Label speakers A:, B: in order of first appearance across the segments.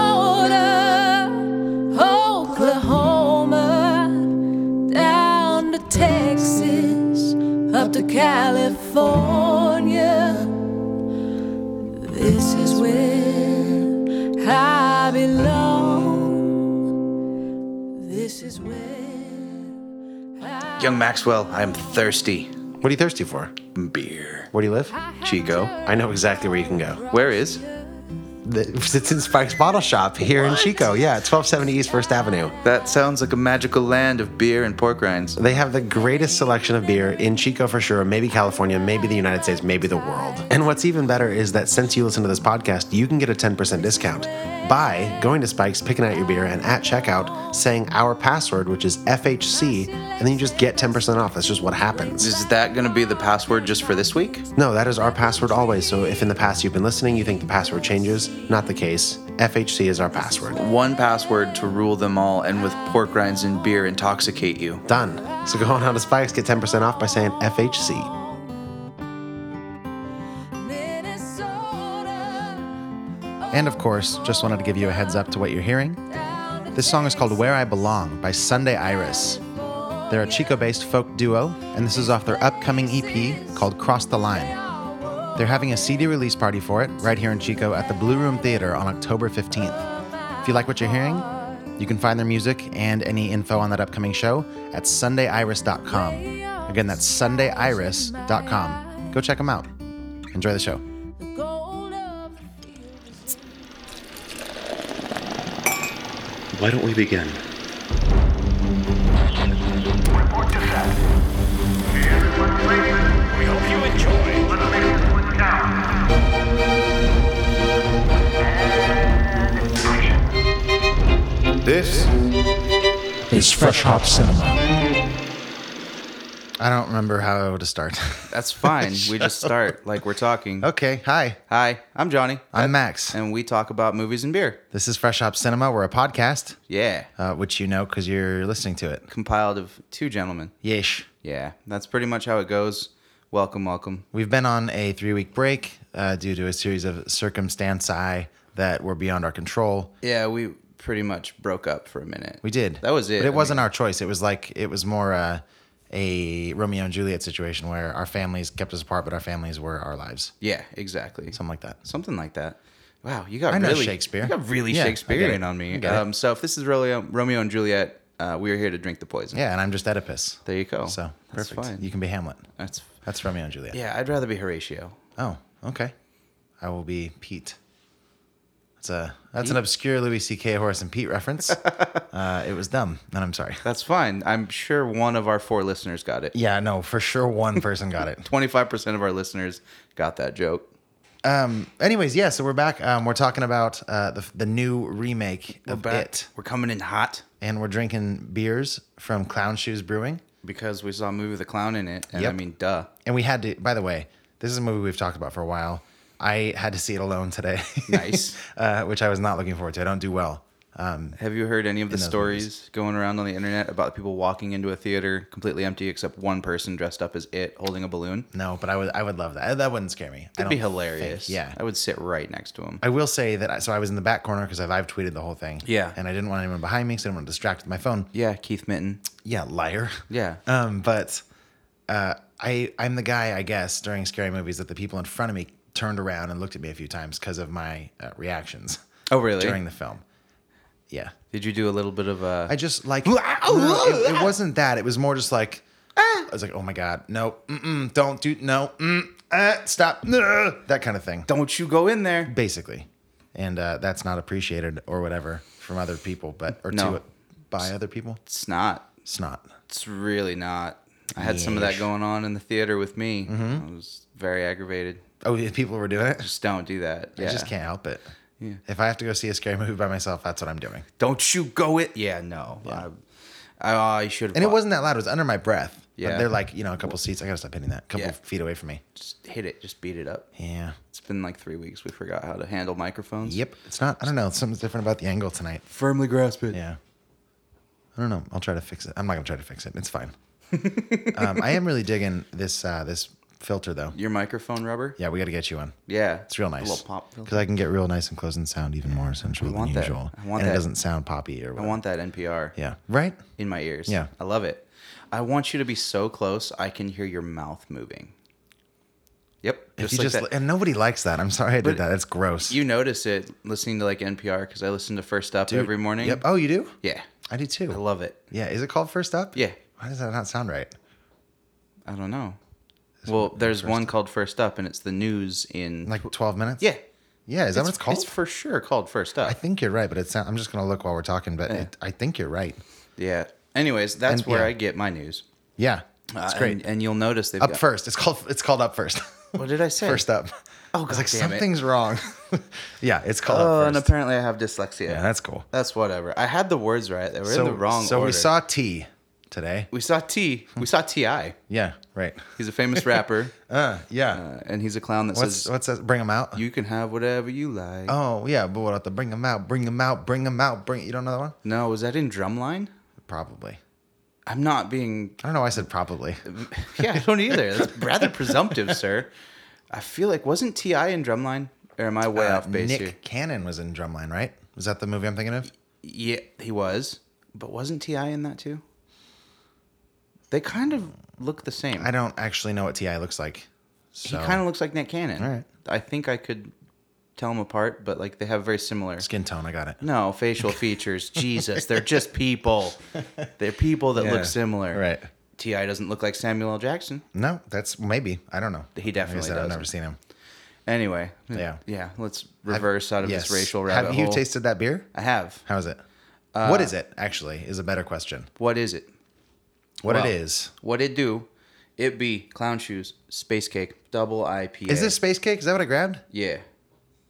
A: Minnesota, Oklahoma, down to Texas, up to California. This is where I belong. This is where I
B: Young Maxwell, I'm thirsty.
C: What are you thirsty for?
B: Beer.
C: Where do you live?
B: Chico.
C: I know exactly where you can go.
B: Where is?
C: The- It's in Spike's Bottle Shop here in Chico. Yeah, it's 1270 East First Avenue.
B: That sounds like a magical land of beer and pork rinds.
C: They have the greatest selection of beer in Chico for sure, maybe California, maybe the United States, maybe the world. And what's even better is that since you listen to this podcast, you can get a 10% discount by going to Spike's, picking out your beer, and at checkout saying our password, which is FHC, and then you just get 10% off. That's just what happens.
B: Is that going to be the password just for this week?
C: No, that is our password always. So if in the past you've been listening, you think the password changes, not the case. FHC is our password.
B: One password to rule them all and with pork rinds and beer intoxicate you.
C: Done. So go on out to Spike's, get 10% off by saying FHC.
A: Minnesota,
D: And of course, just wanted to give you a heads up to what you're hearing. This song is called Where I Belong by Sunday Iris. They're a Chico based folk duo, and this is off their upcoming EP called Cross the Line. They're having a CD release party for it right here in Chico at the Blue Room Theater on October 15th. If you like what you're hearing, you can find their music and any info on that upcoming show at sundayiris.com. Again, that's sundayiris.com. Go check them out. Enjoy the show.
A: gold of the fields.
E: Why don't we begin?
F: Report to set. Everyone please. We hope you enjoy. Let's make this one count. And action.
G: This
H: is Fresh Hop Cinema.
D: I don't remember how to start.
B: That's fine. we just start like we're talking.
D: Okay, hi.
B: Hi, I'm Johnny,
D: I'm Max.
B: and we talk about movies and beer.
D: This is Fresh Hop Cinema. We're a podcast,
B: Yeah.
D: uh, which you know because you're listening to it.
B: Compiled of two gentlemen.
D: Yesh.
B: Yeah, that's pretty much how it goes. Welcome, welcome.
D: We've been on a three week break uh, due to a series of circumstances that were beyond our control.
B: Yeah, we pretty much broke up for a minute.
D: We did.
B: That was it.
D: But
B: I
D: it
B: mean-
D: wasn't our choice. It was like, it was more uh, a Romeo and Juliet situation where our families kept us apart, but our families were our lives.
B: Yeah, exactly.
D: Something like that.
B: Something like that. Wow, you got
D: I know
B: really
D: Shakespeare.
B: You got really
D: Yeah, I get it.
B: Shakespearean on
D: I
B: me.
D: get it.
B: Um, so if this is Romeo, Romeo and Juliet, uh, we are here to drink the poison.
D: Yeah, and I'm just Oedipus.
B: There you go.
D: So
B: That's
D: perfect.
B: fine.
D: You can be Hamlet.
B: That's
D: That's Romeo and Juliet.
B: yeah. I'd rather be Horatio.
D: Oh, okay. I will be Pete. That's a that's an obscure Louis C.K. Horace and Pete reference. uh, it was dumb, and I'm sorry.
B: That's fine. I'm sure one of our four listeners got it.
D: Yeah, no, for sure one person got it.
B: Twenty-five percent of our listeners got that joke.
D: Anyways, yeah, so we're back. Um, we're talking about uh, the the new remake
B: We're
D: of
B: back.
D: it,
B: We're coming in hot
D: and we're drinking beers from Clown Shoes Brewing.
B: because we saw a movie with a clown in it, and I
D: Yep.
B: mean, duh.
D: And we had to. By the way, this is a movie we've talked about for a while. I had to see it alone today.
B: Nice.
D: uh, which I was not looking forward to. I don't do well. Um,
B: Have you heard any of the
D: those
B: stories
D: movies.
B: going around on the internet about people walking into a theater completely empty except one person dressed up as it holding a balloon?
D: No, but I would I would love that. That wouldn't scare me.
B: That'd be hilarious.
D: yeah.
B: I would sit right next to him.
D: I will say that I, so I was in the back corner because I live tweeted the whole thing.
B: Yeah.
D: and I didn't want anyone behind me because I didn't want to distract with my phone.
B: yeah, Keith Mitten.
D: Yeah, liar.
B: Yeah.
D: Um, but uh, I I'm the guy I guess during scary movies that the people in front of me turned around and looked at me a few times because of my uh, reactions
B: Oh, really?
D: during the film. Yeah,
B: Did you do a little bit of a?
D: I just like No,
B: ah,
D: it, it wasn't that. It was more just like I was like, oh my god, no, mm-mm, don't do no, mm, uh, stop, no, that kind of thing.
B: don't you go in there?
D: basically, and uh, that's not appreciated or whatever from other people, but or
B: No.
D: to by other people.
B: It's not.
D: It's not.
B: It's really not. I had some of that
D: Yeesh.
B: going on in the theater with me.
D: Mm-hmm.
B: I was very aggravated.
D: Oh, if people were doing it.
B: Just don't do that.
D: I just
B: Yeah.
D: can't help it.
B: Yeah.
D: If I have to go see a scary movie by myself, that's what I'm doing.
B: Don't you go it? Yeah, no. I, I, I should.
D: And it wasn't that loud. It was under my breath.
B: Yeah.
D: But they're like, you know, a couple seats. I gotta stop hitting that. A couple
B: Yeah.
D: feet away from me.
B: just hit it. Just beat it up.
D: Yeah.
B: It's been like three weeks. We forgot how to handle microphones.
D: Yep. It's not. I don't know. Something's different about the angle tonight.
B: Firmly grasp it.
D: Yeah. I don't know. I'll try to fix it. I'm not gonna try to fix it. It's fine. um, I am really digging this uh, this
I: filter though.
B: Your microphone rubber?
I: Yeah, we got to get you one.
B: Yeah.
I: It's real
B: A
I: nice.
B: little pop filter.
I: Because I can get real nice and close and sound even more essential than
B: want that.
I: usual.
B: I want
I: and
B: that.
I: it doesn't sound poppy or
B: I
I: whatever.
B: want that NPR
I: yeah. Right?
B: in my ears.
I: Yeah.
B: I love it. I want you to be so close I can hear your mouth moving. Yep.
I: If
B: Just
I: you
B: like
I: just,
B: that.
I: And nobody likes that. I'm sorry I did
B: But
I: that. That's gross.
B: you notice it listening to like NPR because I listen to First Up
I: Dude.
B: every morning.
I: Yep. Oh, you do?
B: Yeah.
I: I do too.
B: I love it.
I: Yeah. Is it called First Up?
B: Yeah.
I: Why does that not sound right?
B: I don't know. well, there's one called First Up, and it's the news in.
I: Like 12 minutes?
B: yeah.
I: Yeah. Is that what it's called?
B: It's for sure called First Up.
I: I think you're right, but it's. I'm just gonna look while we're talking, but it, I think you're right.
B: yeah. Anyways, that's
I: And-
B: where
I: yeah.
B: I get my news.
I: Yeah, it's
B: Uh,
I: great.
B: And, and you'll notice they've
I: up
B: got-
I: first. It's called. It's called up first.
B: What did I say?
I: first up. Oh, it's like
B: goddamn it.
I: something's wrong. yeah, it's called
B: Oh,
I: up
B: and
I: first.
B: apparently I have dyslexia.
I: yeah, that's cool.
B: That's whatever. I had the words right. They were in the wrong
I: so
B: order.
I: we saw T today.
B: we saw T. We saw Ti.
I: Yeah, right.
B: He's a famous rapper,
I: Uh, yeah.
B: uh, and he's a clown that
I: what's
B: says
I: what's that? Bring them out.
B: you can have whatever you like.
I: oh yeah, but what about the bring them out? Bring them out. Bring them out. Bring. You don't know that one?
B: No, was that in Drumline?
I: Probably.
B: I'm not being.
I: I don't know. why I said probably.
B: Yeah, I don't either. That's rather presumptive, sir. I feel like wasn't Ti in Drumline, or am I way
I: Uh,
B: off base
I: Nick
B: here?
I: Cannon was in Drumline, right? Was that the movie I'm thinking of?
B: Yeah, he was, but wasn't Ti in that too? They kind of look the same.
I: I don't actually know what Ti looks like. So
B: He kind of looks like Nick Cannon.
I: All right.
B: I think I could tell them apart, but like they have very similar.
I: skin tone. I got it.
B: No, facial features. Jesus, they're just people. They're people that
I: Yeah,
B: look similar.
I: right.
B: T.I. doesn't look like Samuel L. Jackson.
I: No, that's maybe. I don't know.
B: He definitely
I: I said, I've
B: doesn't.
I: never seen him.
B: Anyway.
I: Yeah.
B: Yeah. Let's reverse out of this racial rabbit
I: Have you
B: hole.
I: tasted that beer?
B: I have.
I: How is it? what is it? Actually, is a better question.
B: What is it?
I: What
B: Well,
I: it is?
B: What it do? It be clown shoes, space cake, double IPA.
I: Is this space cake? Is that what I grabbed?
B: Yeah.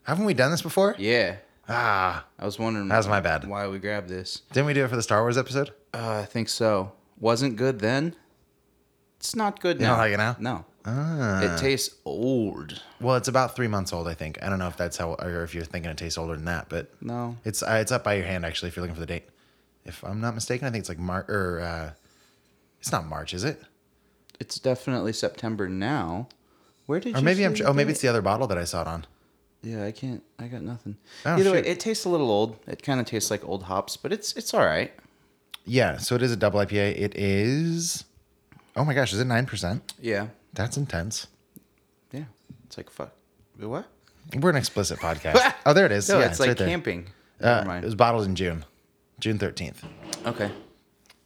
I: Haven't we done this before?
B: Yeah.
I: Ah,
B: I was wondering.
I: That was my bad.
B: Why we grabbed this?
I: didn't we do it for the Star Wars episode?
B: Uh, I think so. Wasn't good then. It's not good now.
I: don't like it now? Ah.
B: No. It tastes old.
I: Well, it's about three months old, I think. I don't know if that's how, or if you're thinking it tastes older than that, but
B: No.
I: it's uh, it's up by your hand actually. If you're looking for the date, if I'm not mistaken, I think it's like March or uh, it's not March, is it?
B: It's definitely September now. Where did
I: Or
B: you
I: maybe I'm.
B: see
I: Oh, maybe
B: that?
I: it's the other bottle that I saw it on.
B: Yeah, I can't. I got nothing.
I: Oh,
B: Either way,
I: shoot.
B: it tastes a little old. It kind of tastes like old hops, but it's it's all right.
I: Yeah, so it is a double IPA. It is. Oh my gosh, is it nine percent?
B: Yeah.
I: That's intense.
B: Yeah. It's like fuck. What?
I: We're an explicit podcast. oh, there it is.
B: No,
I: yeah,
B: it's, like
I: right there.
B: camping.
I: Uh,
B: Never
I: it was
B: mind.
I: bottled in June, June thirteenth.
B: Okay.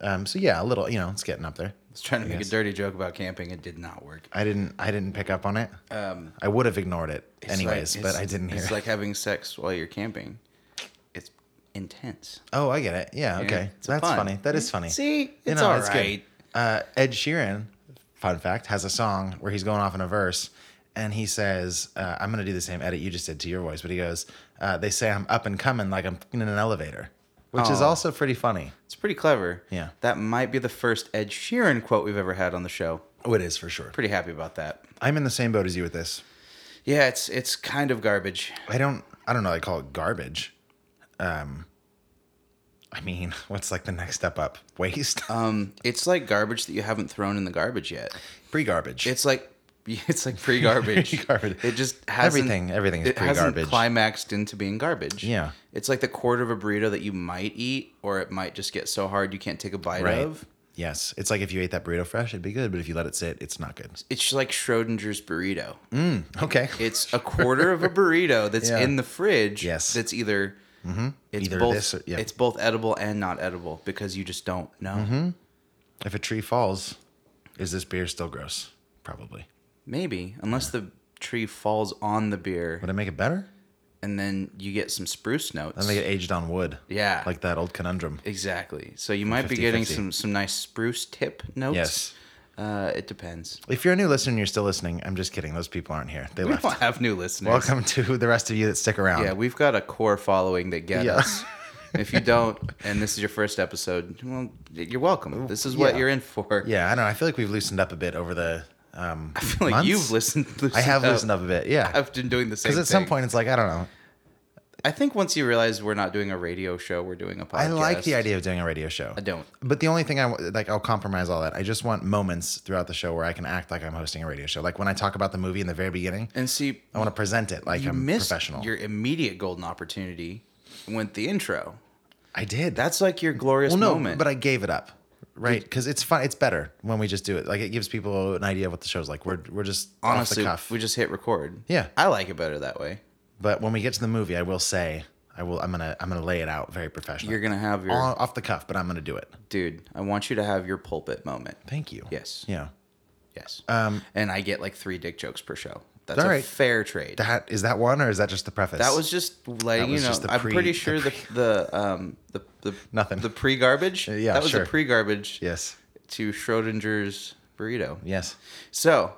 B: I
I: Um, so yeah, a little. You know, it's getting up there.
B: was trying to make
I: guess.
B: a dirty joke about camping. It did not work.
I: I didn't. I didn't pick up on it. I would have ignored
B: Um,
I: it
B: It's like-
I: anyways, but
B: it's-
I: I didn't hear.
B: It's
I: it.
B: like having sex while you're camping. It's intense.
I: oh, I get it. Yeah. Okay.
B: it's
I: That's
B: fun. Mm,
I: funny. That is funny.
B: See? It's all
I: good.
B: right.
I: Uh, Ed Sheeran, fun fact, has a song where he's going off in a verse, and he says, uh, "I'm gonna do the same edit you just did to your voice," but he goes, uh, "They say I'm up and coming like I'm in an elevator," which is
B: Aw.
I: also pretty funny.
B: It's pretty clever.
I: Yeah.
B: That might be the first Ed Sheeran quote we've ever had on the show.
I: Oh, it is for sure.
B: Pretty happy about that.
I: I'm in the same boat as you with this.
B: Yeah, it's it's kind of garbage.
I: I don't. I don't know. I call it garbage. Um, I mean, what's like the next step up? Waste.
B: Um, it's like garbage that you haven't thrown in the garbage yet.
I: pre-garbage.
B: It's like it's like pre-garbage.
I: Pre-garbage.
B: It just hasn't,
I: Everything- everything is
B: it hasn't
I: pre-garbage.
B: climaxed into being garbage.
I: Yeah.
B: It's like the quarter of a burrito that you might eat, or it might just get so hard you can't take a bite
I: right.
B: of.
I: Yes, it's like if you ate that burrito fresh, it'd be good, but if you let it sit, it's not good.
B: It's like Schrodinger's burrito.
I: Okay.
B: It's a quarter of a burrito that's
I: Mm-hmm. Yeah.
B: in the fridge.
I: Yes. Mm-hmm.
B: That's either it's
I: Either
B: both
I: this or- yeah.
B: it's both edible and not edible because you just don't know.
I: Mm-hmm. If a tree falls, is this beer still gross? Probably.
B: Maybe unless the tree falls on the beer
I: Would it make it better?
B: and then you get some spruce notes.
I: Then they get aged on wood.
B: Yeah.
I: Like that old conundrum.
B: exactly. So you might be getting
I: 50-50.
B: some some nice spruce tip notes.
I: Yes.
B: Uh, it depends.
I: If you're a new listener and you're still listening, I'm just kidding. Those people aren't here. They
B: We
I: left.
B: don't have new listeners.
I: Welcome to the rest of you that stick around.
B: Yeah, we've got a core following that get
I: Um, Yeah.
B: us. If you don't, and this is your first episode, well, you're welcome. This is what
I: Yeah.
B: you're in for.
I: Yeah, I know. I feel like we've loosened up a bit over the. Um, I
B: feel like you've listened-
I: I have
B: loosened up.
I: loosened up a bit. Yeah,
B: I've been doing Oh. the same.
I: because at some
B: thing.
I: point it's like I don't know.
B: I think once you realize we're not doing a radio show, we're doing a podcast.
I: I like the idea of doing a radio show.
B: I don't.
I: But the only thing I w- like, I'll compromise all that. I just want moments throughout the show where I can act like I'm hosting a radio show. Like when I talk about the movie in the very beginning,
B: And see,
I: I want to present it like
B: you
I: I'm
B: missed
I: professional.
B: your immediate golden opportunity with the intro.
I: I did.
B: That's like your glorious
I: well, no,
B: moment.
I: but I gave it up, right? Because it's fun. It's better when we just do it. Like it gives people an idea of what the show's like. We're we're just
B: honestly,
I: off the
B: we
I: cuff.
B: just hit record.
I: Yeah.
B: I like it better that way.
I: But when we get to the movie, I will say. I will. I'm gonna. I'm gonna lay it out very professionally.
B: You're gonna have your
I: All off the cuff, but I'm gonna do it.
B: dude. I want you to have your pulpit moment.
I: Thank you.
B: Yes.
I: Yeah.
B: Yes. Um, and I get like three dick jokes per show. That's
I: All
B: a
I: right.
B: fair trade.
I: That is that one, or is that just the preface?
B: That was just letting
I: was
B: you know.
I: just the
B: I'm
I: pre-
B: pretty
I: the
B: sure the the, um the the
I: Nothing. Uh,
B: the pre garbage.
I: yeah,
B: that was
I: sure.
B: the pre garbage.
I: yes.
B: To Schrodinger's burrito.
I: Yes.
B: So,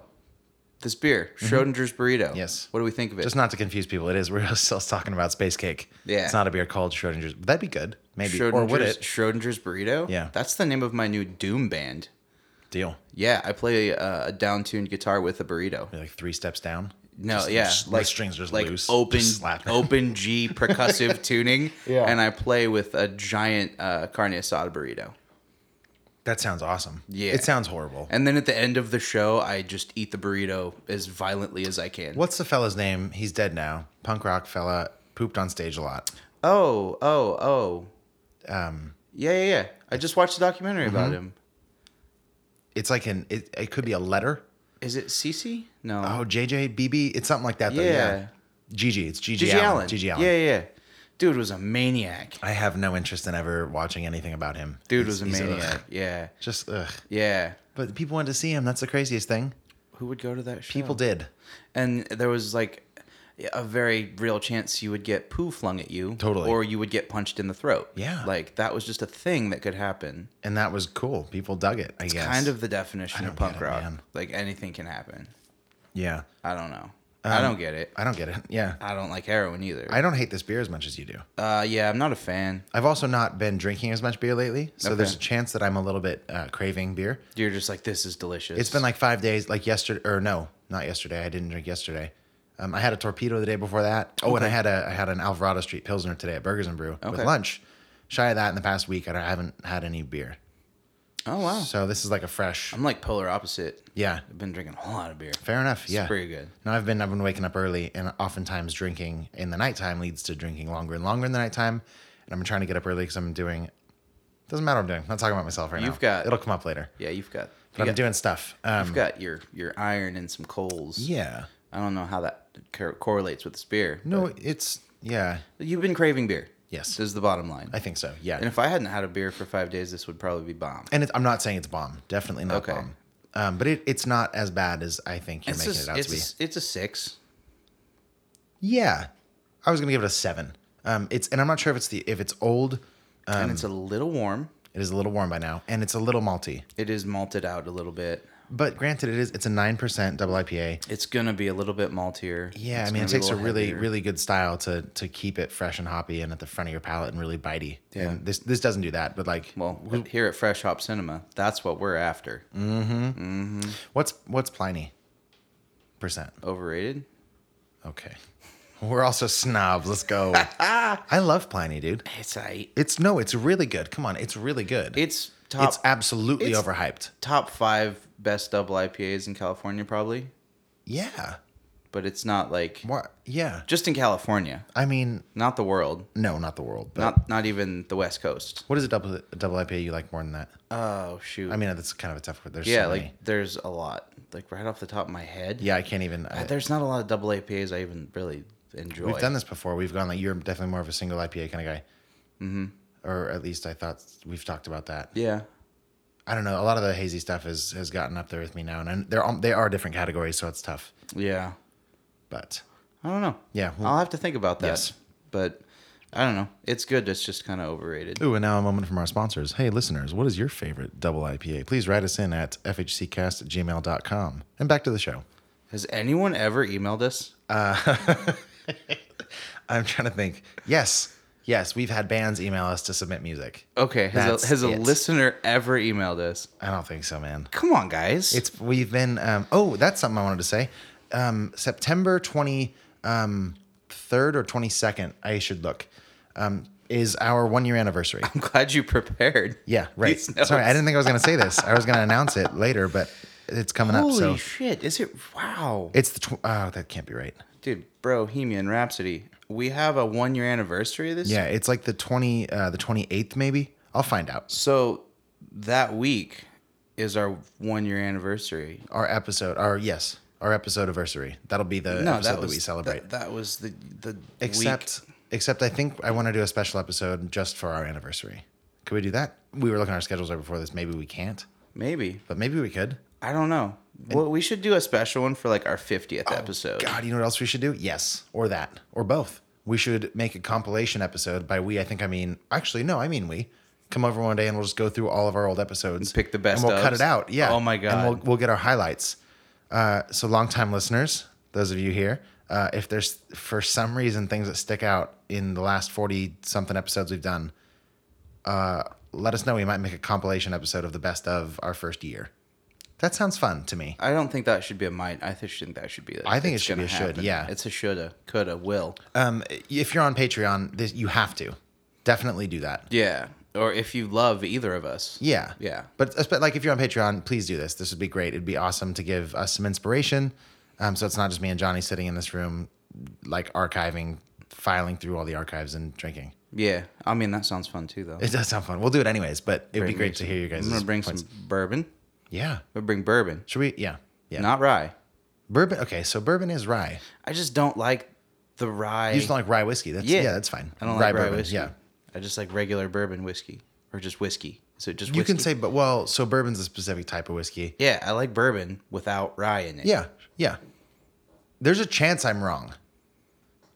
B: this beer, Schrodinger's burrito.
I: Mm-hmm. Yes.
B: What do we think of it?
I: Just not to confuse people, it is we're still talking about space cake.
B: Yeah.
I: It's not a beer called Schrodinger's. But that'd be good, maybe.
B: Schrodinger's,
I: Or would it?
B: Schrodinger's burrito.
I: Yeah.
B: That's the name of my new doom band.
I: Deal.
B: Yeah, I play uh, a down-tuned guitar with a burrito.
I: Be like three steps down.
B: No,
I: Just-
B: yeah,
I: just- the strings just
B: like
I: loose.
B: open,
I: Just slap.
B: open G percussive tuning, yeah. and I play with a giant uh, carne asada burrito.
I: That sounds awesome.
B: Yeah.
I: It sounds horrible.
B: And then at the end of the show, I just eat the burrito as violently as I can.
I: What's the fella's name? He's dead now. Punk rock fella pooped on stage a lot.
B: Oh, oh, oh.
I: Um, Mm-hmm.
B: Yeah, yeah, yeah. I just watched a documentary about him.
I: it's like an it, it could be a letter.
B: Is it Cece? No.
I: Oh, JJBB. It's something like that. Though.
B: Yeah.
I: yeah. GG. It's GG
B: Gigi
I: Allen.
B: Allen.
I: GG Allen.
B: Yeah, yeah, yeah. Dude was a maniac.
I: I have no interest in ever watching anything about him.
B: Dude was
I: He's-
B: a
I: he's, ugh.
B: maniac. Yeah,
I: just ugh.
B: yeah.
I: But people wanted to see him. That's the craziest thing.
B: Who would go to that show?
I: People did.
B: and there was like a very real chance you would get poo flung at you
I: Totally.
B: or you would get punched in the throat
I: Yeah.
B: like that was just a thing that could happen
I: And that was cool. People dug it, I guess.
B: kind of the definition of
I: don't
B: punk
I: get it,
B: rock
I: man.
B: like anything can happen
I: Yeah.
B: i don't know i don't get it
I: Um, I don't get it. Yeah.
B: i don't like heroin either
I: I don't hate this beer as much as you do.
B: uh yeah i'm not a fan
I: I've also not been drinking as much beer lately. So
B: Okay.
I: there's a chance that I'm a little bit uh, craving beer.
B: you're just like this is delicious
I: It's been like five days, like yesterday, or no, not yesterday. I didn't drink yesterday. Um, I had a torpedo the day before that. Oh, and I had a I had an Alvarado Street Pilsner today at Burgers and Brew with
B: Okay.
I: lunch. Shy of that in the past week, and I haven't had any beer.
B: oh wow
I: So this is like a fresh.
B: i'm like polar opposite
I: Yeah,
B: i've been drinking a whole lot of beer
I: fair enough. yeah,
B: pretty good.
I: No, I've been I've been waking up early, and oftentimes drinking in the nighttime leads to drinking longer and longer in the nighttime. And I've been trying to get up early because I'm doing. Doesn't matter what I'm doing. I'm not talking about myself right now.
B: You've got-
I: it'll come up later.
B: yeah you've got
I: But
B: you
I: I'm
B: got,
I: doing stuff. Um,
B: you've got your your iron and some coals
I: yeah.
B: i don't know how that cor- correlates with this beer
I: No, it's yeah.
B: You've been craving beer.
I: Yes.
B: This is the bottom line.
I: I think so. Yeah.
B: and if I hadn't had a beer for five days, this would probably be bomb.
I: And it, I'm not saying it's bomb. Definitely not
B: Okay.
I: bomb. Um, but it, it's not as bad as I think you're
B: It's,
I: making
B: just-
I: it out to be.
B: it's, it's a six.
I: Yeah, I was gonna give it a seven. Um, it's and I'm not sure if it's the if it's old.
B: and it's a
I: Um,
B: little warm.
I: It is a little warm by now, and it's a little malty.
B: It is malted out a little bit.
I: But granted, it is it's a nine percent double IPA.
B: It's going to be a little bit maltier.
I: Yeah,
B: It's
I: I mean
B: gonna
I: it
B: be
I: takes a
B: little
I: really
B: heavier.
I: really good style to to keep it fresh and hoppy and at the front of your palate and really bitey.
B: Yeah.
I: And this this doesn't do that. But like,
B: Well, here at Fresh Hop Cinema, that's what we're after.
I: Mm. what's what's Pliny percent?
B: Overrated?
I: Okay, we're also snobs. Let's go. I love Pliny, dude.
B: It's a,
I: It's no, it's really good. Come on, it's really good.
B: It's top
I: It's absolutely
B: it's-
I: overhyped.
B: top five best double IPAs in California, probably.
I: Yeah.
B: But it's not like
I: What? Yeah.
B: just in California,
I: I mean,
B: not the world,
I: no, not the world. But
B: not not even the West Coast.
I: what is a double a double IPA you like more than that?
B: Oh shoot!
I: I mean, that's kind of a tough word. There's
B: yeah,
I: so
B: like
I: many.
B: there's a lot. Like right off the top of my head,
I: yeah, I can't even. I,
B: There's not a lot of double APAs I even really enjoy.
I: we've done this before. We've gone like you're definitely more of a single IPA kind of guy. Mm-hmm. Or at least I thought we've talked about that.
B: Yeah,
I: I don't know. A lot of the hazy stuff is has gotten up there with me now, and I- they're all- they are different categories, so it's tough.
B: yeah.
I: But
B: I don't know.
I: Yeah, well-
B: I'll have to think about that.
I: Yes.
B: But I don't know. It's good. It's just kind of overrated.
I: Ooh, and now a moment from our sponsors. Hey, listeners, what is your favorite double IPA? Please write us in at fhccast@gmail.com. And back to the show.
B: Has anyone ever emailed us?
I: I'm trying to think. Yes, yes, we've had bands email us to submit music.
B: Okay. Has
I: that's
B: a, has a
I: it.
B: listener ever emailed us?
I: I don't think so, man.
B: Come on, guys.
I: It's we've been. Um, oh, that's something I wanted to say. Um, September 20, um, 23rd or 22nd, I should look, um, is our one year anniversary.
B: I'm glad you prepared.
I: Yeah, right.
B: These notes.
I: Sorry, I didn't think I was going to say this. I was going to announce it later, but it's coming
B: Holy
I: up. So
B: shit! Is it? Wow,
I: it's the. Tw- oh, that can't be right.
B: dude, Bohemian Rhapsody. We have a one year anniversary this.
I: Yeah, it's like the 20, uh, the 28th, maybe. I'll find out.
B: So that week is our one year anniversary.
I: Our episode, our, yes, our episode anniversary. That'll be the episode that, we celebrate.
B: That, that was the the
I: except except I think I want to do a special episode just for our anniversary. Could we do that? We were looking at our schedules right before this. Maybe we can't,
B: week. maybe
I: but maybe we could.
B: I don't know. well, we should do a special one for like our fiftieth episode.
I: Oh, God, you know what else we should do? Yes, or that, or both. We should make a compilation episode. By we, I think I mean actually no, I mean we. Come over one day and we'll just go through all of our old episodes.
B: Pick the best
I: And we'll cut
B: ofs.
I: it out. Yeah.
B: Oh my
I: And we'll
B: God.
I: we'll get our highlights. Uh, so longtime listeners, those of you here, uh, if there's for some reason things that stick out in the last forty something episodes we've done, uh, let us know. We might make a compilation episode of the best of our first year. That sounds fun to me.
B: I don't think that should be a might. I just think that should be. A,
I: I think it should be
B: gonna
I: a should, yeah.
B: it's a shoulda, coulda, will.
I: Um, if you're on Patreon, this, you have to definitely do that.
B: yeah, or if you love either of us.
I: Yeah.
B: Yeah.
I: But espe- like if you're on Patreon, please do this. This would be great. It'd be awesome to give us some inspiration. Um, so it's not just me and Johnny sitting in this room, like archiving, filing through all the archives and drinking.
B: Yeah, I mean that sounds fun too, though.
I: It does sound fun. We'll do it anyways, but it'd be great to hear you guys.
B: I'm gonna bring
I: points.
B: some bourbon.
I: Yeah.
B: We'll bring bourbon,
I: Should we? Yeah. Yeah.
B: not rye.
I: bourbon. Okay. So bourbon is rye.
B: I just don't like the rye.
I: You just don't like rye whiskey. That's, yeah. that's fine.
B: I don't like rye
I: bourbon,
B: whiskey.
I: Yeah.
B: I just like regular bourbon whiskey or just whiskey. So just
I: You can
B: whiskey?
I: say, but well, so bourbon's a specific type of whiskey.
B: yeah, I like bourbon without rye in it.
I: Yeah, yeah. There's a chance I'm wrong.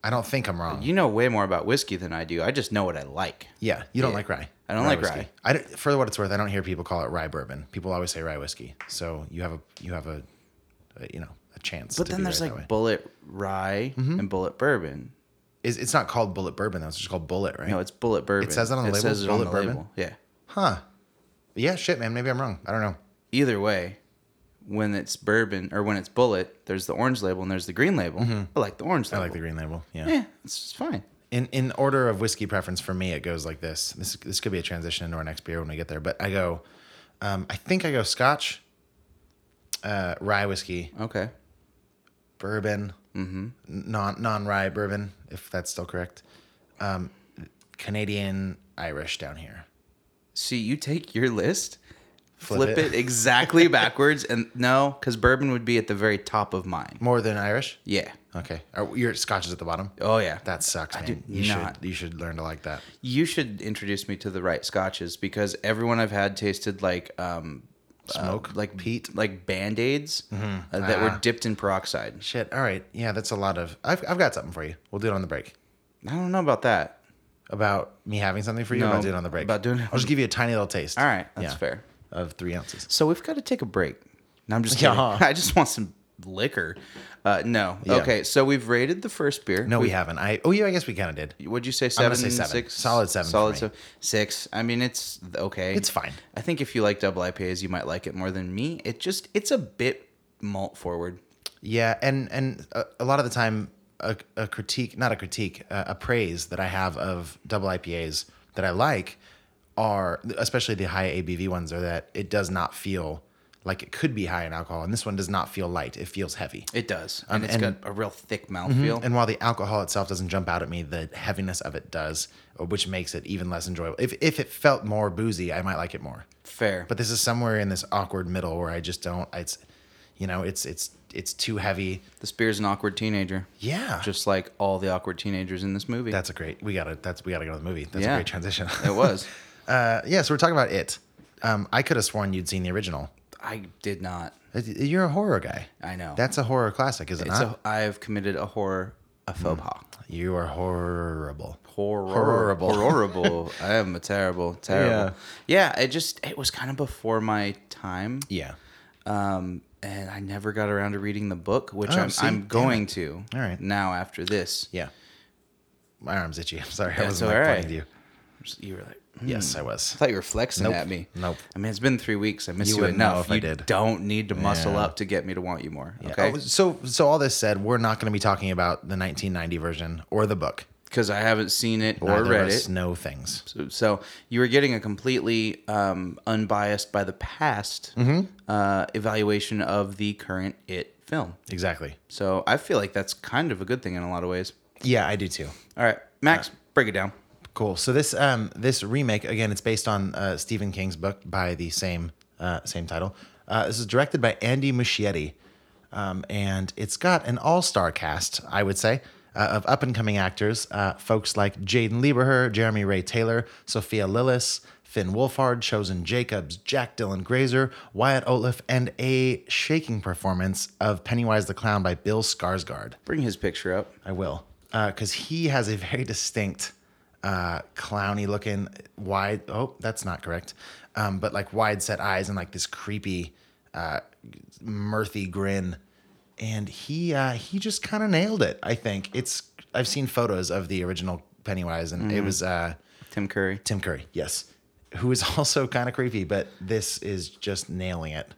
I: I don't think I'm wrong.
B: you know way more about whiskey than I do. I just know what I like.
I: yeah, you don't
B: Yeah.
I: like rye.
B: I don't like
I: whiskey.
B: rye.
I: I don't- for what it's worth, I don't hear people call it rye bourbon. People always say rye whiskey. So you have a you have a, a you know a chance.
B: But
I: to
B: then
I: be
B: there's
I: right
B: like
I: that way.
B: bullet rye and bullet bourbon.
I: Is- it's not called bullet bourbon though. It's just called bullet, right?
B: No, it's bullet bourbon.
I: says it on the label,
B: says it on
I: bullet
B: the
I: bourbon?
B: label. Yeah.
I: huh? Yeah, shit, man. Maybe I'm wrong. I don't know.
B: Either way, when it's bourbon or when it's bullet, there's the orange label and there's the green label. Mm-hmm. I like the orange
I: I
B: label.
I: like the green label. Yeah.
B: Yeah, it's it's fine.
I: In in order of whiskey preference for me, it goes like this. This this could be a transition into our next beer when we get there. But I go, um, I think I go Scotch, uh, rye whiskey,
B: Okay.
I: bourbon, Mm-hmm. non non rye bourbon, if that's still correct, um, Canadian Irish down here.
B: See, you take your list, flip,
I: Flip
B: it.
I: it.
B: exactly backwards, and no, because bourbon would be at the very top of mine.
I: More than Irish.
B: Yeah.
I: Okay. Are, your Scotch is at the bottom.
B: Oh yeah.
I: That sucks, man.
B: do
I: you
B: not-
I: should you should learn to like that.
B: you should introduce me to the right scotches because everyone I've had tasted like um
I: Smoke,
B: like
I: peat. Mm-hmm. Ah.
B: like band aids that were dipped in peroxide.
I: Shit. All right. Yeah, that's a lot of. I've I've got something for you. We'll do it on the break.
B: I don't know about that.
I: about me having something for you
B: No,
I: about doing it on the break.
B: about doing it-
I: I'll just give you a tiny little taste.
B: All right, that's fair.
I: Of three ounces.
B: So we've got to take a break. No, I'm just
I: Yeah.
B: kidding. I just want some liquor. Uh, no.
I: Yeah.
B: Okay, so we've rated the first beer.
I: No, we haven't. I oh yeah, I guess we kind of did.
B: Would you say
I: gonna
B: seven?
I: say seven.
B: Six?
I: Solid seven for
B: Solid
I: me.
B: seven. Six. I mean, it's okay.
I: It's fine.
B: I think if you like double IPAs, you might like it more than me. It just it's a bit malt forward.
I: Yeah, and and a, a lot of the time, a, a critique, not a critique, uh, a praise that I have of double IPAs that I like are, especially the high ABV ones, are that it does not feel like it could be high in alcohol, and this one does not feel light. It feels heavy.
B: It does, and it's
I: and- Mm-hmm.
B: got a real thick mouthfeel.
I: And while the alcohol itself doesn't jump out at me, the heaviness of it does, which makes it even less enjoyable. If, if it felt more boozy, I might like it more.
B: Fair,
I: But this is somewhere in this awkward middle where I just don't. It's, you know, it's it's it's too heavy.
B: this beer's an awkward teenager,
I: Yeah,
B: just like all the awkward teenagers in this movie.
I: that's a great. We gotta. That's we gotta go to the movie. That's
B: Yeah.
I: a great transition.
B: it was.
I: uh, yeah, so we're talking about it. Um, I could have sworn you'd seen the original.
B: I did not.
I: Uh, You're a horror guy.
B: I know.
I: That's a horror classic, is it
B: It's a,
I: not? Mm.
B: I have committed a horror, a faux pas.
I: you are horrible.
B: Horrible. Horrible. I am a terrible, terrible. Yeah. it just it was kind of before my time.
I: Yeah.
B: Um and I never got around to reading the book, which
I: Oh,
B: I'm,
I: see?
B: I'm
I: Damn
B: going
I: it.
B: to
I: All right.
B: now after this.
I: Yeah. My arm's itchy. I'm sorry. I
B: That's
I: wasn't
B: all
I: like
B: right.
I: pointing to you.
B: you were like, "Hmm."
I: Yes, I was.
B: I thought you were flexing
I: Nope.
B: at me.
I: Nope.
B: I mean, it's been three weeks. I miss
I: You
B: you,
I: wouldn't know
B: enough.
I: if I
B: you
I: did.
B: don't need to muscle
I: Yeah.
B: up to get me to want you more.
I: Yeah.
B: Okay.
I: Oh, So so all this said, we're not going to be talking about the 1990 version or the book
B: Because I haven't seen it or
I: Neither of
B: read
I: us
B: it.
I: Know things.
B: So, so you were getting a completely um, unbiased by the past uh, evaluation of the current It film.
I: Exactly.
B: So I feel like that's kind of a good thing in a lot of ways.
I: Yeah, I do too.
B: All right, Max, break it down.
I: Cool. So this um this remake again, it's based on uh, Stephen King's book by the same uh, same title. Uh, this is directed by Andy Muschietti, um, and it's got an all star cast, I would say, uh, of up and coming actors, uh, folks like Jaden Lieberher, Jeremy Ray Taylor, Sophia Lillis, Finn Wolfhard, Chosen Jacobs, Jack Dylan Grazer, Wyatt Olaf, and a shaking performance of Pennywise the Clown by Bill Skarsgård.
B: Bring his picture up.
I: I will, because he has a very distinct, uh, clowny looking wide. Oh, that's not correct. Um, but like wide set eyes and like this creepy, uh, mirthy grin, and he uh, he just kind of nailed it. I think it's. I've seen photos of the original Pennywise, and it was uh,
B: Tim Curry.
I: Tim Curry. Yes. Who is also kind of creepy, but this is just nailing it.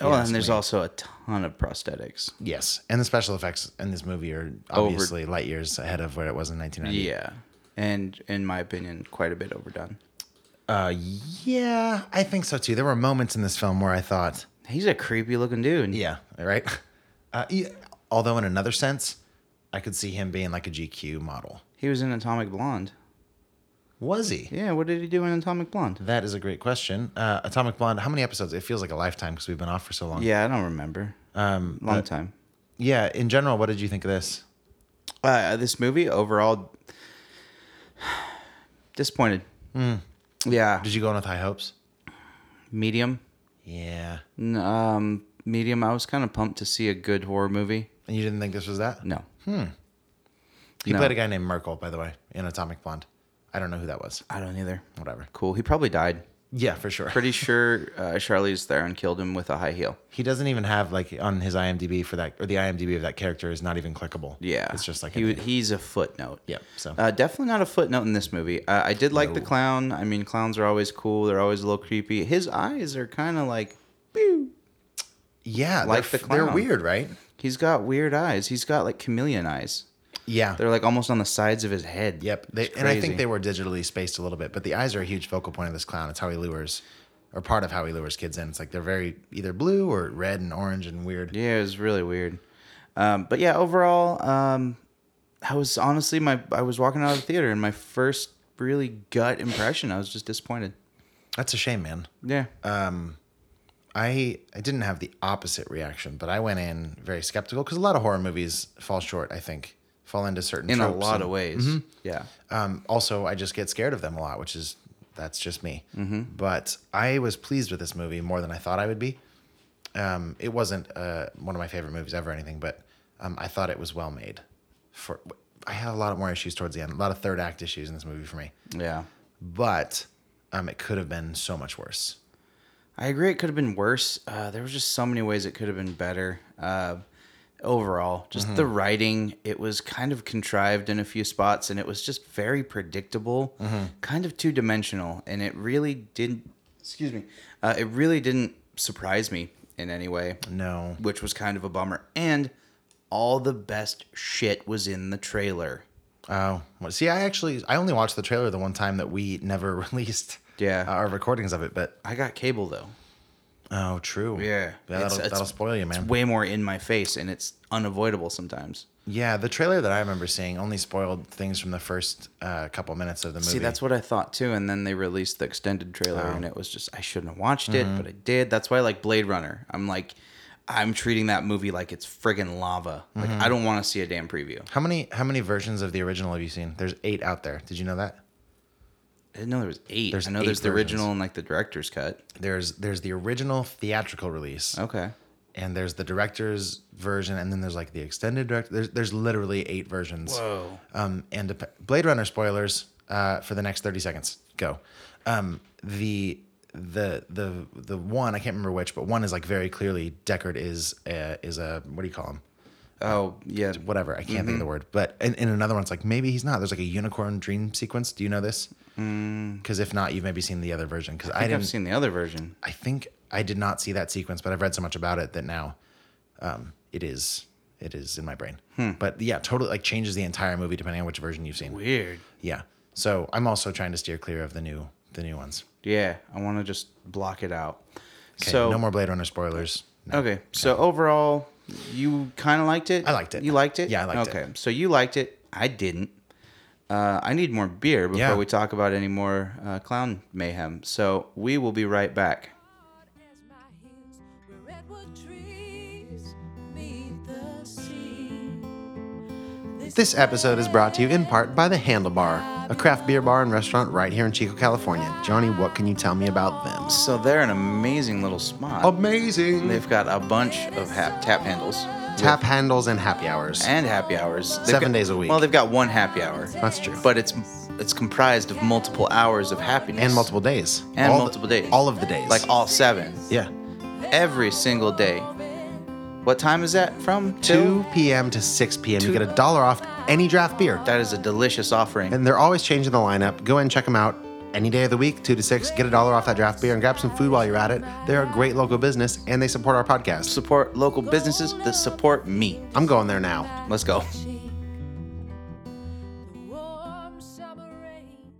B: Oh,
I: Yeah,
B: and
I: it's
B: there's
I: me.
B: also a ton of prosthetics.
I: Yes, and the special effects in this movie are
B: Over-
I: obviously light years ahead of where it was in 1990.
B: Yeah. And in my opinion, quite a bit overdone.
I: Uh, yeah, I think so too. There were moments in this film where I thought,
B: He's a creepy looking dude.
I: yeah, right. Uh, yeah, although in another sense, I could see him being like a GQ model.
B: He was in Atomic Blonde.
I: Was he?
B: Yeah, what did he do in Atomic Blonde?
I: That is a great question. Uh, Atomic Blonde. How many episodes? It feels like a lifetime because we've been off for so long.
B: Yeah, I don't remember. Um, Long time.
I: Yeah. In general, what did you think of this?
B: Uh, this movie overall disappointed. Yeah,
I: Hmm. Did you go in with high hopes?
B: medium.
I: Yeah.
B: N- Um, medium. I was kind of pumped to see a good horror movie.
I: And you didn't think this was that?
B: No,
I: Hmm. He
B: no.
I: played a guy named Merkel, by the way, in Atomic Blonde. I don't know who that was.
B: I don't either.
I: Whatever.
B: Cool. He probably died.
I: Yeah, for sure.
B: Pretty sure uh, Charlize Theron killed him with a high heel.
I: He doesn't even have like on his IMDb for that or the IMDb of that character is not even clickable.
B: Yeah,
I: it's just like
B: he,
I: a
B: w-
I: name.
B: he's a footnote.
I: Yep, so.
B: uh, definitely not a footnote in this movie. Uh, I did like the
I: No.
B: clown. I mean, clowns are always cool. They're always a little creepy. His eyes are kind of like
I: yeah, they're
B: like the
I: f- they're
B: clown.
I: weird, right?
B: he's got weird eyes. He's got like chameleon eyes.
I: Yeah,
B: They're like almost on the sides of his head.
I: yep. They,
B: It's
I: and I
B: crazy.
I: think they were digitally spaced a little bit, but the eyes are a huge focal point of this clown. It's how he lures, or part of how he lures kids in. It's like they're very either blue or red and orange and weird.
B: Yeah, it was really weird. Um, but yeah, overall, um, I was honestly my I was walking out of the theater and my first really gut impression, I was just disappointed.
I: That's a shame, man.
B: Yeah,
I: Uh, I I didn't have the opposite reaction, but I went in very skeptical because a lot of horror movies fall short. I think fall into certain
B: in a
I: tropes Mm-hmm.
B: lot
I: and-
B: of ways. Yeah,
I: Um, also, I just get scared of them a lot, which is that's just me.
B: Mm-hmm.
I: But I was pleased with this movie more than I thought I would be. Um, it wasn't uh, one of my favorite movies ever, or anything, but um, I thought it was well made. For I had a lot more issues towards the end, a lot of third act issues in this movie for me,
B: yeah,
I: but um, it could have been so much worse.
B: I agree. It could have been worse. Uh, there was just so many ways it could have been better. Uh, overall, just the
I: Mm-hmm.
B: writing, it was kind of contrived in a few spots, and it was just very predictable,
I: Mm-hmm.
B: kind of two dimensional, and it really didn't. Excuse me. Uh, it really didn't surprise me in any way.
I: No,
B: which was kind of a bummer. And all the best shit was in the trailer.
I: Oh, well, see, I actually I only watched the trailer the one time that we never released
B: Yeah.
I: uh, our recordings of it, but
B: I got cable though.
I: oh, true, that'll,
B: It's- it's-
I: that'll spoil you, man.
B: It's way more in my face, and it's unavoidable sometimes.
I: Yeah, the trailer that I remember seeing only spoiled things from the first uh, couple minutes of the movie.
B: See, that's what I thought too. And then they released the extended trailer, and it was just I shouldn't have watched it,
I: Mm-hmm.
B: but I did. That's why, I like Blade Runner, I'm like, I'm treating that movie like it's friggin' lava. Like
I: Mm-hmm.
B: I don't want to see a damn preview.
I: how many how many versions of the original have you seen? There's eight out there. Did you know that?
B: I didn't know there was eight.
I: There's
B: I know
I: eight
B: there's the
I: versions.
B: original and like the director's cut.
I: There's there's the original theatrical release,
B: Okay,
I: and there's the director's version, and then there's like the extended director. There's there's literally eight versions. Whoa. Um, and dep- Blade Runner spoilers uh, for the next thirty seconds. Go. Um, the the the uh, the one I can't remember which, but one is like very clearly Deckard is a, is a what do you call him?
B: Oh yeah,
I: whatever. I can't think of the word. But in, in another one, it's like maybe he's not. There's like a unicorn dream sequence. Do you know this? Because if not, you've maybe seen the other version. Because Mm.
B: I
I: I,
B: think
I: didn't.
B: I've seen the other version.
I: I think I did not see that sequence, but I've read so much about it that now um, it is it is in my brain. But yeah, totally like changes the entire movie depending on which version you've seen.
B: Weird.
I: Yeah. So I'm also trying to steer clear of the new the new ones.
B: Yeah, I want to just block it out.
I: Okay,
B: so
I: no more Blade Runner spoilers. No.
B: Okay, so overall, you kind of liked it.
I: I liked it.
B: You liked it.
I: Yeah, I liked it.
B: Okay, so you liked it. I didn't. Uh, I need more beer before
I: Yeah.
B: we talk about any more uh, clown mayhem. So we will be right back.
A: as my hands where redwood trees meet the sea.
D: This episode is brought to you in part by The Handlebar, a craft beer bar and restaurant right here in Chico, California. Johnny, what can you tell me about them?
B: So they're an amazing little spot.
D: Amazing!
B: They've got a bunch of ha- tap handles
D: Tap handles and happy hours.
B: and happy hours. They've
D: Seven
B: got-
D: days a week.
B: Well, they've got one happy hour.
D: That's true.
B: But it's it's comprised of multiple hours of happiness
D: and multiple days.
B: and
D: All the-
B: multiple days.
D: All of the days.
B: like all seven.
D: Yeah.
B: every single day. What time is that from?
D: 2 p.m. to 6 p.m. You
B: Two-
D: get a dollar off any draft beer.
B: That is a delicious offering.
D: And they're always changing the lineup. Go and check them out any day of the week, 2 to 6. Get a dollar off that draft beer and grab some food while you're at it. They're a great local business and they support our podcast.
B: support local businesses that support me.
D: I'm going there now.
B: Let's go.
A: cheek. The warm summer rain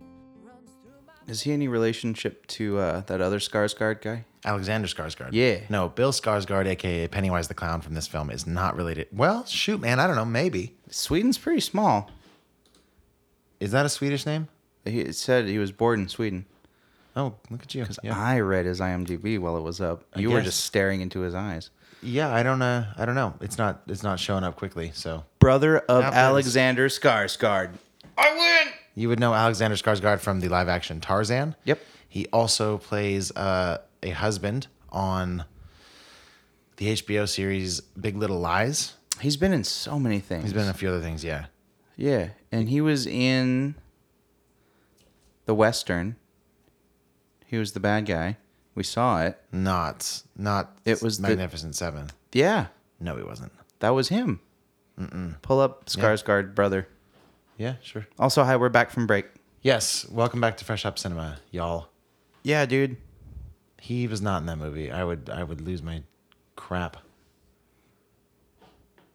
A: runs through my
B: Is he any relationship to uh, that other Skarsgård guy?
I: Alexander Skarsgård.
B: Yeah.
I: No, Bill Skarsgård, aka Pennywise the Clown from this film, is not related. Well, shoot, man, I don't know. Maybe
B: Sweden's pretty small.
I: is that a Swedish name?
B: He it said he was born in Sweden.
I: Oh, look at you. Yeah.
B: I read his IMDb while it was up. You were
I: guess.
B: just staring into his eyes.
I: yeah, I don't. Uh, I don't know. It's not. It's not showing up quickly. So
B: Brother of
I: Now,
B: Alexander Skarsgård.
I: you would know Alexander Skarsgård from the live-action Tarzan.
B: Yep.
I: He also plays uh, a husband on the HBO series Big Little Lies.
B: He's been in so many things.
I: He's been in a few other things. Yeah.
B: yeah, and he was in the Western. He was the bad guy. We saw it.
I: Not. Not.
B: It was the-
I: Magnificent Seven.
B: Yeah,
I: No, he wasn't.
B: That was him. Pull up Skarsgård, brother.
I: Yeah. Sure.
B: Also, hi, we're back from break.
I: Yes, welcome back to Fresh Up Cinema, y'all.
B: Yeah, dude.
I: He was not in that movie. I would I would lose my crap.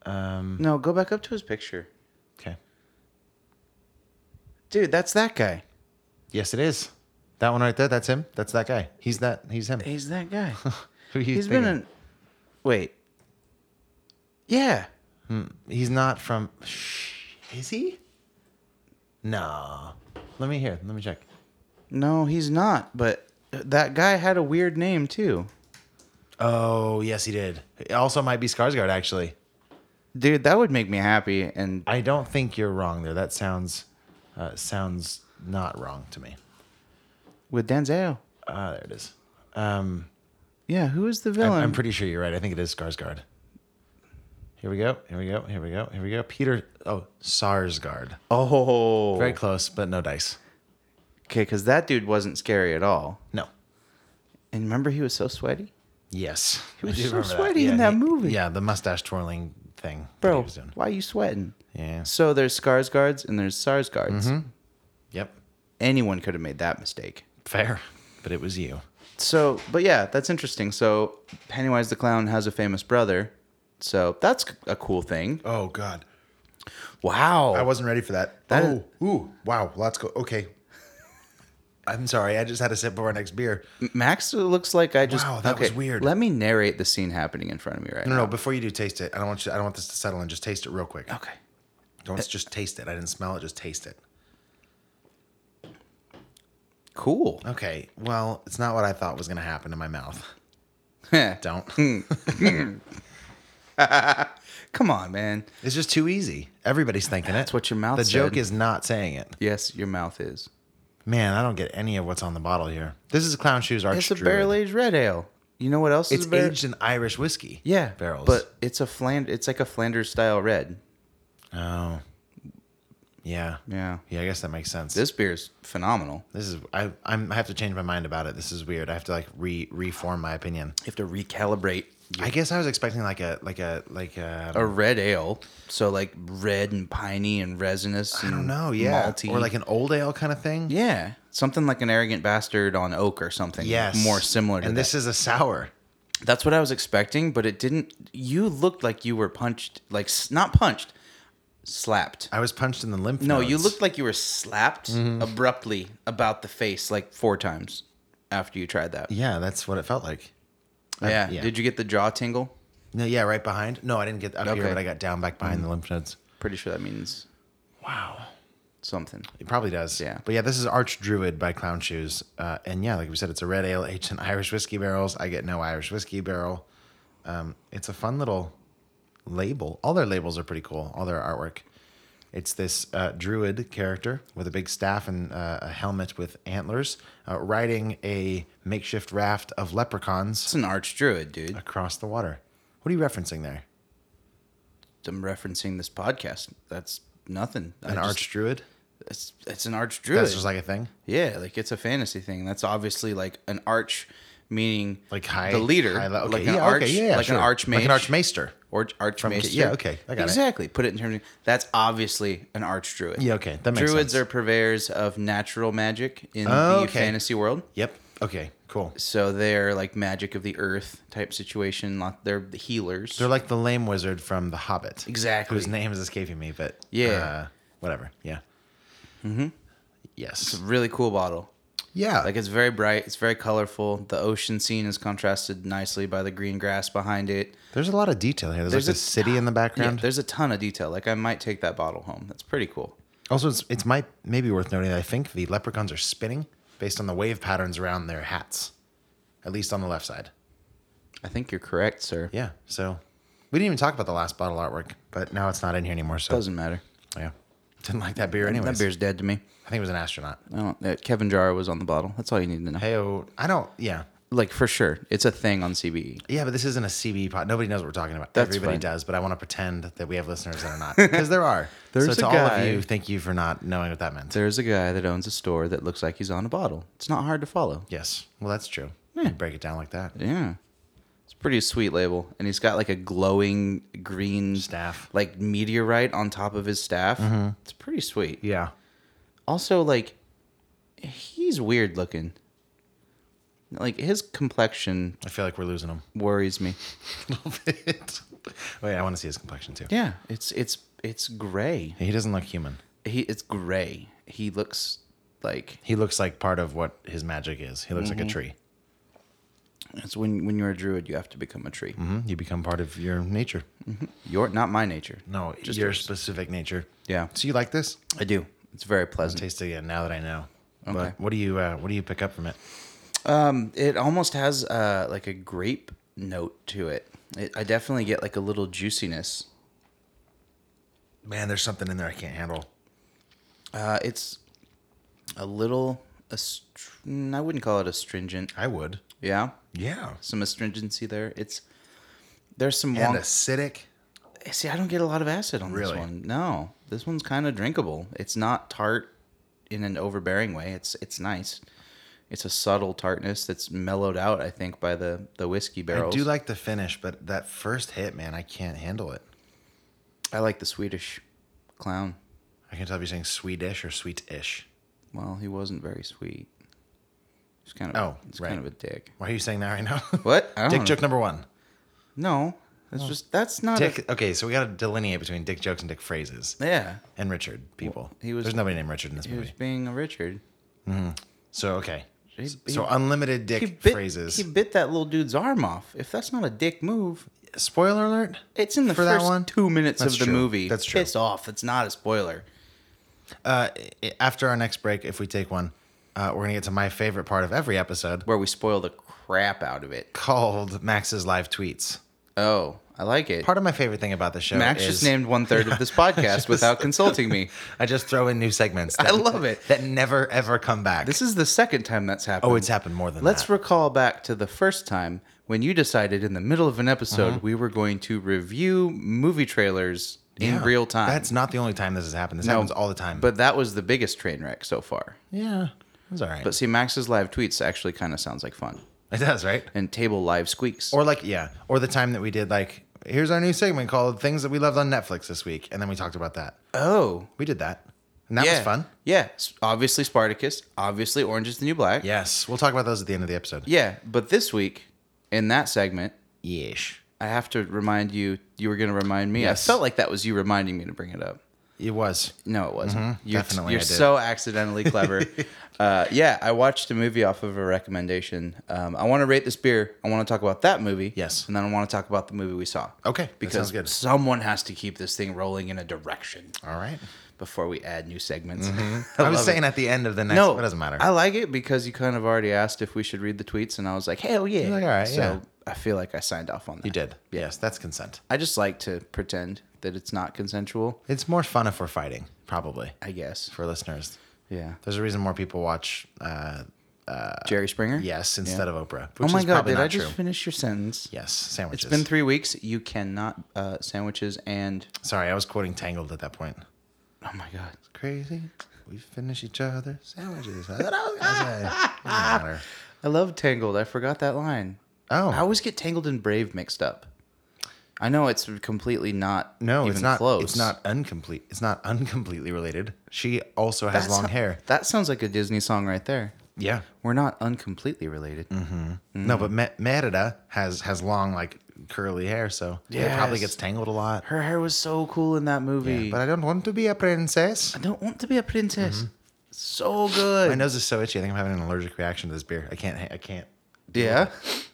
B: No, go back up to his picture.
I: Okay.
B: Dude, that's that guy.
I: Yes, it is. That one right there, that's him. That's that guy. He's that he's him.
B: He's that guy.
I: Who you
B: He's been
I: thinking?
B: in. Wait. Yeah.
I: He's not from Shh, Is he? No. Let me hear. Let me check.
B: No, he's not, but that guy had a weird name, too.
I: Oh, yes, he did. It also might be Skarsgård actually.
B: Dude, that would make me happy. And
I: I don't think you're wrong there. That sounds uh, sounds not wrong to me.
B: with Denzel.
I: Ah, there it is. Um
B: Yeah, who is the
I: I'm,
B: villain?
I: I'm pretty sure you're right. I think it is Skarsgård. Here we go. Here we go. Here we go. Here we go. Peter. Oh, Sarsgaard.
B: Oh.
I: Very close, but no dice.
B: Okay, because that dude wasn't scary at all.
I: No.
B: And remember, he was so sweaty?
I: Yes. He
B: was so sweaty in that movie.
I: Yeah, the mustache twirling thing. that he
B: Bro,
I: was doing.
B: why you sweating?
I: Yeah.
B: So there's Skarsgårds and there's Sarsgaards.
I: Yep.
B: Anyone could have made that mistake.
I: Fair. But it was you.
B: So, but yeah, that's interesting. So Pennywise the clown has a famous brother. So that's a cool thing.
J: Oh God,
I: Oh.
B: Wow.
J: I wasn't ready for that.
B: That is-
J: oh, ooh, wow. Let's go. Okay,
I: I'm sorry. I just had a sip of our next beer.
B: Max looks like I just
I: Wow, that was weird.
B: Let me narrate the scene happening in front of me right
I: No,
B: now.
I: no. Before you do, taste it. I don't want you. I don't want this to settle in. Just taste it real quick.
B: Okay.
I: Don't just taste it. I didn't smell it. Just taste it.
B: Cool.
I: Okay. Well, it's not what I thought was going to happen in my mouth.
B: Oh,
I: Don't.
B: Come on, man.
I: It's just too easy. Everybody's thinking it.
B: That's what your mouth
I: The
B: said.
I: joke is not saying it.
B: Yes, your mouth is.
I: Man, I don't get any of what's on the bottle here. This is Clown Shoes Arch
B: It's a
I: Druid.
B: barrel aged red ale. You know what else
I: It's
B: is a bar-
I: aged in Irish whiskey.
B: Yeah,
I: barrels.
B: But it's a fland. It's like a Flanders style red.
I: oh, Yeah.
B: Yeah.
I: Yeah, I guess that makes sense.
B: This beer is phenomenal.
I: This is I I'm I have to change my mind about it. This is weird. I have to like re reform my opinion.
B: You have to recalibrate
I: I guess I was expecting like a like a like a
B: a red ale, so like red and piney and resinous.
I: I
B: and
I: don't know, yeah,
B: Mm, malty.
I: or like an old ale kind of thing.
B: yeah, something like an arrogant bastard on oak or something.
I: Yes,
B: more similar to
I: And
B: that.
I: this is a sour.
B: That's what I was expecting, but it didn't. You looked like you were punched, like s- not punched, slapped.
I: I was punched in the lymph.
B: no, you
I: nodes.
B: looked like you were slapped
I: Mm-hmm.
B: abruptly about the face like four times after you tried that.
I: Yeah, that's what it felt like.
B: Yeah.
I: yeah.
B: Did you get the jaw tingle?
I: No, yeah, right behind. No, I didn't get up here,
B: Okay. Mm.
I: but I got down back behind the lymph nodes.
B: Pretty sure that means
I: Wow.
B: something.
I: It probably does.
B: Yeah.
I: But yeah, this is Arch Druid by Clown Shoes. Uh, and yeah, like we said, it's a red ale aged in Irish whiskey barrels. I get no Irish whiskey barrel. Um, it's a fun little label. All their labels are pretty cool, all their artwork. It's this uh, druid character with a big staff and uh, a helmet with antlers, uh, riding a makeshift raft of
B: It's
I: leprechauns
B: an arch druid, dude.
I: across the water. What are you referencing there?
B: I'm referencing this podcast. That's nothing. I
I: An
B: just-
I: arch druid?
B: It's, it's an arch druid.
I: That's just like a thing.
B: Yeah, like it's a fantasy thing. That's obviously like an arch, meaning
I: Like high,
B: the leader,
I: high le- okay,
B: like
I: yeah,
B: an
I: okay,
B: arch,
I: yeah, yeah,
B: like,
I: sure.
B: an archmage,
I: like an archmaester.
B: or archmage.
I: yeah, okay, I got it.
B: exactly. Put it in terms of that's obviously an arch druid.
I: Yeah, okay, that makes
B: Druids
I: sense. Oh,
B: are purveyors of natural magic in the
I: Okay.
B: fantasy world.
I: Yep. Okay. Cool.
B: So they're like magic of the earth type situation. Lot- They're the healers.
I: They're like the lame wizard from The Hobbit.
B: Exactly.
I: Whose name is escaping me, but
B: Yeah.
I: uh, whatever. Yeah. Mm-hmm. Yes.
B: really cool bottle.
I: Yeah.
B: Like it's very bright. It's very colorful. The ocean scene is contrasted nicely by the green grass behind it.
I: there's a lot of detail here. There's,
B: There's a-
I: like this city in the
B: Yeah,
I: background.
B: there's a ton of detail. Like I might take that bottle home. That's pretty cool.
I: also, it's it's might maybe worth noting that I think the leprechauns are spinning based on the wave patterns around their hats, at least on the left side.
B: I think you're correct, sir.
I: Yeah. So we didn't even talk about the last bottle artwork, but now it's not in here anymore. So
B: Doesn't matter.
I: yeah. Didn't like that beer
B: That
I: anyways.
B: beer's dead to me.
I: I think it was an astronaut.
B: I don't. Uh, Kevin Jar was on the bottle. That's all you need to know.
I: Hey, oh, I don't. Yeah.
B: Like for sure, it's a thing on E. CBE.
I: Yeah, but this isn't a CBE pod. Nobody knows what we're talking about.
B: That's
I: Everybody
B: fine.
I: does, but I want to pretend that we have listeners that are not because there are. so
B: There's
I: to
B: a
I: all of
B: guy-
I: you, thank you for not knowing what that meant.
B: There's a guy that owns a store that looks like he's on a bottle. It's not hard to follow.
I: yes, well that's true. You break it down like that.
B: Yeah. It's a pretty sweet label. And he's got like a glowing green
I: Staff. Mm-hmm.
B: like meteorite on top of his staff. It's pretty sweet.
I: Yeah,
B: Also, like, he's weird looking. Like, his complexion
I: I feel like we're losing him
B: worries me.
I: a little bit. Wait, I want to see his complexion too.
B: Yeah. It's, it's, it's gray.
I: He doesn't look human.
B: He, it's gray. He looks like
I: He looks like part of what his magic is. He looks like a tree.
B: it's when, when you're a druid, you have to become a tree.
I: hmm You become part of your nature.
B: You're not my nature.
I: No,
B: Just
I: your
B: yours.
I: specific nature.
B: Yeah.
I: So you like this?
B: I do. It's very pleasant.
I: Taste it again now that I know.
B: Okay.
I: But what do you uh, what do you pick up from it?
B: it almost has uh, like a grape note to it. it. I definitely get like a little juiciness.
I: Man, there's something in there I can't handle.
B: Uh, it's a little, astr- mm, I wouldn't call it astringent.
I: I would.
B: Yeah,
I: Yeah.
B: some astringency there. It's there's some
I: And
B: wonk-
I: acidic.
B: see. I don't get a lot of acid on
I: Really?
B: this one. No, this one's kind of drinkable. It's not tart in an overbearing way. It's it's nice. It's a subtle tartness that's mellowed out, I think, by the the whiskey barrels.
I: I do like the finish, but that first hit, man, I can't handle it.
B: I like the Swedish clown.
I: I can tell if you're saying Swedish or sweet-ish.
B: Well, he wasn't very sweet. He's kind of
I: Oh,
B: he's
I: right.
B: kind of a dick.
I: Why are you saying that right now?
B: What? I don't
I: dick
B: know.
I: joke number one.
B: No, that's just that's not
I: Dick. Okay, so we got to delineate between dick jokes and dick phrases.
B: A, yeah,
I: And Richard people.
B: he was-
I: There's nobody named Richard in this
B: he was
I: movie.
B: being a Richard.
I: So okay.
B: He-
I: so
B: he-
I: unlimited dick
B: He bit,
I: phrases.
B: He bit that little dude's arm off. If that's not a dick move,
I: Spoiler alert.
B: it's in the
I: For that
B: first
I: one?
B: two minutes
I: That's
B: of the
I: true.
B: movie.
I: That's true.
B: Piss off. It's not a spoiler.
I: I- After our next break, if we take one, uh, we're gonna get to my favorite part of every episode,
B: Where we spoil the crap out of it.
I: called Max's live tweets.
B: Oh, I like it.
I: Part of my favorite thing about the show
B: Max
I: is
B: just named one third of this podcast without consulting me.
I: I just throw in new segments. That,
B: I love it.
I: That never ever come back.
B: This is the second time that's happened.
I: oh, it's happened more than
B: Let's
I: that.
B: recall back to the first time
I: Uh-huh.
B: when you decided in the middle of an episode we were going to review movie trailers in
I: Yeah.
B: real time.
I: That's not the only time this has happened. This
B: No,
I: happens all the time.
B: But that was the biggest train wreck so far.
I: yeah, it's all right.
B: But see, Max's live tweets actually kind of sounds like fun.
I: it does, right?
B: And table live squeaks.
I: Or like, yeah, or the time that we did like, here's our new segment called "Things That We Loved on Netflix This Week," and then we talked about that.
B: oh,
I: We did that, and that
B: yeah.
I: was fun.
B: Yeah, S- obviously Spartacus. Obviously Orange is the New Black.
I: Yes, we'll talk about those at the end of the episode.
B: Yeah, but this week in that segment,
I: Yeesh.
B: I have to remind you. You were going to remind me.
I: Yes.
B: I felt like that was you reminding me to bring it up.
I: It was.
B: No, it wasn't. You're,
I: Mm-hmm. Definitely
B: you're
I: I did.
B: so accidentally clever. uh, yeah, I watched a movie off of a recommendation. Um, I want to rate this beer. I want to talk about that movie.
I: Yes.
B: And then I want to talk about the movie we saw.
I: Okay, that
B: Because
I: sounds good.
B: someone has to keep this thing rolling in a direction
I: All right.
B: before we add new segments.
I: Mm-hmm. I, was
B: love
I: saying
B: it.
I: at the end of the next.
B: no,
I: it doesn't matter.
B: I like it because you kind of already asked if we should read the tweets, and I was like, hell yeah.
I: You're like, all right,
B: so
I: yeah.
B: I feel like I signed off on that.
I: you did. Yes, that's consent.
B: I just like to pretend that it's not consensual,
I: It's more fun if we're fighting, probably
B: I guess.
I: for listeners.
B: Yeah.
I: There's a reason more people watch. Uh,
B: Jerry Springer?
I: yes, instead of Oprah.
B: Oh
I: Which
B: my
I: is
B: God,
I: probably
B: did
I: not
B: I just
I: true.
B: finish your sentence?
I: Yes, sandwiches.
B: It's been three weeks. You cannot uh, sandwiches and
I: Sorry, I was quoting Tangled at that point.
B: oh my god,
I: Crazy. We finish each other sandwiches. I Ah, thought I was gonna say. Doesn't matter.
B: I love Tangled. I forgot that line.
I: Oh.
B: I always get Tangled and Brave mixed up. I know it's completely not.
I: No,
B: even
I: it's not.
B: close.
I: It's not uncomplete. It's not uncompletely related. She also has
B: That's
I: long
B: not-
I: hair.
B: That sounds like a Disney song right there.
I: Yeah.
B: We're not uncompletely related.
I: Mm. No,
B: Mm.
I: but Me- Merida has has long like curly hair, so it probably
B: Yes.
I: gets tangled a lot.
B: Her hair was so cool in that movie.
I: But I don't want to be a princess.
B: I don't want to be a princess. So good.
I: My nose is so itchy. I think I'm having an allergic reaction to this beer. I can't. I can't.
B: Yeah.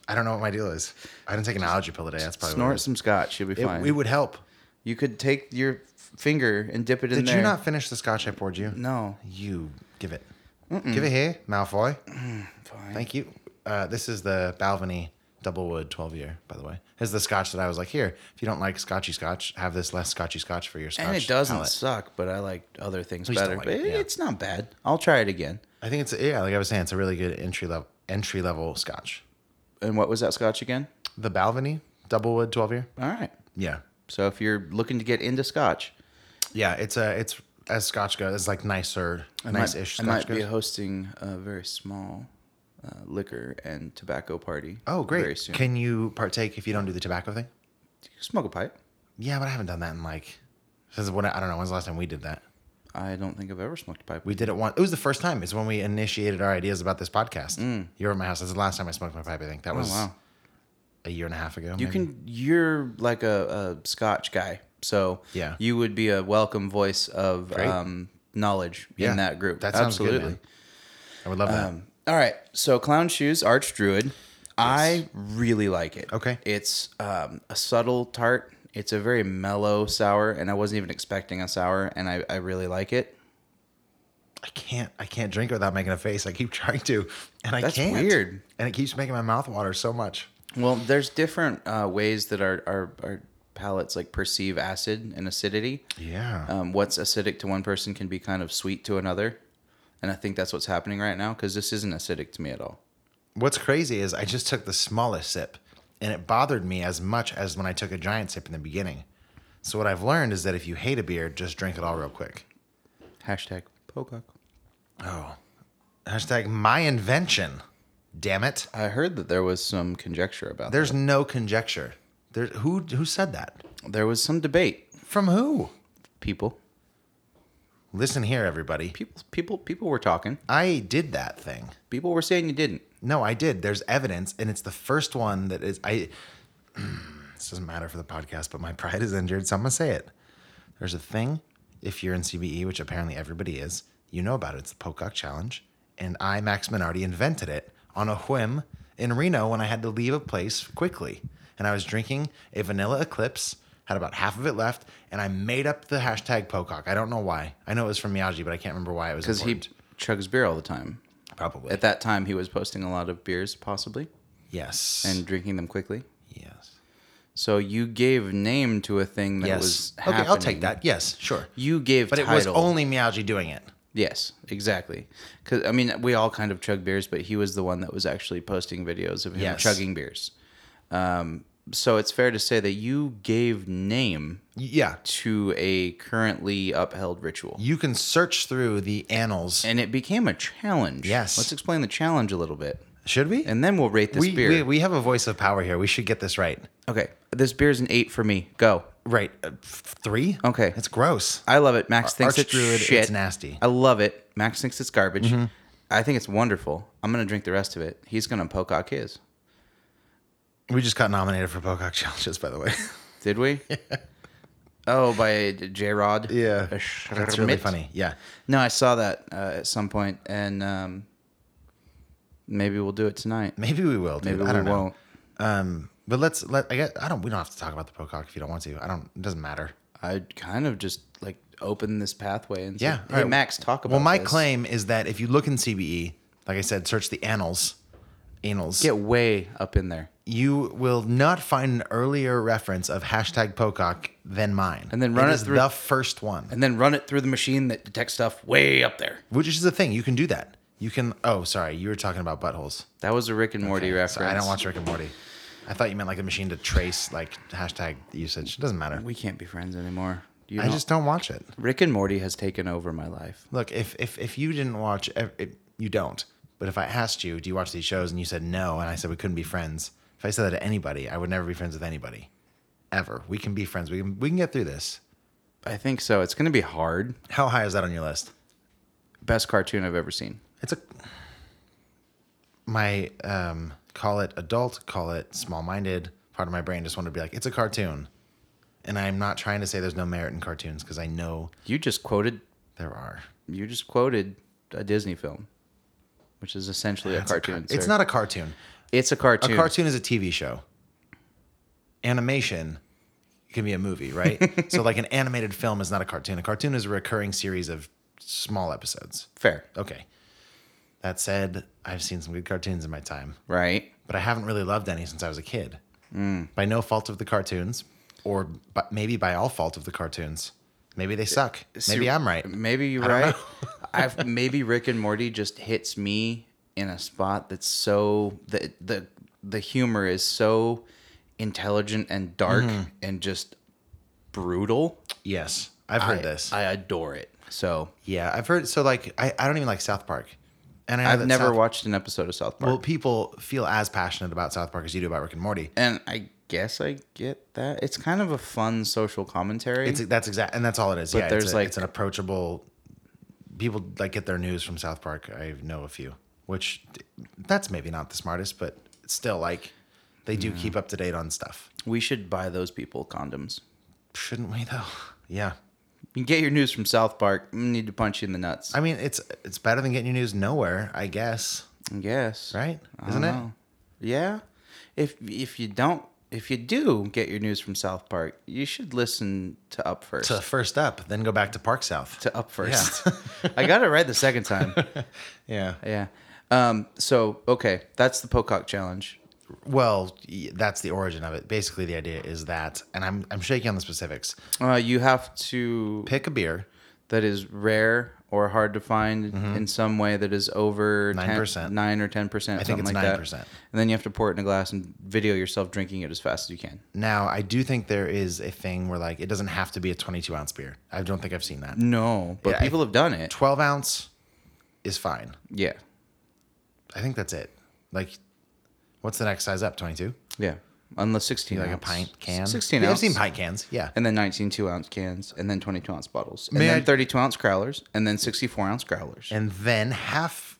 I: I don't know what my deal is. I didn't take an allergy pill today. That's probably what it
B: Snort
I: is.
B: some scotch. You'll be
I: It,
B: fine.
I: it would help.
B: you could take your finger and dip it in
I: Did
B: there.
I: you not finish the scotch I poured you?
B: No.
I: You give it. Give it here, Malfoy.
B: Mm, Fine.
I: Thank you. Uh, this is the Balvenie Double Wood 12 year, by the way. This is the scotch that I was like, here, if you don't like scotchy scotch, have this less scotchy scotch for your scotch.
B: and it doesn't
I: palate."
B: suck, but I like other things
I: Please don't
B: better.
I: like
B: but
I: it, yeah.
B: It's not bad. I'll try it again.
I: I think it's, yeah, like I was saying, it's a really good entry level entry level scotch.
B: And what was that scotch again?
I: The Balvenie Double Wood 12 year.
B: All right.
I: Yeah.
B: So if you're looking to get into scotch,
I: Yeah. It's a, it's, as scotch goes, it's like nicer,
B: I
I: nice
B: might,
I: ish
B: I
I: scotch
B: might
I: goes.
B: be hosting a very small uh, liquor and tobacco party.
I: oh,
B: Very
I: great.
B: soon.
I: Can you partake if you don't do the tobacco thing?
B: smoke a pipe?
I: Yeah, but I haven't done that in like, since when, I don't know, when's the last time we did that?
B: I don't think I've ever smoked a pipe.
I: We did it once. It was the first time. It's when we initiated our ideas about this podcast. You were at my house. That's the last time I smoked my pipe. I think that
B: Mm. oh,
I: was
B: wow.
I: a year and a half ago.
B: You can. You're like a, a scotch guy, so
I: Yeah.
B: you would be a welcome voice of
I: Great.
B: um, knowledge in that group.
I: That sounds
B: Absolutely.
I: good. man. I would love that.
B: All right. So Clown Shoes Arch Druid. I really like it.
I: Okay.
B: It's um, a subtle tart. It's a very mellow sour, and I wasn't even expecting a sour, and I, I really like it.
I: I can't. I can't drink it without making a face. I keep trying to, and I
B: That's
I: can't.
B: weird.
I: And it keeps making my mouth water so much.
B: Well, there's different uh, ways that our, our, our palates like perceive acid and acidity.
I: Yeah.
B: Um, what's acidic to one person can be kind of sweet to another, and I think that's what's happening right now because this isn't acidic to me at all.
I: What's crazy is I just took the smallest sip, and it bothered me as much as when I took a giant sip in the beginning. So what I've learned is that if you hate a beer, just drink it all real quick.
B: Hashtag Pocock.
I: Hashtag my invention. Damn it.
B: I heard that there was some conjecture about
I: There's no conjecture. There, who who said that?
B: that. There was some debate.
I: From who?
B: People.
I: Listen here, everybody.
B: people people people were talking
I: I did that thing.
B: people were saying you didn't
I: No, I did. There's evidence, and it's the first one that is. I. this doesn't matter for the podcast, but my pride is injured, so I'm gonna say it. There's a thing. If you're in CBE, which apparently everybody is, you know about it. It's the Pocock Challenge, and I, Max Minardi, invented it on a whim in Reno when I had to leave a place quickly, and I was drinking a Vanilla Eclipse. Had about half of it left, and I made up the hashtag Pocock. I don't know why. I know it was from Miyagi, but I can't remember why it was.
B: because he
I: important.
B: chugs beer all the time
I: probably
B: at that time he was posting a lot of beers possibly
I: yes
B: and drinking them quickly
I: yes.
B: so you gave name to a thing that was happening.
I: Okay, I'll take that. Yes, sure.
B: you gave
I: but it
B: title.
I: was only Miyagi doing it.
B: yes exactly because i mean we all kind of chug beers but he was the one that was actually posting videos of him
I: Yes.
B: chugging beers so it's fair to say that you gave name
I: Yeah.
B: to a currently upheld ritual.
I: You can search through the annals.
B: And it became a challenge.
I: Yes.
B: Let's explain the challenge a little bit.
I: Should we?
B: And then we'll rate this
I: we,
B: beer.
I: we, we have a voice of power here. We should get this right.
B: okay. This beer is an eight for me. Go.
I: Right. Uh, f- three?
B: Okay.
I: It's gross.
B: I love it. Max thinks it's
I: Archdruid,
B: shit.
I: it's nasty. Mm-hmm.
B: I love it. Max thinks it's garbage. I think it's wonderful. I'm gonna drink the rest of it. He's gonna pocock his.
I: We just got nominated for Pocock Challenges, by the way.
B: Did we? Oh, by J Rod.
K: Yeah.
I: That's really funny. Yeah.
B: No, I saw that uh, at some point, and um, maybe we'll do it tonight.
I: Maybe we will. Dude.
B: Maybe
I: I
B: we
I: don't know.
B: won't.
I: Um, but let's let I guess I don't. We don't have to talk about the Pocock if you don't want to. I don't. It doesn't matter.
B: I kind of just like open this pathway and say,
I: Yeah.
B: hey,
I: all right.
B: Max, talk about.
I: Well, my
B: this."
I: claim is that if you look in CBE, like I said, search the annals, annals,
B: get way up in there,
I: you will not find an earlier reference of hashtag Pocock than mine.
B: And then run it
I: is
B: through-
I: the first one.
B: and then run it through the machine that detects stuff way up there.
I: which is the thing you can do that you can oh sorry you were talking about buttholes
B: That was a Rick and Morty reference.
I: Sorry, i don't watch rick and morty i thought you meant like a machine to trace like hashtag usage it doesn't matter
B: We can't be friends anymore. You
I: i just don't watch it
B: Rick and Morty has taken over my life.
I: look if if, if you didn't watch ev- if you don't but if i asked you do you watch these shows and you said no and i said we couldn't be friends if i said that to anybody i would never be friends with anybody ever we can be friends we can we can get through this
B: I think so. It's going to be hard.
I: how high is that on your list
B: Best cartoon I've ever seen.
I: It's a my um call it adult, call it small minded part of my brain just wanted to be like, it's a cartoon. And I'm not trying to say there's no merit in cartoons because I know
B: You just quoted.
I: there are.
B: You just quoted a Disney film, which is essentially a
I: It's a car-
B: cartoon.
I: it's not a cartoon.
B: It's a
I: A
B: cartoon.
I: cartoon is a TV show. Animation can be a movie, right? so like an animated film is not a cartoon. A cartoon is a recurring series of small episodes.
B: Fair,
I: Okay. That said, I've seen some good cartoons in my time.
B: right?
I: but I haven't really loved any since I was a kid.
B: Mm.
I: By no fault of the cartoons, or by, maybe by all fault of the cartoons. Maybe they suck. Maybe I'm right.
B: Maybe you're
I: I don't
B: right.
I: know.
B: I've maybe Rick and Morty just hits me in a spot that's so the the the humor is so intelligent and dark
I: Mm-hmm.
B: and just brutal.
I: Yes, I've heard
B: I-
I: this.
B: I adore it. So
I: yeah, I've heard. So like, I, I don't even like South Park, and I know
B: I've
I: that
B: never
I: South-
B: watched an episode of South Park.
I: Well, people feel as passionate about South Park as you do about Rick and Morty.
B: and I guess I get that. It's kind of a fun social commentary.
I: It's that's exact, and that's all it is. yeah,
B: there's,
I: it's a-
B: like-
I: it's an approachable. People like get their news from South Park. I know a few, which that's maybe not the smartest, but still, like they
B: Mm.
I: do keep up to date on stuff.
B: we should buy those people condoms.
I: Shouldn't we though? Yeah,
B: You get your news from South Park. mm, Need to punch you in the nuts.
I: I mean it's it's better than getting your news nowhere, I guess.
B: I guess.
I: Right?
B: I
I: Isn't
B: don't
I: it?
B: know. Uh-huh. Yeah. If if you don't if you do get your news from South Park, you should listen to Up First.
I: To first up, then go back to Park South.
B: to Up First. I got it right the second time.
I: yeah.
B: yeah. Um, so okay, that's the Pocock challenge.
I: Well, y- that's the origin of it. Basically, the idea is that, and I'm I'm shaking on the specifics.
B: Uh, you have to
I: Pick a beer.
B: that is rare or hard to find
I: Mm-hmm.
B: in some way that is over
I: 9%.
B: 10, 9 or 10%. I
I: think it's
B: like that.
I: 9%.
B: And then you have to pour it in a glass and video yourself drinking it as fast as you can.
I: Now, I do think there is a thing where like it doesn't have to be a 22 ounce beer. I don't think I've seen that.
B: No, but
I: Yeah, I-
B: people have done it.
I: 12 ounce is fine.
B: yeah.
I: I think that's it. Like, what's the next size up? 22.
B: Yeah. Unless 16
I: Like a
B: ounce.
I: pint can.
B: 16
I: Yeah,
B: ounce.
I: I've seen pint cans. Yeah.
B: And then 19 2 ounce cans, and then 22 ounce bottles, and
I: May
B: then
I: I-
B: 32 ounce growlers, and then 64 ounce growlers.
I: and then half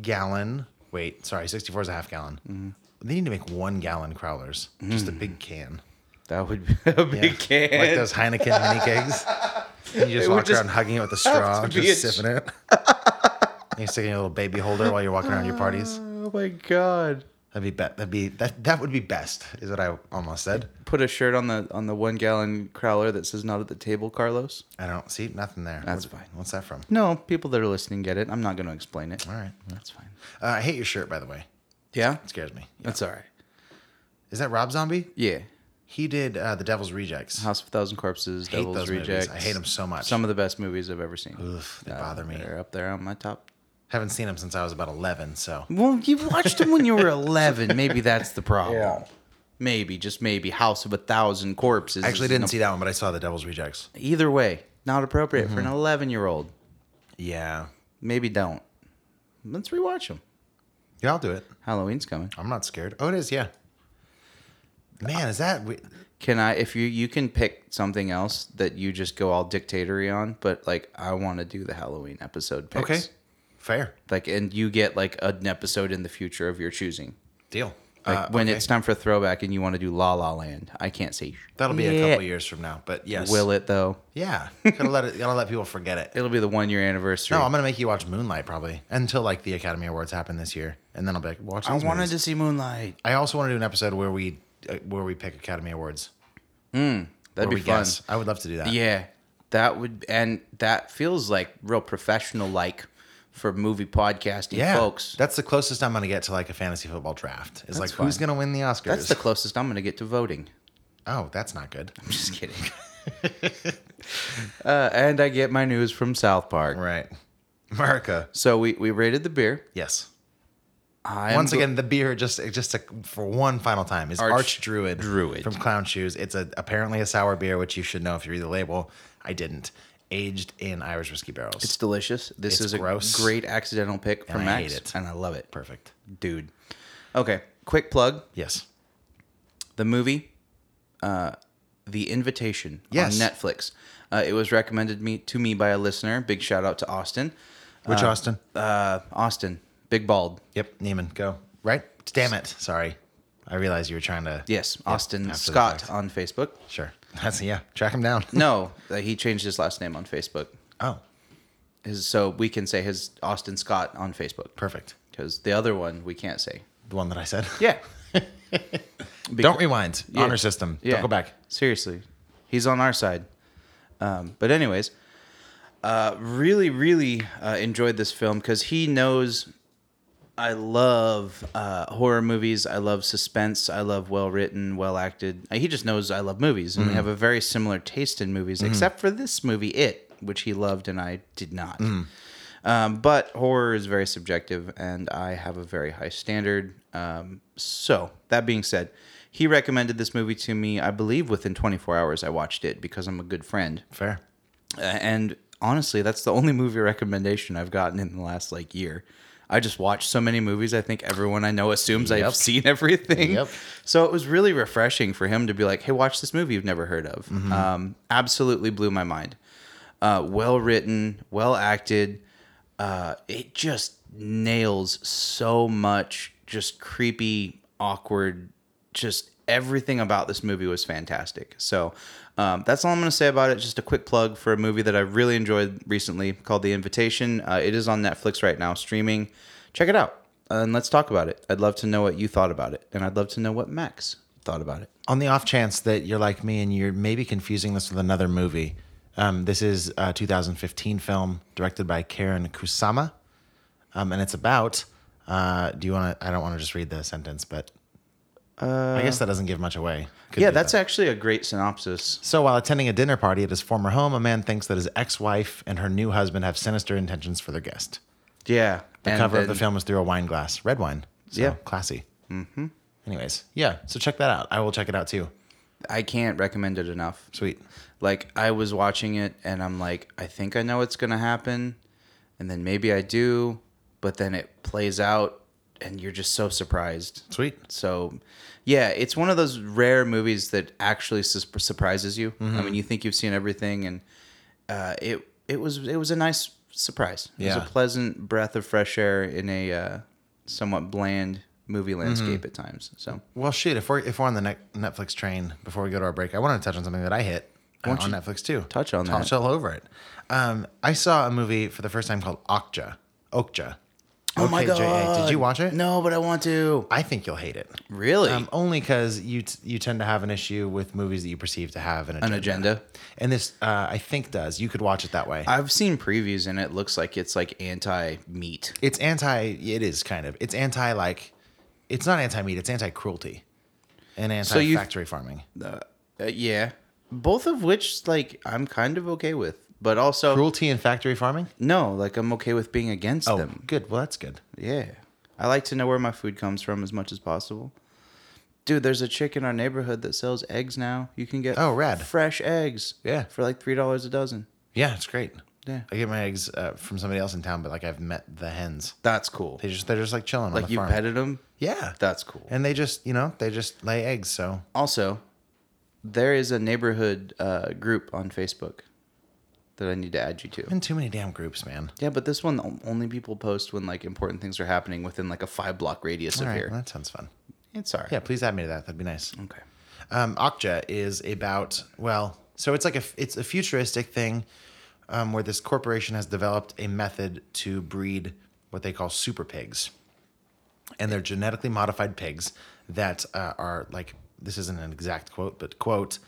I: gallon. Wait, sorry, 64 is a half gallon.
B: Mm-hmm.
I: They need to make one gallon crowlers, just a big can.
B: that would be a Mm. big
I: Yeah.
B: can.
I: Like those Heineken mini kegs. And you just
B: would
I: walk around
B: just
I: hugging it with a straw,
B: to be
I: just
B: a-
I: sipping it. And You're sticking a little baby holder while you're walking around your parties.
B: oh my God.
I: That'd be bet. That'd be that. That would be best. Is what I almost said.
B: Put a shirt on the on the one gallon crowler that says "Not at the table, Carlos."
I: I don't see nothing there.
B: That's
I: What-
B: fine.
I: What's that from?
B: No, people that are listening get it. I'm not going to explain it.
I: All right.
B: That's fine.
I: Uh, I hate your shirt, by the way.
B: Yeah?
I: It scares me.
B: That's all right.
I: Is that Rob Zombie?
B: Yeah.
I: He did uh, The Devil's Rejects.
B: House of a Thousand Corpses,
I: hate
B: Devil's
I: those movies.
B: Rejects.
I: I hate 'em so much.
B: Some of the best movies I've ever seen. Uh,
I: Oof, they bother me.
B: They're up there on my top.
I: Haven't seen him since I was about eleven. So
B: Well, you watched them when you were 11. Maybe that's the problem. maybe, just maybe, House of a Thousand Corpses.
L: I actually
B: is
L: didn't
B: an-
L: see that one, but I saw the Devil's Rejects.
B: Either way, not appropriate for an
L: Mm-hmm.
B: 11 year old.
L: Yeah.
B: Maybe don't. Let's rewatch them.
L: Yeah, I'll do it.
B: Halloween's coming.
L: I'm not scared. Oh, it is. Yeah. Man, is that we-
B: Can I? If you you can pick something else that you just go all dictatory on, but like I want to do the Halloween episode. Picks.
L: okay? Fair
B: Like, and you get like an episode in the future of your choosing.
L: deal.
B: Like
L: Uh,
B: when
L: okay.
B: it's time for throwback and you want to do La La Land, I can't say.
L: that'll be a
B: shit.
L: couple years from now, but yes,
B: Will it though?
L: Yeah, gotta let it. Gotta let people forget it.
B: It'll be the one year anniversary.
I: No, I'm gonna make you watch Moonlight probably until like the Academy Awards happen this year, and then I'll be like, watch.
B: I
I: These
B: wanted
I: movies.
B: to see Moonlight.
I: I also want to do an episode where we uh, where we pick Academy Awards.
B: That'd
I: where
B: be
I: we
B: fun.
I: guess. I would love to do that.
B: Yeah, that would, and that feels like real professional like for movie podcasting
I: Yeah,
B: folks.
I: That's the closest I'm gonna get to like a fantasy football draft. It's like who's
B: fine.
I: gonna win the Oscars?
B: That's the closest I'm going to get to voting.
I: oh, that's not good.
B: I'm just kidding. uh, and I get my news from South Park.
I: Right.
L: America.
B: So we, we rated the beer.
I: Yes.
B: I'm
I: Once
B: go-
I: again, the beer just it just to, for one final time is
B: Arch-
I: Arch Druid
B: Druid.
I: from Clown Shoes. It's a apparently a sour beer, which you should know if you read the label. I didn't. Aged in Irish whiskey barrels.
B: it's delicious. This
I: It's
B: is a
I: gross.
B: great accidental pick from
I: I
B: Max,
I: hate it.
B: and I love it.
I: perfect.
B: Dude. Okay, quick plug.
I: Yes.
B: the movie, uh, The Invitation
I: Yes.
B: on Netflix. Uh, it was recommended me to me by a listener. Big shout out to Austin.
I: Which Austin?
B: Uh, Austin, big bald.
I: Yep, Neiman, go. Right? Damn it. Sorry. I realized you were trying to.
B: Yes,
I: Yeah,
B: Austin
I: after the
B: Scott
I: fact.
B: on Facebook.
I: Sure. That's, yeah, track him down.
B: No, uh, he changed his last name on Facebook.
I: Oh,
B: His, so we can say his Austin Scott on Facebook
I: perfect.
B: because the other one we can't say.
I: The one that I said.
B: Yeah.
I: Don't rewind.
B: Yeah.
I: Honor system.
B: Yeah.
I: Don't go back.
B: Seriously, he's on our side. Um, but anyways, uh, really, really uh, enjoyed this film because he knows. I love uh, horror movies. I love suspense. I love well written, well acted. He just knows I love movies,
I: Mm.
B: and we have a very similar taste in movies,
I: Mm-hmm.
B: except for this movie, It, which he loved and I did not.
I: Mm.
B: Um, but horror is very subjective, and I have a very high standard. Um, so that being said, he recommended this movie to me. I believe within 24 hours, I watched it because I'm a good friend.
I: Fair.
B: Uh, and honestly, that's the only movie recommendation I've gotten in the last like year. I just watched so many movies. I think everyone I know assumes I've seen everything.
I: Yep.
B: So it was really refreshing for him to be like, "Hey, watch this movie you've never heard of."
I: Mm-hmm.
B: Um, absolutely blew my mind. Uh, well written, well acted. Uh, it just nails so much. Just creepy, awkward. Just everything about this movie was fantastic. So um, that's all I'm going to say about it. Just a quick plug for a movie that I really enjoyed recently called The Invitation. Uh, it is on Netflix right now, streaming. Check it out and let's talk about it. I'd love to know what you thought about it, and I'd love to know what Max thought about it.
I: On the off chance that you're like me and you're maybe confusing this with another movie, um, this is a 2015 film directed by Karen Kusama. Um, and it's about. Uh, do you want to? I don't want to just read the sentence, but I guess that doesn't give much away. Could
B: Uh, yeah,
I: do
B: that's
I: that.
B: actually a great synopsis.
I: So while attending a dinner party at his former home, a man thinks that his ex-wife and her new husband have sinister intentions for their guest.
B: Yeah,
I: The cover of the film is through a wine glass, red wine. So
B: Yeah.
I: classy. Mm-hmm. Anyways, yeah. So check that out. I will check it out too.
B: I can't recommend it enough.
I: Sweet.
B: Like I was watching it, and I'm like, I think I know what's gonna happen, and then maybe I do, but then it plays out, and you're just so surprised.
I: Sweet.
B: So, yeah, it's one of those rare movies that actually sus- surprises you. I
I: Mm-hmm.
B: mean, you think you've seen everything, and uh, it it was it was a nice surprise. It
I: Yeah.
B: was a pleasant breath of fresh air in a uh, somewhat bland
I: Mm-hmm.
B: movie landscape at times. So,
I: Well, shoot. If we're if we're on the ne- Netflix train before we go to our break, I wanted to touch on something that I hit uh, on Netflix too.
B: touch on
I: Touch
B: that?
I: all over it. Um, I saw a movie for the first time called Okja. Okja. OKJA. Did you watch it?
B: No, but I want to.
I: I think you'll hate it.
B: Really?
I: Um, only because you t- you tend to have an issue with movies that you perceive to have an agenda.
B: An agenda.
I: and this uh, I think does. You could watch it that way.
B: I've seen previews, and it looks like it's like anti meat.
I: it's anti. It is kind of. It's anti like. It's not anti meat. It's anti cruelty, and
B: So
I: anti
B: you-
I: factory farming.
B: Uh, yeah, both of which like I'm kind of okay with, but also
I: Cruelty and factory farming.
B: No, like I'm okay with being against
I: Oh,
B: them.
I: good. Well, that's good.
B: Yeah. I like to know where my food comes from as much as possible. dude, there's a chick in our neighborhood that sells eggs now. You can get
I: Oh, rad.
B: fresh eggs.
I: Yeah.
B: for like three dollars a dozen.
I: Yeah, it's great.
B: Yeah.
I: I get my eggs uh, from somebody else in town, but like I've met the hens.
B: That's cool.
I: They just they're just like chilling on
B: Like
I: the
B: you
I: farm.
B: petted them.
I: Yeah,
B: That's cool.
I: and they just you know they just lay eggs. So
B: Also, there is a neighborhood uh, group on Facebook that I need to add you to.
I: been too many damn groups, man.
B: Yeah, but this one o- only people post when like important things are happening within like a five block radius
I: All
B: of
I: right,
B: here.
I: well, that sounds fun.
B: It's alright.
I: Yeah, please add me to that. That'd be nice.
B: Okay.
I: Um, Okja is about well, so it's like a it's a futuristic thing um, where this corporation has developed a method to breed what they call super pigs, and they're genetically modified pigs that uh, are like this isn't an exact quote, but quote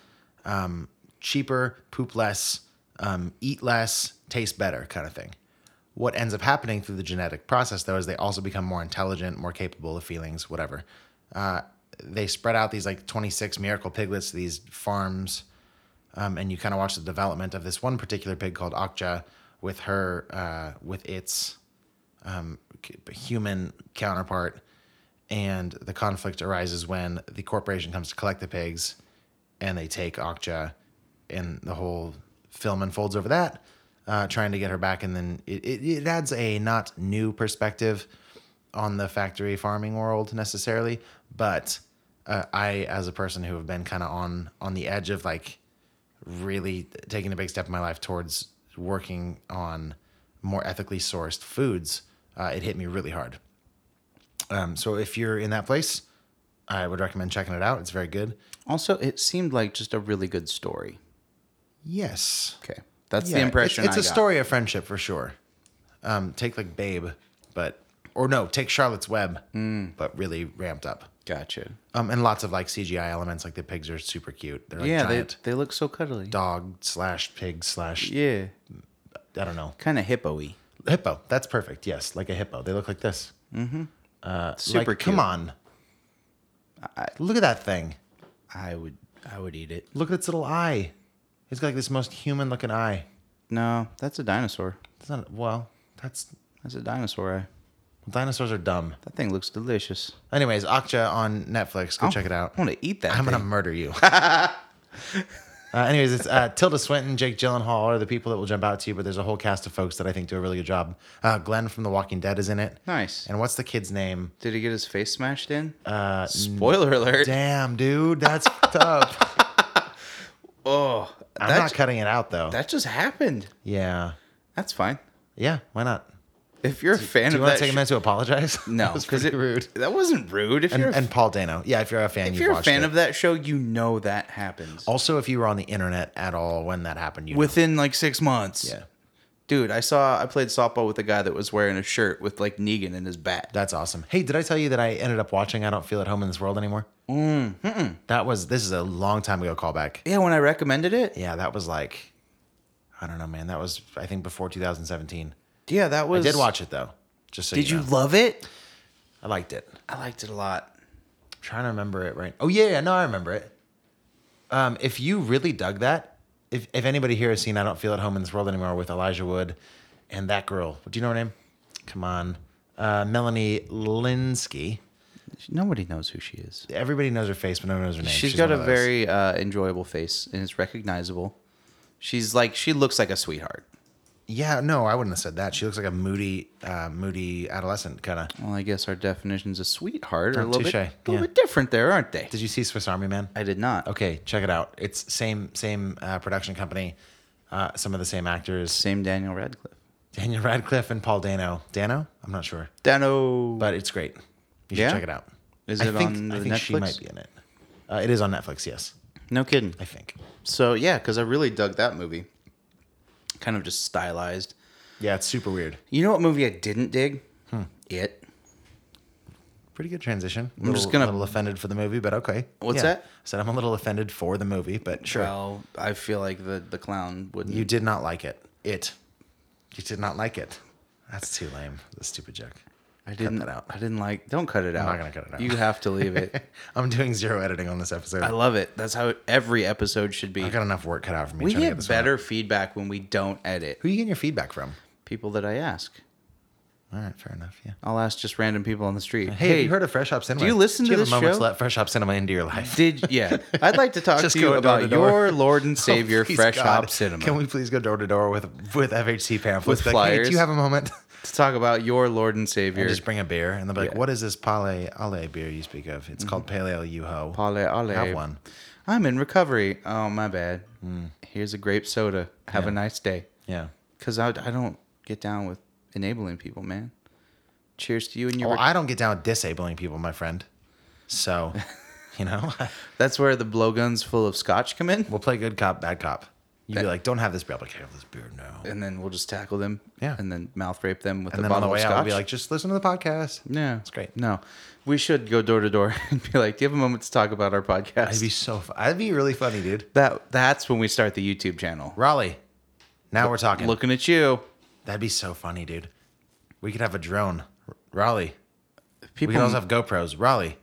I: um, cheaper, poop less, um, eat less, taste better kind of thing. What ends up happening through the genetic process, though, is they also become more intelligent, more capable of feelings, whatever. Uh, they spread out these like 26 miracle piglets to these farms, um, and you kind of watch the development of this one particular pig called Akja with her, uh, with its um, c- human counterpart. And the conflict arises when the corporation comes to collect the pigs and they take Akja, and the whole film unfolds over that, uh, trying to get her back. And then it, it, it adds a not new perspective on the factory farming world necessarily, but uh, I, as a person who have been kind of on on the edge of like really taking a big step in my life towards working on more ethically sourced foods, uh, it hit me really hard. Um, so if you're in that place, I would recommend checking it out. It's very good.
B: Also, it seemed like just a really good story.
I: Yes.
B: Okay. That's
I: Yeah,
B: the impression.
I: It's,
B: I
I: it's a
B: got.
I: story of friendship for sure. Um, take like Babe, but or no, take Charlotte's Web,
B: Hmm.
I: but really ramped up.
B: Gotcha.
I: Um, and lots of like CGI elements, like the pigs are super cute. They're like
B: yeah, they,
I: giant
B: they look so cuddly.
I: dog slash pig slash
B: Yeah.
I: I don't know
B: Kind of hippo-y.
I: hippo. That's perfect. Yes, like a hippo. They look like this.
B: Mm-hmm.
I: Uh,
B: Super
I: Like, Come
B: cute.
I: on, look at that thing.
B: I would I would eat it.
I: Look at its little eye. It's got like this most human looking eye.
B: No, that's a dinosaur.
I: It's not well. That's
B: That's a dinosaur eye.
I: dinosaurs are dumb.
B: That thing looks delicious.
I: Anyways, Akja on Netflix.
B: Oh,
I: Go check it out.
B: I want to eat that.
I: I'm gonna
B: thing.
I: murder you. uh, anyways, it's uh, Tilda Swinton, Jake Gyllenhaal are the people that will jump out to you, but there's a whole cast of folks that I think do a really good job. Uh, Glenn from The Walking Dead is in it.
B: Nice.
I: And what's the kid's name?
B: Did he get his face smashed in? Uh, Spoiler alert.
I: Damn, dude, that's tough.
B: Oh,
I: I'm
B: that,
I: not cutting it out though.
B: that just happened.
I: yeah,
B: That's fine.
I: yeah. Why not?
B: If you're a fan
I: Do
B: of
I: you want
B: that,
I: to take a
B: sh-
I: minute to apologize?
B: no,
I: that was
B: 'cause
I: pretty
B: it-
I: rude.
B: That wasn't rude. If
I: And,
B: you're a,
I: and Paul Dano. Yeah, if you're a fan,
B: if
I: you've
B: you're a
I: watched
B: fan
I: it.
B: of that show, you know that happens
I: Also, if you were on the internet at all when that happened, you
B: within like six months.
I: know. yeah,
B: dude, I saw I played softball with a guy that was wearing a shirt with like Negan in his bat.
I: That's awesome. Hey, did I tell you that I ended up watching I Don't Feel at Home in This World Anymore? Mm,
B: Mm-hmm.
I: that was, this is a long time ago callback.
B: yeah, when I recommended it,
I: Yeah, that was like, I don't know, man. That was, I think, before 2017.
B: yeah, that
I: I
B: was.
I: did watch it though. Just so
B: Did you
I: know.
B: love it?
I: I liked it. I'm
B: I liked it a lot.
I: trying to remember it right. Oh, yeah, yeah, no, I remember it. Um, if you really dug that, if, if anybody here has seen I Don't Feel at Home in This World Anymore with Elijah Wood and that girl, do you know her name? Come on. Uh, Melanie Linsky.
B: Nobody knows who she is.
I: Everybody knows her face, but no one knows her name.
B: She's got
I: one
B: a
I: of those.
B: very uh, enjoyable face and it's recognizable. She's like she looks like a sweetheart.
I: Yeah, no, I wouldn't have said that. She looks like a moody, uh, moody adolescent kind of.
B: Well, I guess our definitions of sweetheart are a
I: Oh,
B: little bit,
I: touche.
B: little
I: Yeah.
B: bit different there, aren't they?
I: Did you see Swiss Army Man?
B: I did not.
I: Okay, check it out. It's same same uh, production company, uh, some of the same actors,
B: Same Daniel Radcliffe.
I: Daniel Radcliffe and Paul Dano. Dano, I'm not sure,
B: Dano.
I: but it's great. You should
B: Yeah?
I: check it out.
B: Is
I: I
B: it
I: think,
B: on
I: I
B: the
I: think she
B: Netflix?
I: might be in it. Uh, it is on Netflix. Yes,
B: no kidding.
I: I think.
B: So yeah, because I really dug that movie. Kind of just stylized.
I: Yeah, it's super weird.
B: You know what movie I didn't dig?
I: Hmm.
B: It.
I: Pretty good transition. I'm
B: just gonna-
I: a little offended for the movie, but okay.
B: What's
I: Yeah.
B: that?
I: I said I'm a little offended for the movie, but sure.
B: Well, I feel like the the clown wouldn't.
I: You did not like it. It. You did not like it. That's too lame. The stupid joke.
B: I didn't.
I: that out.
B: I didn't like. Don't cut it out.
I: not gonna cut it out.
B: You have to leave it.
I: I'm doing zero editing on this episode.
B: I
I: I
B: love it. That's how every episode should be.
I: got enough work cut out for me.
B: We
I: trying to
B: get
I: this one out.
B: better feedback when we don't edit.
I: Who are you getting your feedback from?
B: People that I ask.
I: Oh, All right, fair enough. Yeah.
B: I'll ask just random people on the street.
I: Hey, have you heard of Fresh Hop Cinema?
B: do you listen
I: do you
B: to
I: have
B: this
I: a moment
B: show?
I: to let Fresh Hop Cinema into your life?
B: Did yeah? I'd like to talk
I: Just
B: to you
I: go door
B: about
I: to door. Oh,
B: your Lord and Savior
I: Please,
B: Fresh
I: God,
B: Hop Cinema.
I: Can we please go door to door with with FHC pamphlets?
B: With
I: Be like, hey,
B: flyers.
I: do you have a moment?
B: to talk about your Lord and Savior?
I: And just bring a beer, and they'll be like,
B: Yeah. Mm-hmm.
I: "What is this Pale Ale beer you speak of? It's called Pale Ale Yuho.
B: Ole, ole.
I: Have one. Hmm.
B: I'm in recovery. Oh my bad. Here's a grape soda. Have a nice day.
I: Yeah.
B: Because I, I don't get down with enabling people, man. Cheers to you and your.
I: Well, Oh, I don't get down with disabling people, my friend. So, you know,
B: That's where the blowguns full of scotch come in,
I: we'll play good cop, bad cop. You'd be
B: That-
I: like, "Don't have this beer." i like, "I have this beer now."
B: and then we'll just tackle them.
I: Yeah.
B: And then mouth rape them with
I: And
B: the
I: then on the
B: bottle
I: way
B: of
I: out,
B: scotch.
I: we'll be like, "Just listen to the podcast."
B: yeah,
I: it's great.
B: No, we should go door to door and be like, "Do you have a moment to talk about our podcast?"
I: That'd be so. Fu- That'd be really funny, dude.
B: that that's when we start the YouTube channel.
I: Raleigh. Now we're talking.
B: Looking at you,
I: That'd be so funny, dude. We could have a drone. R- Raleigh.
B: people.
I: we could also have GoPros. Raleigh.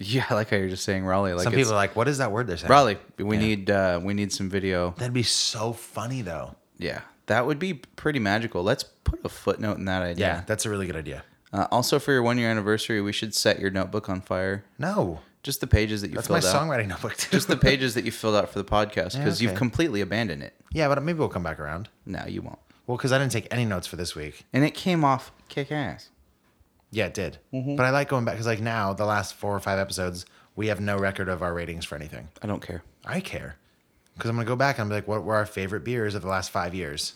B: yeah, I like how you're just saying Raleigh. Like
I: Some
B: it's,
I: people are like, what is that word they're saying?
B: Raleigh. We need uh, we need some video.
I: That'd be so funny, though.
B: Yeah, that would be pretty magical. Let's put a footnote in that idea.
I: Yeah, that's a really good idea.
B: Uh, also, for your one year anniversary, we should set your notebook on fire.
I: No.
B: Just the pages that you
I: That's my
B: filled out.
I: songwriting notebook, too.
B: Just the pages that you filled out for the podcast
I: Yeah,
B: because you've
I: okay.
B: completely abandoned it.
I: yeah, but maybe we'll come back around.
B: No, you won't.
I: Well, because I didn't take any notes for this week.
B: And it came off kick ass.
I: Yeah, it did. But I like going back because, like, now, the last four or five episodes, we have no record of our ratings for anything.
B: I don't care.
I: I care. Because I'm going to go back and be like, what were our favorite beers of the last five years?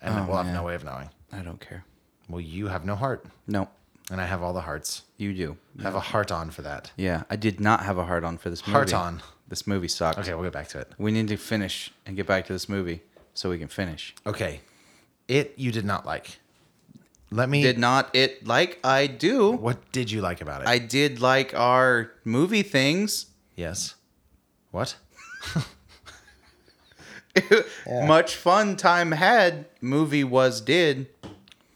I: And we'll have no way of knowing.
B: I don't care.
I: Well, you have no heart,
B: No,
I: and I have all the hearts.
B: you do.
I: I have a heart on for that.
B: Yeah, I did not have a heart on for this movie.
I: Heart on.
B: This movie sucked.
I: Okay, we'll get back to it.
B: We need to finish and get back to this movie so we can finish.
I: Okay, it you did not like. Let me.
B: Did not it like I do.
I: What did you like about it?
B: I did like our movie things.
I: yes. What?
B: Much fun time had. Movie was did.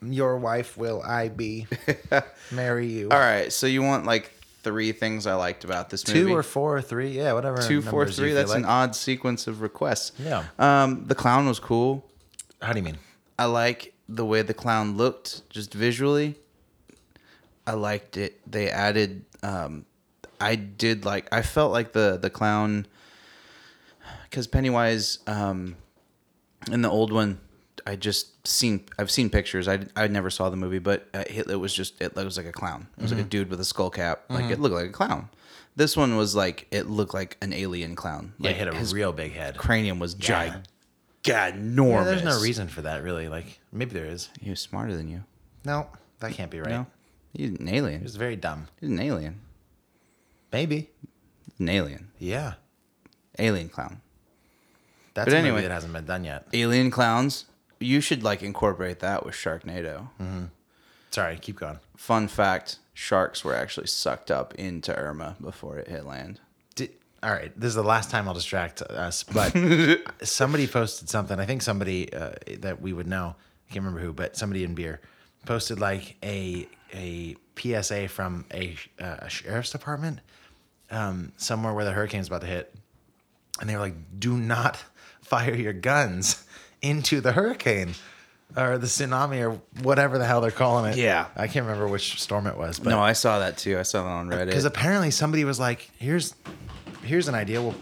I: Your wife will I be? Marry you?
B: All right, so you want like three things I liked about this
I: Two
B: movie?
I: or four or three? Yeah, whatever.
B: two, four,
I: numbers you
B: three.
I: feel
B: That's an
I: like.
B: odd sequence of requests.
I: Yeah.
B: Um, the clown was cool.
I: How do you mean?
B: I like the way the clown looked, just visually. I liked it. They added. Um, I did like. I felt like the the clown, because Pennywise, um, in the old one, I just seen. I've seen pictures. I, I never saw the movie, but uh, it, it was just it, was like a clown. It was
I: Mm-hmm.
B: like a dude with a skull cap. Like it looked like a clown. This one was like it looked like an alien clown.
I: Yeah,
B: Like
I: hit a
B: his
I: real big head.
B: cranium was
I: Yeah.
B: ginormous.
I: Yeah, there's no reason for that, really. Like maybe there is.
B: He was smarter than you.
I: No, that can't be right.
B: No, he's an alien.
I: It was very dumb.
B: He's an alien.
I: Maybe.
B: An alien.
I: Yeah.
B: Alien clown.
I: That's
B: But
I: a
B: anyway.
I: movie that hasn't been done yet.
B: Alien clowns. You should like incorporate that with Sharknado.
I: Sorry, keep going.
B: Fun fact: sharks were actually sucked up into Irma before it hit land.
I: Did, all right, this is the last time I'll distract us, but somebody posted something. I think somebody uh, that we would know, I can't remember who, but somebody in beer posted like a a PSA from a, sh- uh, a sheriff's department um, somewhere where the hurricane's about to hit, and they were like, "Do not fire your guns into the hurricane." Or the tsunami, or whatever the hell they're calling it.
B: Yeah.
I: I can't remember which storm it was. But
B: No, I saw that too. I saw that on Reddit.
I: because apparently somebody was like, "Here's, here's an idea. We'll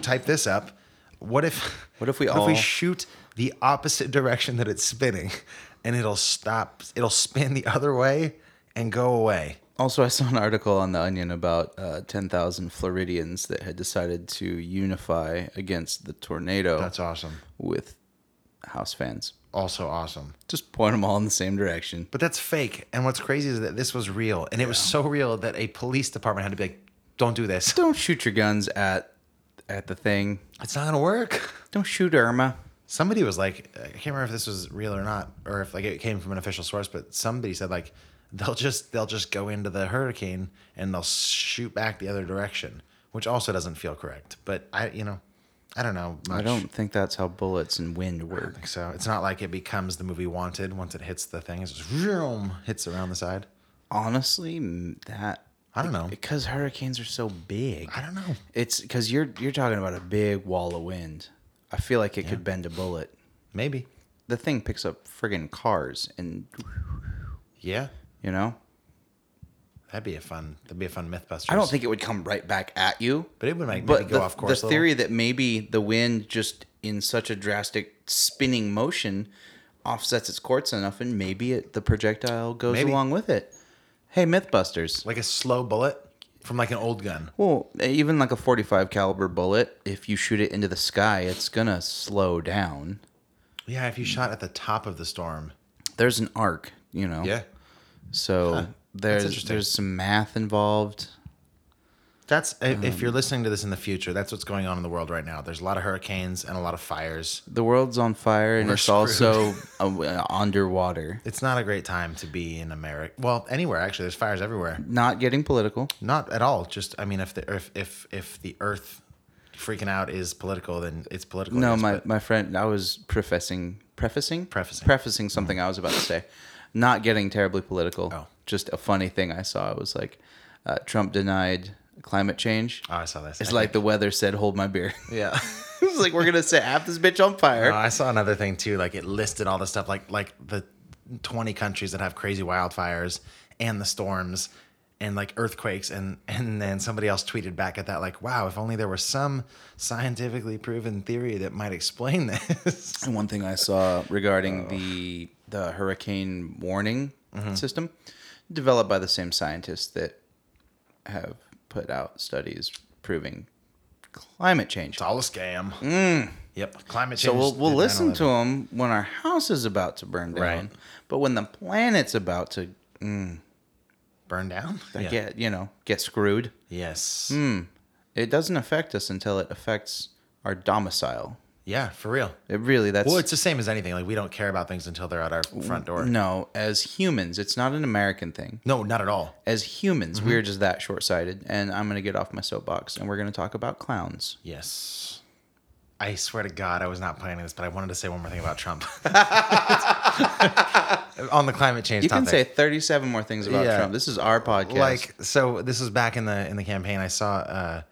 I: type this up. What if,
B: What if we
I: if we
B: all-
I: shoot the opposite direction that it's spinning, and it'll stop. It'll spin the other way and go away.
B: also, I saw an article on the Onion about uh, ten thousand Floridians that had decided to unify against the tornado
I: That's awesome.
B: with house fans.
I: Also awesome.
B: Just point them all in the same direction.
I: But that's fake. And what's crazy is that this was real, and it was so real that a police department had to be like, "Don't do this.
B: Don't shoot your guns at at the thing.
I: It's not gonna work."
B: Don't shoot Irma.
I: somebody was like i can't remember if this was real or not or if like it came from an official source but somebody said like they'll just they'll just go into the hurricane and they'll shoot back the other direction which also doesn't feel correct but i you know i don't know much
B: I don't think that's how bullets and wind work.
I: think so it's not like it becomes the movie wanted once it hits the thing it's just vroom, hits around the side
B: Honestly, m- that
I: i don't know
B: because hurricanes are so big.
I: i don't know
B: It's because you're you're talking about a big wall of wind. I feel like it could bend a bullet.
I: maybe
B: The thing picks up friggin' cars and
I: Yeah,
B: You know,
I: that'd be a fun. That'd be a fun MythBusters.
B: I don't think it would come right back at you,
I: but it would make maybe
B: but
I: go
B: the,
I: off course.
B: the
I: a little.
B: theory that maybe the wind just in such a drastic spinning motion offsets its course enough, and maybe it, the projectile goes
I: Maybe.
B: along with it. Hey, MythBusters.
I: like a slow bullet from like an old gun.
B: Well, even like a 45 caliber bullet, if you shoot it into the sky, it's gonna slow down.
I: Yeah, if you shot at the top of the storm.
B: There's an arc, you know.
I: Yeah,
B: So there's
I: interesting.
B: there's some math involved.
I: that's i-
B: Hmm.
I: if you're listening to this in the future. That's what's going on in the world right now. There's a lot of hurricanes and a lot of fires.
B: The world's on fire, and
I: We're
B: it's also uh, underwater.
I: It's not a great time to be in America. Well, anywhere actually. There's fires everywhere.
B: Not getting political.
I: Not at all. Just I mean, if the if if if the Earth freaking out is political, then it's political.
B: No,
I: yes,
B: my,
I: but
B: my friend, I was prefacing, prefacing,
I: Prefacing. Mm.
B: prefacing something I was about to say. Not getting terribly political.
I: Oh.
B: Just a funny thing I saw. It was like uh, Trump denied climate change.
I: oh, I saw this.
B: It's
I: I
B: like the weather said, "Hold my beer." Yeah, it's like we're gonna set half this bitch on fire.
I: Oh, I saw another thing too. Like it listed all the stuff, like like the twenty countries that have crazy wildfires and the storms and like earthquakes, and and then somebody else tweeted back at that, like, "Wow, if only there was some scientifically proven theory that might explain this."
B: and one thing I saw
I: Oh.
B: regarding the the hurricane warning
I: Mm-hmm.
B: system, developed by the same scientists that have put out studies proving climate change.
I: it's all a scam. Yep, climate change.
B: Mm. So we'll we'll
I: did
B: listen
I: 9/11.
B: to them when our house is about to burn down,
I: Right.
B: but when the planet's about to
I: burn down. Yeah.
B: get you know get screwed,
I: Yes.
B: Mm. it doesn't affect us until it affects our domicile.
I: Yeah, for real.
B: It really that's
I: Well, it's the same as anything. Like we don't care about things until they're at our front door.
B: No, as humans, it's not an American thing.
I: No, not at all.
B: As humans,
I: Mm-hmm.
B: we're just that short sighted. And I'm going to get off my soapbox and we're going to talk about clowns.
I: Yes. I swear to God, I was not planning this, but I wanted to say one more thing about Trump on the climate change
B: You
I: topic.
B: can say 37 more things about
I: Yeah.
B: Trump. This is our podcast.
I: like so. This was back in the in the campaign. I saw uh,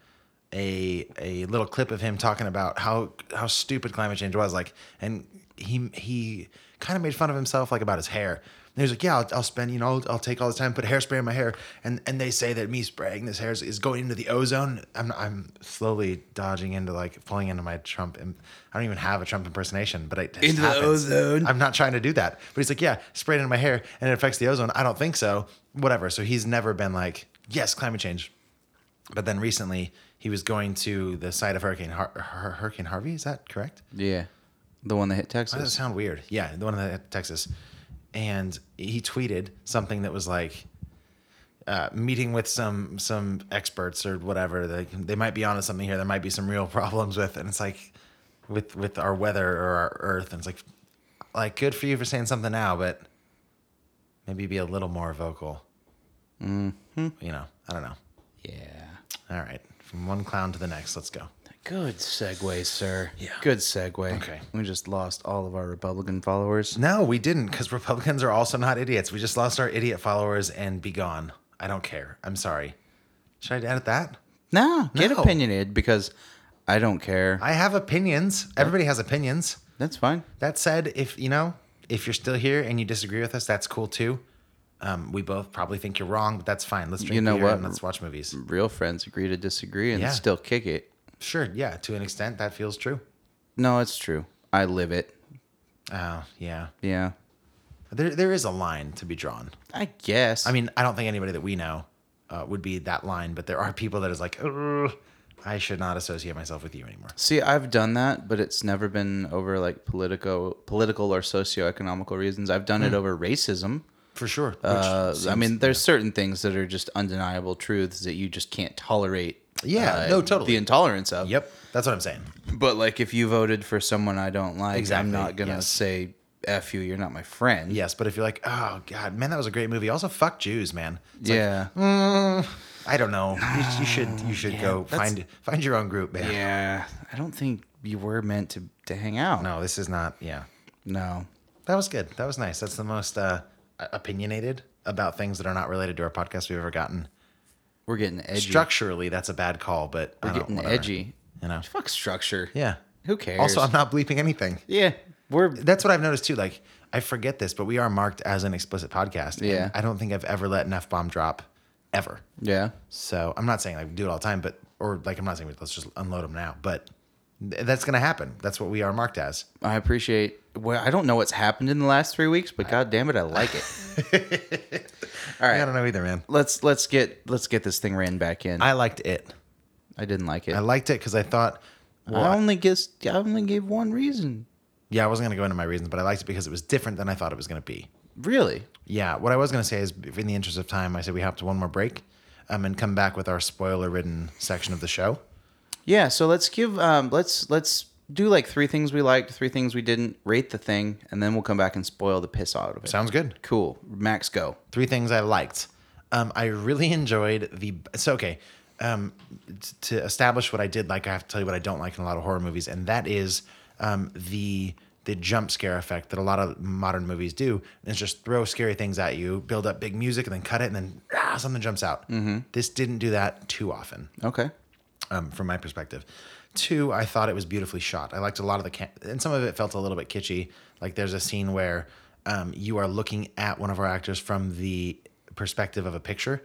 I: a a little clip of him talking about how how stupid climate change was. Like, and he he kind of made fun of himself, like about his hair. And he was like, "Yeah, I'll, I'll spend you know I'll, I'll take all this time put hairspray in my hair." And and they say that me spraying this hair is, is going into the ozone. I'm I'm slowly dodging into like falling into my Trump. Im- I don't even have a Trump impersonation, but it
B: Into the ozone.
I: I'm not trying to do that. But he's like, yeah, spray it in my hair and it affects the ozone. I don't think so. Whatever. So he's never been like, yes, climate change. But then recently, he was going to the site of Hurricane Har- Hur- Hurricane Harvey. Is that correct?
B: yeah. The one that hit
I: Why does it
B: Texas.
I: sound weird? Yeah, the one in Texas. And he tweeted something that was like, uh, meeting with some some experts or whatever. They they might be onto something here. There might be some real problems with, and it's like with with our weather or our Earth. And it's like like good for you for saying something now, but maybe be a little more vocal. You know, I don't know.
B: Yeah.
I: All right, from one clown to the next, let's go.
B: Good segue, sir. Yeah. Good segue.
I: Okay.
B: We just lost all of our Republican followers.
I: No, we didn't, because Republicans are also not idiots. We just lost our idiot followers and be gone. I don't care. I'm sorry. Should I edit that?
B: No, get
I: No.
B: opinionated because I don't care.
I: I have opinions. Everybody has opinions.
B: That's fine.
I: That said, if you know, if you're still here and you disagree with us, that's cool too. Um, we both probably think you're wrong, but that's fine. Let's drink
B: You know
I: beer
B: what?
I: and let's watch movies.
B: Real friends agree to disagree and
I: Yeah.
B: still kick it.
I: Sure, yeah, to an extent, that feels true.
B: No, it's true. I live it.
I: Oh, yeah.
B: Yeah.
I: There, there is a line to be drawn.
B: I guess.
I: I mean, I don't think anybody that we know uh, would be that line, but there are people that is like, "Ugh, I should not associate myself with you anymore.
B: see, I've done that, but it's never been over like politico, political or socioeconomical reasons. I've done it over racism.
I: For sure. Hmm. Which
B: Uh, I
I: seems-
B: mean, there's certain things that are just undeniable truths that you just can't tolerate.
I: Yeah,
B: uh,
I: no, totally.
B: The intolerance of.
I: yep, that's what I'm saying.
B: But like, if you voted for someone I don't like,
I: Exactly,
B: I'm not gonna
I: yes.
B: say "f you." You're not my friend.
I: Yes, but if you're like, oh god, man, that was a great movie. Also, fuck Jews, man. It's like,
B: yeah.
I: I don't know. You, you should you should go
B: that's-
I: find find your own group, man.
B: yeah. I don't think you were meant to to hang out.
I: No, this is not. Yeah,
B: No.
I: that was good. That was nice. That's the most uh, opinionated about things that are not related to our podcast we've ever gotten.
B: We're getting edgy.
I: Structurally, that's a bad call, but I
B: We're
I: don't-
B: getting
I: whatever.
B: edgy.
I: You know.
B: Fuck structure.
I: Yeah.
B: Who cares?
I: Also, I'm not bleeping anything.
B: Yeah, we're
I: That's what I've noticed too. Like I forget this, but we are marked as an explicit podcast. and
B: Yeah.
I: I don't think I've ever let an F bomb drop ever.
B: Yeah.
I: So I'm not saying like we do it all the time, but, or like I'm not saying let's just unload them now, but th- that's going to happen. That's what we are marked as.
B: I appreciate. Well, I don't know what's happened in the last three weeks, but god damn it, I like it. All
I: I
B: right,
I: don't know either, man.
B: let's let's get let's get this thing ran back in. I,
I: I liked it.
B: didn't like it.
I: I liked it because I thought, well,
B: I only guess I only gave one reason.
I: yeah, I wasn't going to go into my reasons, but I liked it because it was different than I thought it was going to be.
B: Really?
I: Yeah, what I was going to say is, in the interest of time, I said we hop to one more break um, and come back with our spoiler ridden section of the show.
B: Yeah. So let's give um let's let's do like three things we liked, three things we didn't. Rate the thing, and then we'll come back and spoil the piss out of it.
I: Sounds good.
B: cool. Max, go.
I: Three things I liked. Um, I really enjoyed the. So, okay, um, t- to establish what I did like, I have to tell you what I don't like in a lot of horror movies, and that is um, the the jump scare effect that a lot of modern movies do is just throw scary things at you, build up big music, and then cut it, and then ah, something jumps out.
C: Mm-hmm.
I: This didn't do that too often.
B: Okay.
I: um, from my perspective. Two, I thought it was beautifully shot. I liked a lot of the, ca- and some of it felt a little bit kitschy. Like there's a scene where um, you are looking at one of our actors from the perspective of a picture,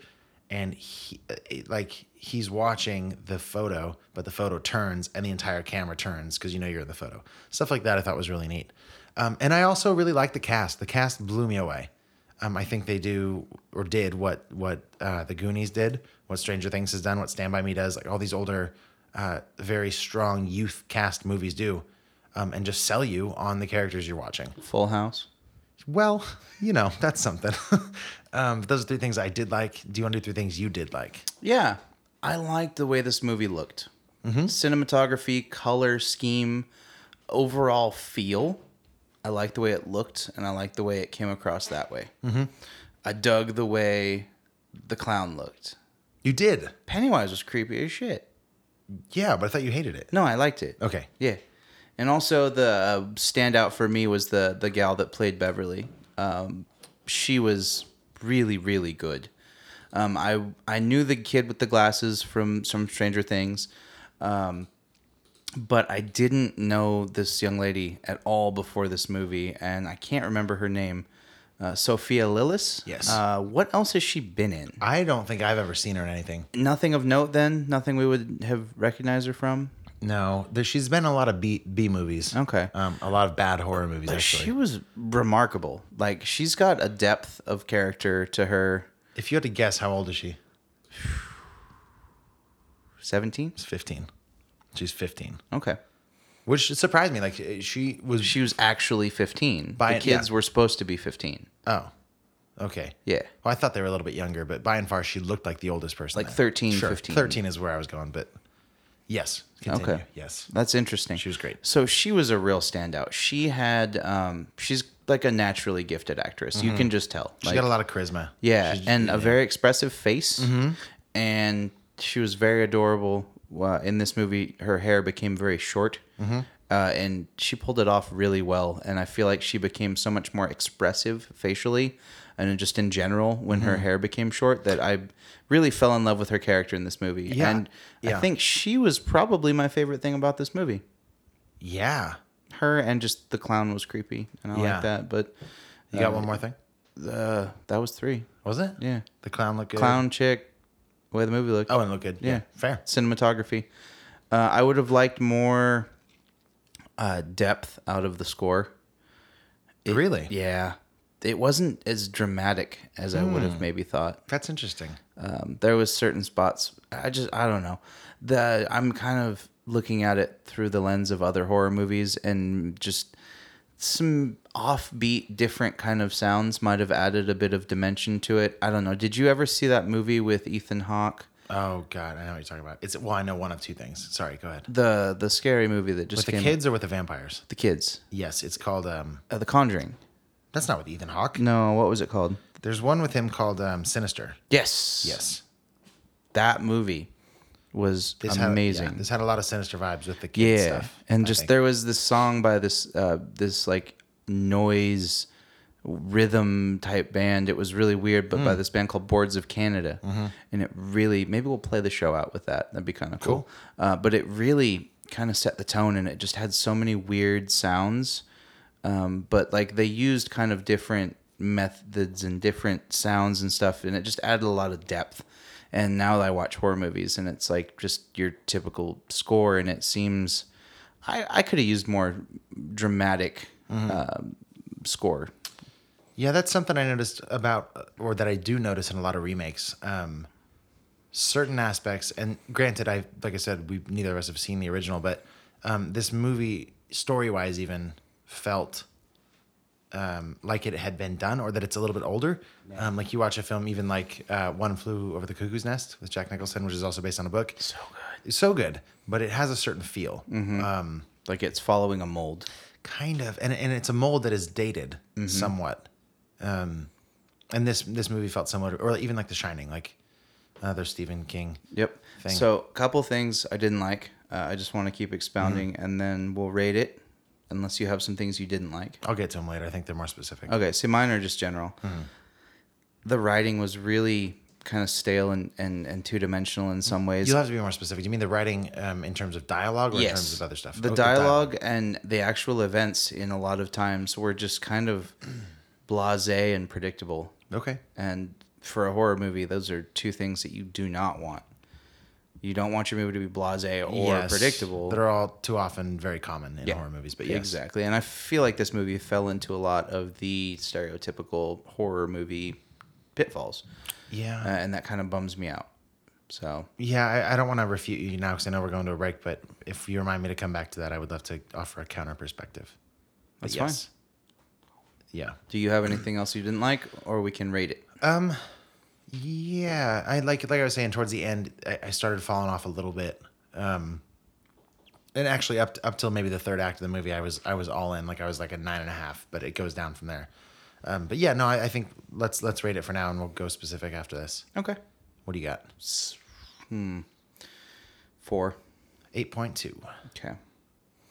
I: and he, uh, it- like he's watching the photo, but the photo turns and the entire camera turns because you know you're in the photo. Stuff like that I thought was really neat. Um, and I also really liked the cast. The cast blew me away. Um, I think they do or did what what uh, the Goonies did, what Stranger Things has done, what Stand by Me does, like all these older, uh, very strong youth cast movies do, um, and just sell you on the characters you're watching.
B: Full House.
I: Well, you know that's something. um, those are three things I did like. Do you want to do three things you did like?
B: Yeah, I liked the way this movie looked. Cinematography, color scheme, overall feel. I liked the way it looked, and I liked the way it came across that way. I dug the way the clown looked.
I: You did.
B: Pennywise was creepy as shit.
I: Yeah, but I thought you hated it.
B: No, I liked it.
I: Okay.
B: Yeah, and also the uh, standout for me was the the gal that played Beverly. Um, she was really really good. Um, I I knew the kid with the glasses from some Stranger Things, um, but I didn't know this young lady at all before this movie, and I can't remember her name. Uh, Sophia Lillis.
I: Yes.
B: Uh, what else has she been in?
I: I don't think I've ever seen her in anything.
B: Nothing of note. Then nothing we would have recognized her from.
I: No, there, she's been in a lot of B B movies.
B: Okay.
I: Um, a lot of bad horror movies actually.
B: She was remarkable. Like she's got a depth of character to her.
I: if you had to guess, how old is she?
B: Seventeen.
I: She's 15. She's 15.
B: Okay.
I: Which surprised me. Like eh, she was.
B: She was actually fifteen.
I: By-
B: the kids
I: yeah.
B: were supposed to be fifteen.
I: oh, okay.
B: Yeah.
I: Well, I thought they were a little bit younger, but by and far, she looked like the oldest person.
B: Like
I: there.
B: 13,
I: Sure,
B: 15.
I: 13 is where I was going, but yes. Continue.
B: Okay.
I: Yes.
B: That's interesting.
I: She was great.
B: So she was a real standout. She had. Um, she's like a naturally gifted actress. You can just tell.
I: Mm-hmm. She got a lot of charisma.
B: Yeah,
I: She's-
B: and a very expressive face,
I: Mm-hmm.
B: and she was very adorable. Uh, in this movie, her hair became very short,
I: Mm-hmm.
B: uh, and she pulled it off really well. And I feel like she became so much more expressive facially, and just in general when
I: Mm-hmm.
B: her hair became short that I really fell in love with her character in this movie.
I: Yeah,
B: and
I: yeah.
B: I think she was probably my favorite thing about this movie.
I: Yeah.
B: Her and just the clown was creepy, and I
I: Yeah.
B: like that. But
I: You got Oh, one more thing?
B: uh, that was three
I: Was it?
B: yeah.
I: The clown looked good.
B: clown chick, the way the movie looked.
I: Oh, and it looked good. Yeah.
B: Yeah.
I: Fair.
B: cinematography. Uh, I would have liked more uh, depth out of the score.
I: really?
B: Yeah, it wasn't as dramatic as I would have maybe thought.
I: That's interesting.
B: Um, there was certain spots. I just I don't know. The I'm kind of looking at it through the lens of other horror movies and just some offbeat different kind of sounds might have added a bit of dimension to it. I don't know. Did you ever see that movie with Ethan Hawke?
I: Oh, God. I know what you're talking about. It's Well, I know one of two things. Sorry. Go ahead.
B: The the scary movie that just
I: With the
B: came
I: kids or with the vampires?
B: the kids.
I: Yes. It's called. um
B: Uh, the Conjuring.
I: That's not with Ethan Hawke.
B: No, what was it called?
I: There's one with him called um, Sinister.
B: Yes.
I: Yes.
B: That movie was
I: This
B: amazing.
I: Had, yeah,
B: yeah.
I: this had a lot of sinister vibes with the kids stuff.
B: and
I: I
B: just
I: think.
B: there was this song by this uh, this like noise rhythm type band. It was really weird, but
I: Hmm.
B: by this band called Boards of Canada,
I: Mm-hmm.
B: and it really maybe we'll play the show out with that. That'd be kind of cool. Uh, but it really kind of set the tone, and it just had so many weird sounds. um, but like they used kind of different methods and different sounds and stuff, and it just added a lot of depth. And now I watch horror movies, and it's like just your typical score, and it seems I, I could have used more dramatic um, score.
I: Yeah, that's something I noticed about, uh, or that I do notice in a lot of remakes. Um, certain aspects, and granted, I like I said, we neither of us have seen the original, but um, this movie, story wise, even felt um, like it had been done, or that it's a little bit older. Um, like you watch a film, even like uh, One Flew Over the Cuckoo's Nest with Jack Nicholson, which is also based on a book. So good, Mm. so good, but it has a certain feel.
B: Like it's following a mold.
I: kind of and, and it's a mold that is dated somewhat um and this this movie felt similar to, or even like the shining like another stephen king
B: Yep.
I: thing.
B: So, a couple things I didn't like. Uh, I just want to keep expounding, and then we'll rate it, unless you have some things you didn't like.
I: i'll get to them later i think they're more specific
B: Okay, so mine are just general.
I: Mm-hmm.
B: The writing was really kind of stale and, and, and two dimensional in some ways.
I: you'll have to be more specific Do you mean the writing um in terms of dialogue or in terms of other stuff
B: The
I: Oh,
B: dialogue and the actual events in a lot of times were just kind of blasé and predictable.
I: okay
B: And for a horror movie, those are two things that you do not want. You don't want your movie to be blasé or
I: Yes.
B: predictable.
I: they're all too often very common in
B: Yeah.
I: horror movies but yes.
B: Exactly. And I feel like this movie fell into a lot of the stereotypical horror movie pitfalls.
I: yeah
B: Uh, and that kind of bums me out. So,
I: yeah i, I don't want to refute you now because i know we're going to a break but if you remind me to come back to that i would love to offer a counter perspective But
B: That's fine.
I: yeah
B: do you have anything else you didn't like, or we can rate it?
I: Yeah, I like like I was saying towards the end, I, I started falling off a little bit. Um, and actually, up up till maybe the third act of the movie, I was I was all in, like I was like a nine and a half, but it goes down from there. Um, but yeah, no, I, I think let's let's rate it for now, and we'll go specific after this.
B: Okay.
I: What do you got?
B: Four.
I: Eight point two.
B: Okay.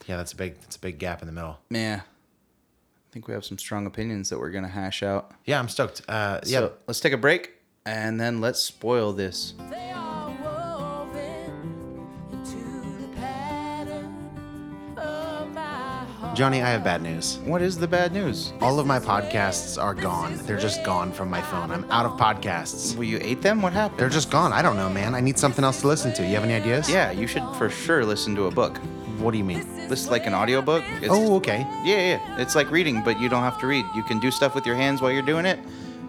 I: Yeah, that's a big that's a big gap in the middle.
B: Yeah. I think we have some strong opinions that we're going to hash out.
I: Yeah, I'm stoked. Uh, yeah,
B: So, let's take a break and then let's spoil this.
A: They are woven into the pattern of my heart.
C: Johnny, I have bad news.
B: What is the bad news?
C: All of my podcasts are gone. They're just gone from my phone. I'm out of podcasts.
B: Well, you ate them? What happened?
C: They're just gone. I don't know, man. I need something else to listen to. You have any ideas?
B: yeah, you should for sure listen to a book.
C: What do you mean?
B: This is like an audiobook. It's,
C: Oh, okay.
B: Yeah, yeah. It's like reading, but you don't have to read. You can do stuff with your hands while you're doing it.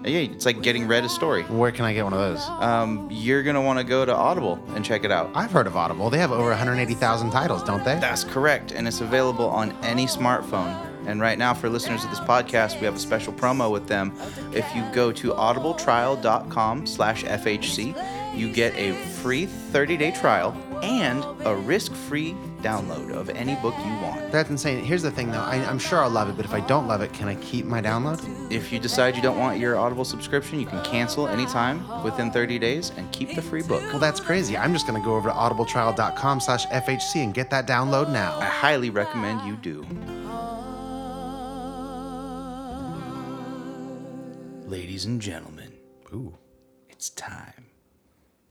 B: Yeah, it's like getting read a story.
C: Where can I get one of those?
B: Um, you're gonna want to go to Audible and check it out.
C: I've heard of Audible. They have over 180,000 titles, don't they?
B: That's correct, and it's available on any smartphone. And right now, for listeners of this podcast, we have a special promo with them. If you go to audibletrial.com/fhc, you get a free 30-day trial and a risk-free download of any book you want.
C: That's insane. Here's the thing, though. I, I'm sure I'll love it, but if I don't love it, can I keep my download?
B: If you decide you don't want your Audible subscription, you can cancel anytime within 30 days and keep the free book.
C: Well, that's crazy. I'm just going to go over to audibletrial.com slash FHC and get that download
B: I
C: now.
B: highly recommend you do. Ladies and gentlemen,
I: ooh,
B: it's time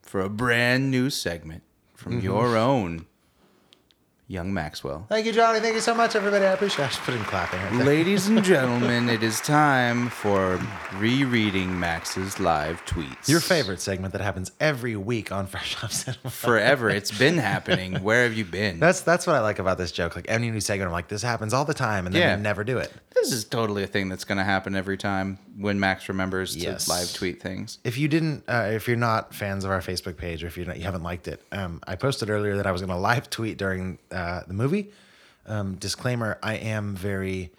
B: for a brand new segment from
I: Mm-hmm.
B: your own Young Maxwell.
I: thank you, Johnny. Thank you so much, everybody. I appreciate. It. I should put in clapping. right there.
B: Ladies and gentlemen, it is time for rereading Max's live tweets.
I: Your favorite segment that happens every week on Fresh Off Cinema.
B: Forever. It's been happening. Where have you been?
I: That's that's what I like about this joke. Like any new segment, I'm like, this happens all the time, and then
B: Yeah.
I: we never do it.
B: This is totally a thing that's going to happen every time when Max remembers
I: Yes.
B: to live tweet things.
I: If you didn't, uh, if you're not fans of our Facebook page, or if you're not, you haven't liked it, um, I posted earlier that I was going to live tweet during uh, the movie. Um, disclaimer: I am very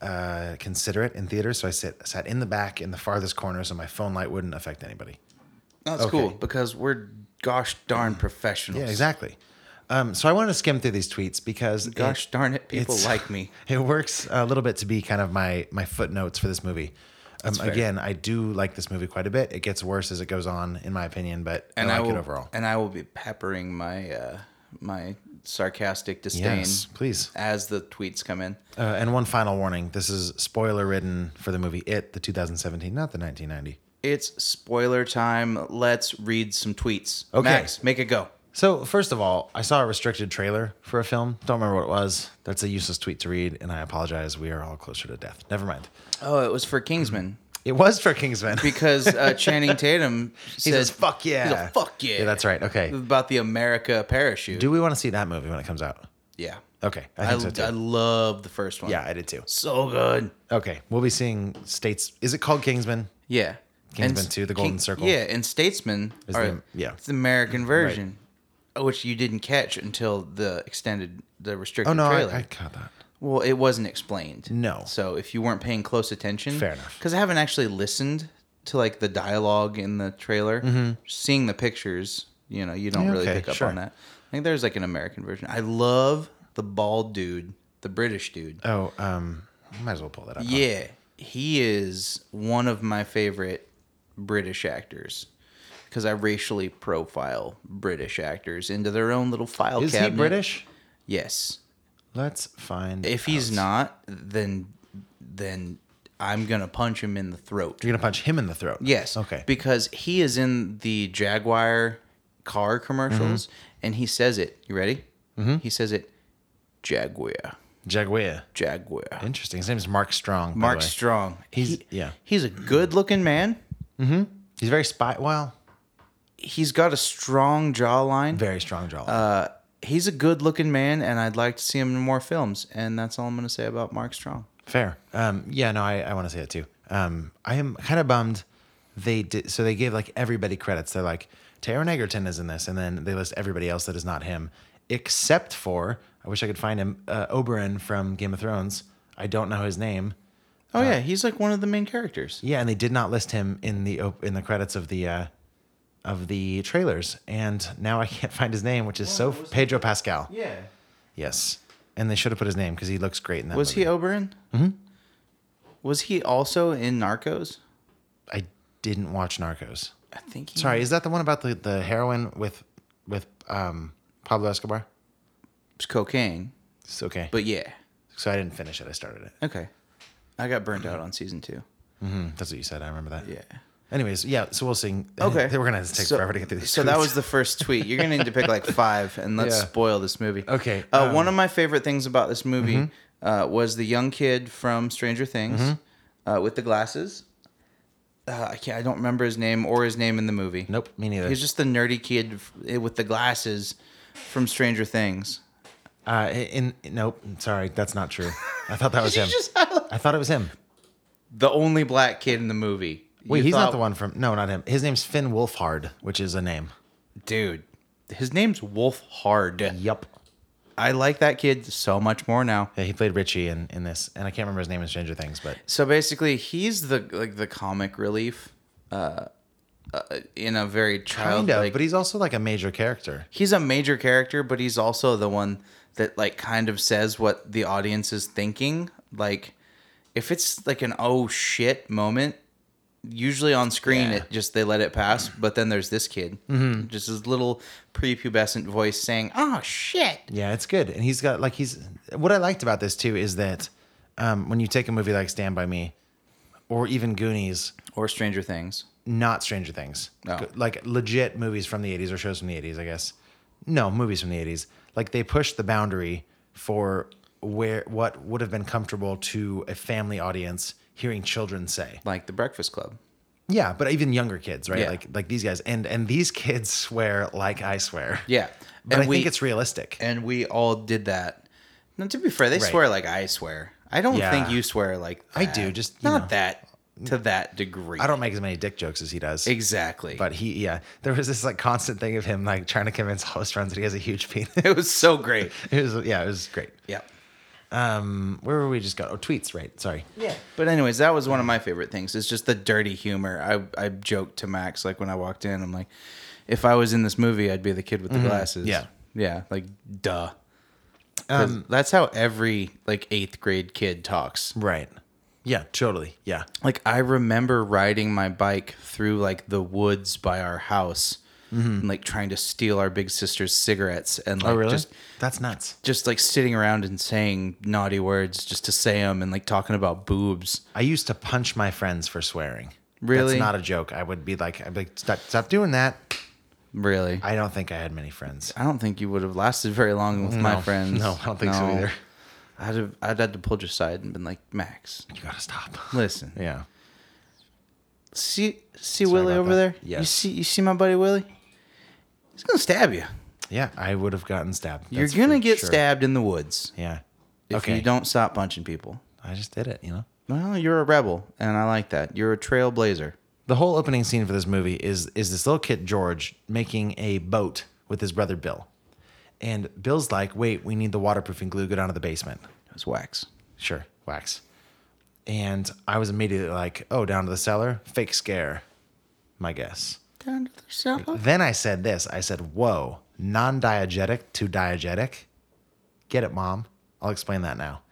I: uh, considerate in theater, so I sit sat in the back in the farthest corner, so my phone light wouldn't affect anybody.
B: That's cool because we're gosh darn professionals.
I: Yeah, exactly. Um, so I wanted to skim through these tweets because it-
B: Gosh darn it, people
I: it's-
B: like me.
I: It works a little bit to be kind of my my footnotes for this movie. Um, again, I do like this movie quite a bit. It gets worse as it goes on, in my opinion, but
B: And
I: I
B: I
I: like
B: will,
I: it overall.
B: And I will be peppering my uh, my sarcastic disdain
I: Yes, please.
B: as the tweets come in.
I: Uh, and one final warning: this is spoiler ridden for the movie It, the 2017, not the 1990.
B: It's spoiler time. Let's read some tweets.
I: Okay.
B: Max, make it go.
I: So, first of all, I saw a restricted trailer for a film. Don't remember what it was. That's a useless tweet to read, and I apologize. We are all closer to death. Never mind.
B: Oh, it was for Kingsman
I: It was for Kingsman.
B: because uh, Channing Tatum
I: he
B: says,
I: says, fuck yeah.
B: He's a fuck yeah.
I: Yeah, that's right. Okay.
B: about the America parachute.
I: Do we want to see that movie when it comes out?
B: yeah.
I: Okay. I
B: I,
I: think so too.
B: I love the first one.
I: yeah, I did too.
B: So good.
I: Okay. We'll be seeing states. Is it called Kingsman?
B: Yeah.
I: Kingsman
B: s-
I: 2, The Golden Circle.
B: Yeah, and Statesman
I: Is
B: are-
I: the- yeah.
B: it's the American version, uh, which you didn't catch until the extended, the restricted
I: Oh, no.
B: trailer.
I: I, I caught that.
B: well, it wasn't explained.
I: No.
B: So if you weren't paying close attention,
I: Fair enough.
B: Because I haven't actually listened to like the dialogue in the trailer, seeing the pictures, you know, you don't
I: Mm-hmm. Yeah,
B: really
I: okay,
B: pick up
I: sure.
B: on that. I think there's like an American version. I love the bald dude, the British dude.
I: Oh, um, might as well pull that up. huh?
B: Yeah, he is one of my favorite British actors because I racially profile British actors into their own little file
I: Is
B: cabinet.
I: he British?
B: Yes.
I: Let's find
B: If he's
I: out.
B: not, then then I'm gonna punch him in the throat.
I: You're going to punch him in the throat.
B: Yes.
I: Okay.
B: Because he is in the Jaguar car commercials,
I: Mm-hmm.
B: and he says it. You ready? Mm-hmm. He says it. Jaguar.
I: Jaguar.
B: Jaguar.
I: Interesting. His name is Mark Strong. by
B: Mark
I: the way.
B: Strong.
I: He's- yeah.
B: He's a good-looking man.
I: He's very spy. Well,
B: he's got a strong jawline.
I: very strong jaw.
B: Uh, He's a good looking man, and I'd like to see him in more films. And that's all I'm going to say about Mark Strong.
I: Fair. Um, yeah, no, I, I want to say that too. Um, I am kind of bummed they did. So they gave like everybody credits. They're like, Taron Egerton is in this, and then they list everybody else that is not him, except for I wish I could find him, uh, Oberon from Game of Thrones. I don't know his name.
B: Oh,
I: Uh,
B: yeah. He's like one of the main characters.
I: Yeah, and they did not list him in the op- in the credits of the uh, of the trailers, and now I can't find his name, which is so Pedro Pascal.
B: Yeah.
I: Yes, and they should have put his name because he looks great in that.
B: Was
I: movie.
B: he Oberon? Mm hmm.
I: Mm-hmm.
B: Was he also in Narcos?
I: I didn't watch Narcos.
B: I think he.
I: Sorry, is that the one about the, the heroin with with um, Pablo Escobar?
B: It's cocaine.
I: It's okay,
B: But yeah.
I: so I didn't finish it. I started it.
B: Okay. I got burnt out on season two.
I: That's what you said. I remember that.
B: Yeah.
I: Anyways, yeah. So we'll sing.
B: Okay.
I: We're gonna take
B: So-
I: forever to get through these.
B: So that
I: tweets.
B: was the first tweet. You're gonna need to pick like five, and let's
I: Yeah.
B: spoil this movie.
I: Okay,
B: Uh,
I: um, mm-hmm.
B: one of my favorite things about this movie uh, was the young kid from Stranger Things
I: Mm-hmm.
B: uh, with the glasses. Uh, I can't. I don't remember his name or his name in the movie.
I: Nope, me neither.
B: He's just the nerdy kid f- eh, with the glasses from Stranger Things.
I: uh, in, in- nope. Sorry, that's not true. I thought that was him.
B: just-
I: I thought it was him.
B: The only black kid in the movie.
I: Wait,
B: You
I: he's
B: thought-
I: not the one from. No, not him. His name's Finn Wolfhard, which is a name.
B: dude. His name's Wolf Hard.
I: Yup.
B: I like that kid so much more now.
I: Yeah, he played Richie in, in this, and I can't remember his name in Stranger Things, but
B: So basically, he's the like the comic relief, uh, uh in a very
I: kind
B: child.
I: of. but he's also like a major character.
B: he's a major character, but he's also the one that like kind of says what the audience is thinking. Like, if it's like an oh shit moment, usually on screen it just they let it pass. But then there's this kid,
I: Mm-hmm.
B: just his little prepubescent voice saying oh shit.
I: Yeah, it's good. And he's got like he's what I liked about this too is that um, when you take a movie like Stand by Me or even Goonies,
B: Or Stranger Things.
I: not Stranger Things,
B: No.
I: Go- like legit movies from the 80s or shows from the 80s, I guess. No, movies from the 80s. Like they pushed the boundary for where what would have been comfortable to a family audience hearing children say.
B: Like the Breakfast Club.
I: Yeah, but even younger kids, right?
B: Yeah.
I: Like like these guys and and these kids swear like I swear.
B: Yeah,
I: But I
B: we-
I: think it's realistic.
B: and we all did that. Now, to be fair, they
I: Right.
B: swear like I swear. I don't
I: Yeah.
B: think you swear like
I: I
B: that.
I: do, just, you
B: not
I: know.
B: that to that degree.
I: I don't make as many dick jokes as he does.
B: exactly.
I: But he, yeah, there was this like constant thing of him like trying to convince all his friends that he has a huge penis. it
B: it was so great.
I: was, yeah, it was great.
B: Yeah.
I: Um, where were we just got? Oh, tweets, right? Sorry. Yeah.
B: But anyways, that was one of my favorite things. It's just the dirty humor. I I joked to Max like when I walked in, I'm like, if I was in this movie, I'd be the kid with the glasses.
I: Mm-hmm. Yeah. Um,
B: Yeah. Like duh. 'Cause that's how every like eighth grade kid talks.
I: Right. Yeah, totally. Yeah.
B: like I remember riding my bike through like the woods by our house,
I: Mm-hmm.
B: and, like trying to steal our big sister's cigarettes and like
I: Just,
B: just
I: that's nuts.
B: just like sitting around and saying naughty words just to say them and like talking about boobs.
I: I used to punch my friends for swearing.
B: Really?
I: That's not a joke. I would be like, I'd be like, stop, stop doing that.
B: Really?
I: I don't think I had many friends.
B: I don't think you would have lasted very long with my
I: No.
B: friends.
I: No, I don't think so either.
B: I'd have I'd had to pull you aside and been like, Max,
I: You gotta stop.
B: listen.
I: Yeah.
B: See see Willie
I: about
B: over
I: that.
B: there? You
I: Yes.
B: see you see my buddy Willie? He's gonna stab you.
I: Yeah, I would have gotten stabbed.
B: You're
I: that's
B: gonna
I: for
B: get
I: sure.
B: stabbed in the woods
I: Yeah.
B: if
I: okay.
B: you don't stop punching people.
I: I just did it, you know?
B: Well, you're a rebel, and I like that. You're a trailblazer.
I: The whole opening scene for this movie is is this little kid George making a boat with his brother Bill. And Bill's like, "Wait, we need the waterproofing glue. Go down to the basement."
B: It was wax.
I: Sure, wax. And I was immediately like, "Oh, down to the cellar? Fake scare." My guess.
B: Down to the cellar.
I: Then I said this. I said, "Whoa, non-diegetic to diegetic." Get it, mom? I'll explain that now.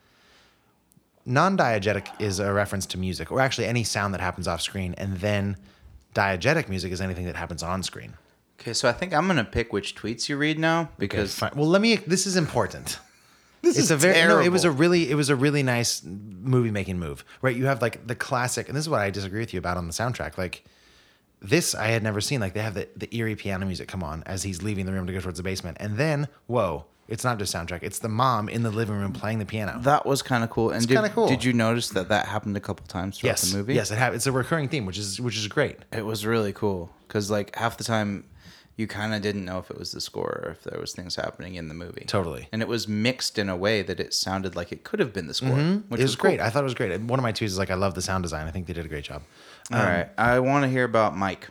I: Non-diegetic is a reference to music, or actually any sound that happens off screen, and then diegetic music is anything that happens on screen.
B: Okay, so I think I'm gonna pick which tweets you read now because
I: Fine. Well, let me. This is important. This it's
B: is
I: a very no, it was a
B: terrible.
I: really it was a really nice movie making move, right? You have like the classic, and this is what I disagree with you about on the soundtrack. Like this, I had never seen. Like they have the, the eerie piano music come on as he's leaving the room to go towards the basement, and then whoa, it's not just soundtrack; it's the mom in the living room playing the piano.
B: that was kind of cool. And did,
I: kinda cool.
B: did you notice that that happened a couple times throughout
I: yes,
B: the movie?
I: yes, it ha- it's a recurring theme, which is which is great.
B: It was really cool because like half the time, you kind of didn't know if it was the score or if there was things happening in the movie.
I: Totally.
B: And it was mixed in a way that it sounded like it could have been the score, which
I: Mm-hmm. it was,
B: was
I: great. I thought it was great. And One of my tweets is like, I love the sound design. I think they did a great job.
B: Cool. All right, I want to hear about Mike.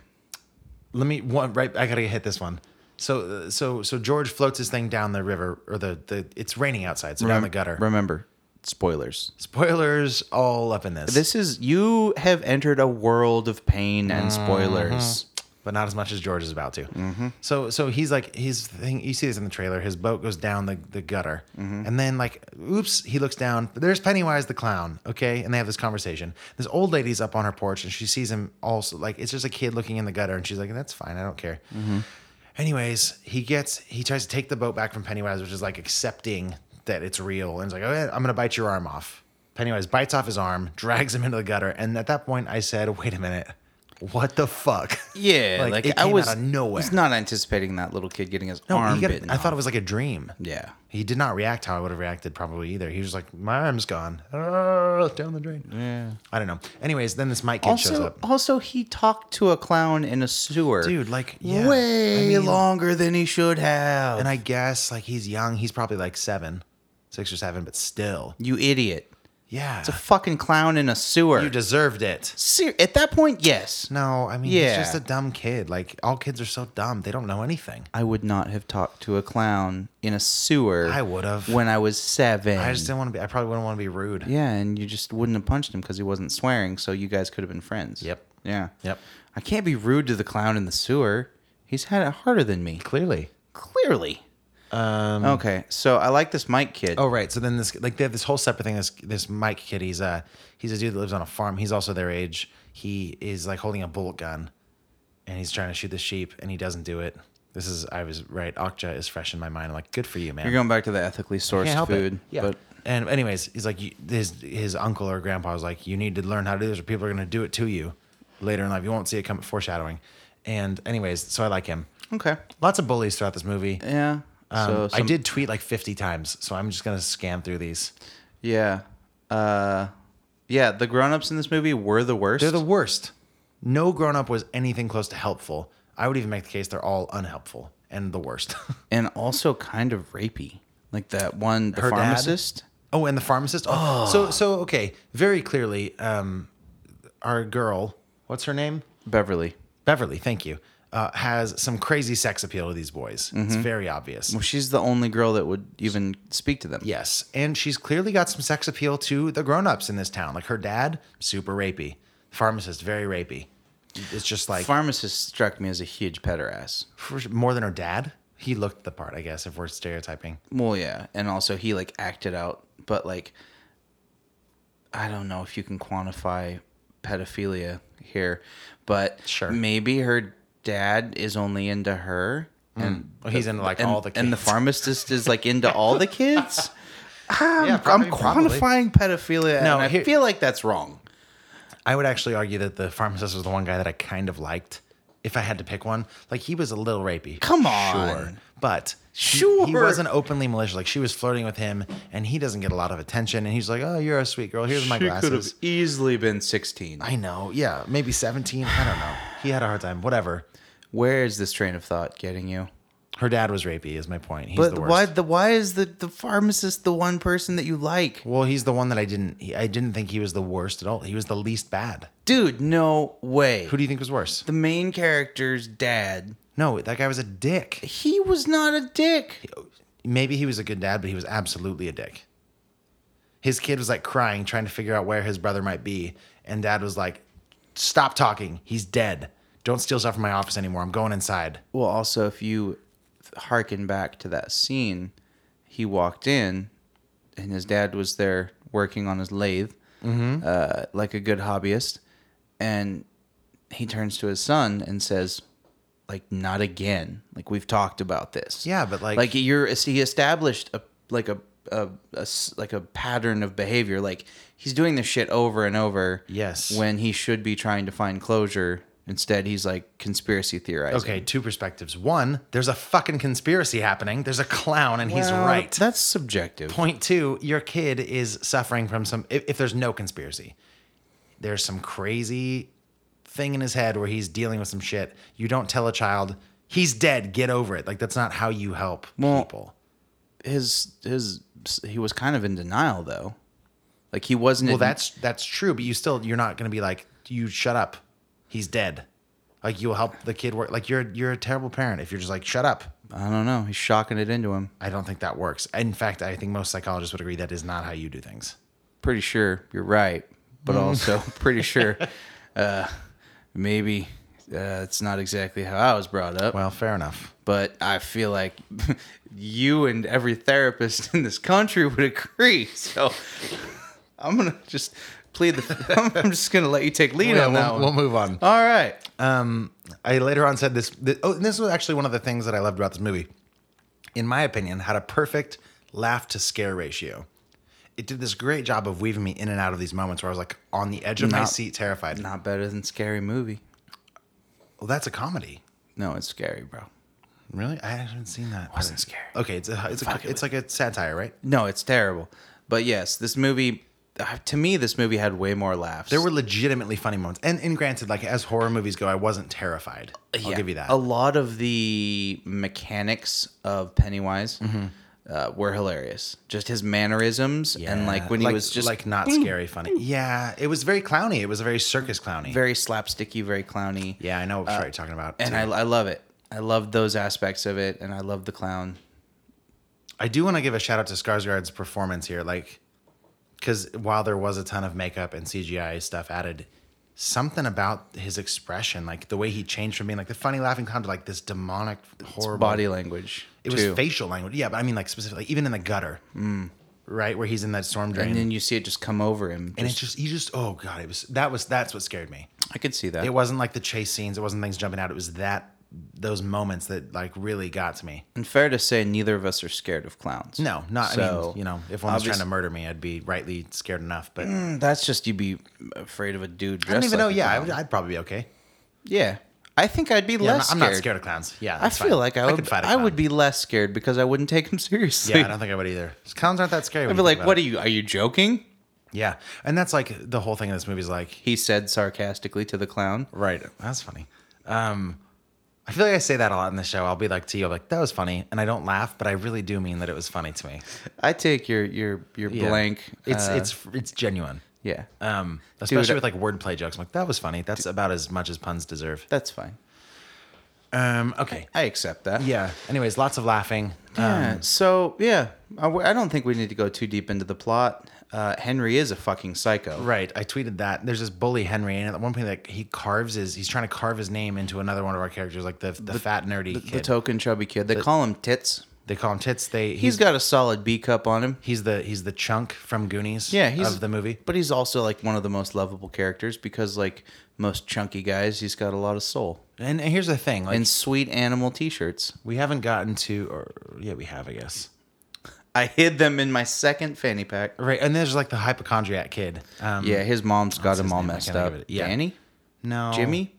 I: let me one right i gotta hit this one so uh, so so george floats his thing down the river or the the it's raining outside so down the gutter
B: Remember, spoilers.
I: spoilers all up in this,
B: This is you have entered a world of pain and
I: Mm-hmm.
B: spoilers.
I: but not as much as george is about to so so he's like his thing you see this in the trailer his boat goes down the, the gutter and then like oops he looks down there's pennywise the clown okay and they have this conversation this old lady's up on her porch and she sees him also like it's just a kid looking in the gutter and she's like that's fine i don't care Anyways, he gets he tries to take the boat back from Pennywise, which is like accepting that it's real, and it's like, oh, yeah, I'm gonna bite your arm off. Pennywise bites off his arm, drags him into the gutter, and at that point, I said, wait a minute, what the fuck?
B: Yeah, like,
I: Like, it
B: I
I: came
B: was
I: out of nowhere.
B: was not anticipating that little kid getting his
I: No, he
B: arm
I: got-
B: bitten.
I: I thought
B: off.
I: it was like a dream.
B: yeah.
I: He did not react how I would have reacted probably either. He was like, my arm's gone, Ah, down the drain. Yeah, I don't know. Anyways, then this Mike kid shows
B: Also,
I: up.
B: also he talked to a clown in a sewer,
I: Dude, like, yeah,
B: way
I: I mean-
B: longer than he should have.
I: And I guess like he's young. He's probably like seven, six or seven, but still,
B: you idiot!
I: yeah.
B: It's a fucking clown in a sewer.
I: You deserved it.
B: Ser- at that point, yes.
I: No, I mean,
B: Yeah.
I: he's just a dumb kid. Like, all kids are so dumb. They don't know anything.
B: I would not have talked to a clown in a sewer.
I: I would've.
B: when I was seven.
I: I just didn't want to be, I probably wouldn't want to be rude.
B: Mm. Yeah, and you just wouldn't have punched him because he wasn't swearing, so you guys could have been friends.
I: Yep.
B: Yeah.
I: Yep.
B: I can't be rude to the clown in the sewer. He's had it harder than me.
I: Clearly.
B: Clearly. Um, okay, so I like this Mike kid.
I: Oh, right. So then this, like, they have this whole separate thing. This, this Mike kid, he's a, he's a dude that lives on a farm. He's also their age. He is, like, holding a bullet gun and he's trying to shoot the sheep and he doesn't do it. This is, I was right. Okja is fresh in my mind. I'm like, good for you, man.
B: You're going back to the ethically sourced
I: can't help
B: food.
I: It. Yeah.
B: But
I: and anyways, he's like you- his his uncle or grandpa was like, you need to learn how to do this, or people are gonna do it to you later in life. You won't see it come foreshadowing. And anyways, so I like him.
B: okay.
I: Lots of bullies throughout this movie.
B: Yeah.
I: Um, I
B: some-
I: did tweet like 50 times, so I'm just gonna scan through these.
B: Yeah. Uh, yeah. The grown-ups in this movie were the worst.
I: They're the worst. No grown up was anything close to helpful. I would even make the case they're all unhelpful and the worst.
B: and also kind of rapey, like that one the
I: Her dad?
B: pharmacist.
I: Oh, and the pharmacist. Oh, so so okay. Very clearly, um, our girl, what's her name?
B: Beverly.
I: Beverly, thank you, uh, has some crazy sex appeal to these boys.
B: Mm-hmm.
I: It's very obvious.
B: Well, she's the only girl that would even speak to them.
I: Yes. And she's clearly got some sex appeal to the grown ups in this town. Like her dad, super rapey. Pharmacist, very rapey. It's just like
B: Pharmacist struck me as a huge petter ass.
I: for- more than her dad. He looked the part, I guess, if we're stereotyping.
B: Well, yeah, and also he like acted out, but like, I don't know if you can quantify pedophilia here, but
I: Sure.
B: maybe her dad is only into her, and
I: Well, he's into like
B: and,
I: Hmm. all the kids.
B: and the pharmacist is like into all the kids. I'm,
I: Yeah, probably-
B: I'm
I: probably.
B: quantifying pedophilia,
I: No,
B: and I
I: here-
B: feel like that's wrong.
I: I would actually argue that the pharmacist was the one guy that I kind of liked if I had to pick one. Like he was a little rapey.
B: Come on.
I: Sure. But he- he
B: Sure.
I: wasn't openly malicious. Like she was flirting with him and he doesn't get a lot of attention. And he's like, Oh, you're a sweet girl. Here's my
B: She could have
I: glasses.
B: easily been 16.
I: I know. Yeah. Maybe 17. I don't know. He had a hard time. Whatever.
B: Where is this train of thought getting you?
I: Her dad was rapey, is my point. He's
B: But
I: the worst.
B: why the why is the, the pharmacist the one person that you like?
I: Well, he's the one that I didn't. He, I didn't think he was the worst at all. He was the least bad.
B: Dude, no way.
I: Who do you think was worse?
B: the main character's dad.
I: No, that guy was a dick.
B: He was not a dick.
I: Maybe he was a good dad, but he was absolutely a dick. His kid was like crying, trying to figure out where his brother might be, and dad was like, "Stop talking. He's dead. Don't steal stuff from my office anymore. I'm going inside."
B: Well, also if you hearken back to that scene, he walked in, and his dad was there working on his lathe,
I: Mm-hmm.
B: uh, like a good hobbyist, and he turns to his son and says, "Like not again. Like we've talked about this.
I: Yeah, but, like-
B: like you're he established a like a." A, a s- like a pattern of behavior like he's doing this shit over and over
I: Yes.
B: when he should be trying to find closure instead he's like conspiracy theorizing
I: Okay, two perspectives. One, there's a fucking conspiracy happening. There's a clown, and he's
B: Well,
I: right.
B: Uh, That's subjective.
I: Point two, your kid is suffering from some, if, if there's no conspiracy, there's some crazy thing in his head where he's dealing with some shit. You don't tell a child, he's dead, get over it. Like, that's not how you help
B: Well-
I: people.
B: His his he was kind of in denial though. Like he wasn't
I: Well,
B: in-
I: that's that's true, but you still, you're not going to be like, you shut up, he's dead. Like, you'll help the kid work. Like, you're, you're a terrible parent if you're just like, shut up.
B: I don't know. He's shocking it into him.
I: I don't think that works. In fact, I think most psychologists would agree that is not how you do things.
B: Pretty sure you're right, but
I: Mm.
B: also pretty sure uh maybe uh, it's not exactly how I was brought up,
I: Well, fair enough.
B: but I feel like you and every therapist in this country would agree. So I'm gonna just plead the. I'm just gonna let you take lead
I: Yeah,
B: on that
I: we'll,
B: one.
I: we'll move on.
B: All right.
I: I later on said this. th- oh, and this was actually one of the things that I loved about this movie. In my opinion, had a perfect laugh to scare ratio. It did this great job of weaving me in and out of these moments where I was like on the edge of my
B: Not-
I: seat, terrified.
B: Not better than scary movie.
I: Well, that's a comedy.
B: No, it's scary, bro.
I: Really, I haven't seen that.
B: Wasn't scary.
I: Okay, it's a, it's a, it's like a satire, right?
B: No, it's terrible. But yes, this movie, uh, to me, this movie had way more laughs.
I: There were legitimately funny moments, and and granted, like as horror movies go, I wasn't terrified. I'll
B: Yeah. Oh,
I: give you that.
B: A lot of the mechanics of Pennywise
I: Mm-hmm.
B: uh, were hilarious. Just his mannerisms and like when he was just
I: like not scary funny. Yeah, it was very clowny. It was a very circus clowny.
B: very slapsticky, very clowny.
I: yeah, I know what you're talking about.
B: And
I: too.
B: I, I love it. I love those aspects of it, and I love the clown.
I: I do want to give a shout out to Skarsgård's performance here, like, because while there was a ton of makeup and CGI stuff added, something about his expression, like the way he changed from being like the funny laughing clown to like this demonic, horrible
B: Body language.
I: It was
B: too. Mm.
I: facial language, yeah, but I mean like specifically, even in the gutter, right where he's in that storm drain,
B: And then you see it just come over him.
I: and
B: Just,
I: it's just you just oh god, it was that was that's what scared me.
B: I could see that.
I: It wasn't like the chase scenes, it wasn't things jumping out, it was that those moments that like really got to me.
B: And fair to say, neither of us are scared of clowns.
I: No, not I
B: So,
I: mean, you know, if one was trying
B: obvious- Mm,
I: to murder me, I'd be rightly scared enough. But I
B: That's just you'd be afraid of a dude dressed.
I: don't even know.
B: like a
I: Yeah, I
B: clown.
I: would, I'd probably be okay.
B: yeah. I think I'd be
I: Yeah, I'm,
B: less.
I: not, I'm
B: scared.
I: not scared of clowns. Yeah,
B: I
I: that's
B: feel
I: fine.
B: like I would.
I: could fight a
B: I would
I: clown.
B: be less scared because I wouldn't take him seriously.
I: Yeah, I don't think I would either. 'Cause Clowns aren't that scary.
B: I'd be like, "What are you? Are you joking?"
I: Yeah, and that's like the whole thing in this movie is like,
B: He said sarcastically to the clown.
I: right? That's funny. Um, I feel like I say that a lot in the show. I'll be like to you, I'll be like that was funny, and I don't laugh, but I really do mean that it was funny to me.
B: I take your your your
I: Yeah.
B: blank.
I: It's
B: uh,
I: it's it's genuine.
B: yeah.
I: Um, especially
B: I-
I: with like wordplay jokes. I'm like that was funny. That's about as much as puns deserve.
B: That's fine.
I: Um, okay.
B: I accept that.
I: Yeah. Anyways, lots of laughing. Um,
B: Yeah, so yeah, I, w- I don't think we need to go too deep into the plot. Uh, Henry is a fucking psycho.
I: Right. I tweeted that. There's this bully Henry, and at one point, like he carves his, he's trying to carve his name into another one of our characters, like the the, fat nerdy
B: The
I: kid.
B: token chubby kid. They call him Tits.
I: they call him Tits. They
B: He's got a solid B cup on him.
I: he's the he's the chunk from Goonies.
B: Yeah, he's
I: of the movie.
B: but he's also like one of the most lovable characters because, like most chunky guys, he's got a lot of soul
I: And, and here's the thing, like
B: and sweet animal T-shirts.
I: we haven't gotten to, or yeah, we have, I guess.
B: I hid them in my second fanny pack.
I: Right. And there's like the hypochondriac kid. Um,
B: Yeah, his mom's got
I: his
B: him all
I: name? I
B: messed
I: can't think
B: up.
I: of it. Yeah.
B: Danny,
I: No.
B: Jimmy,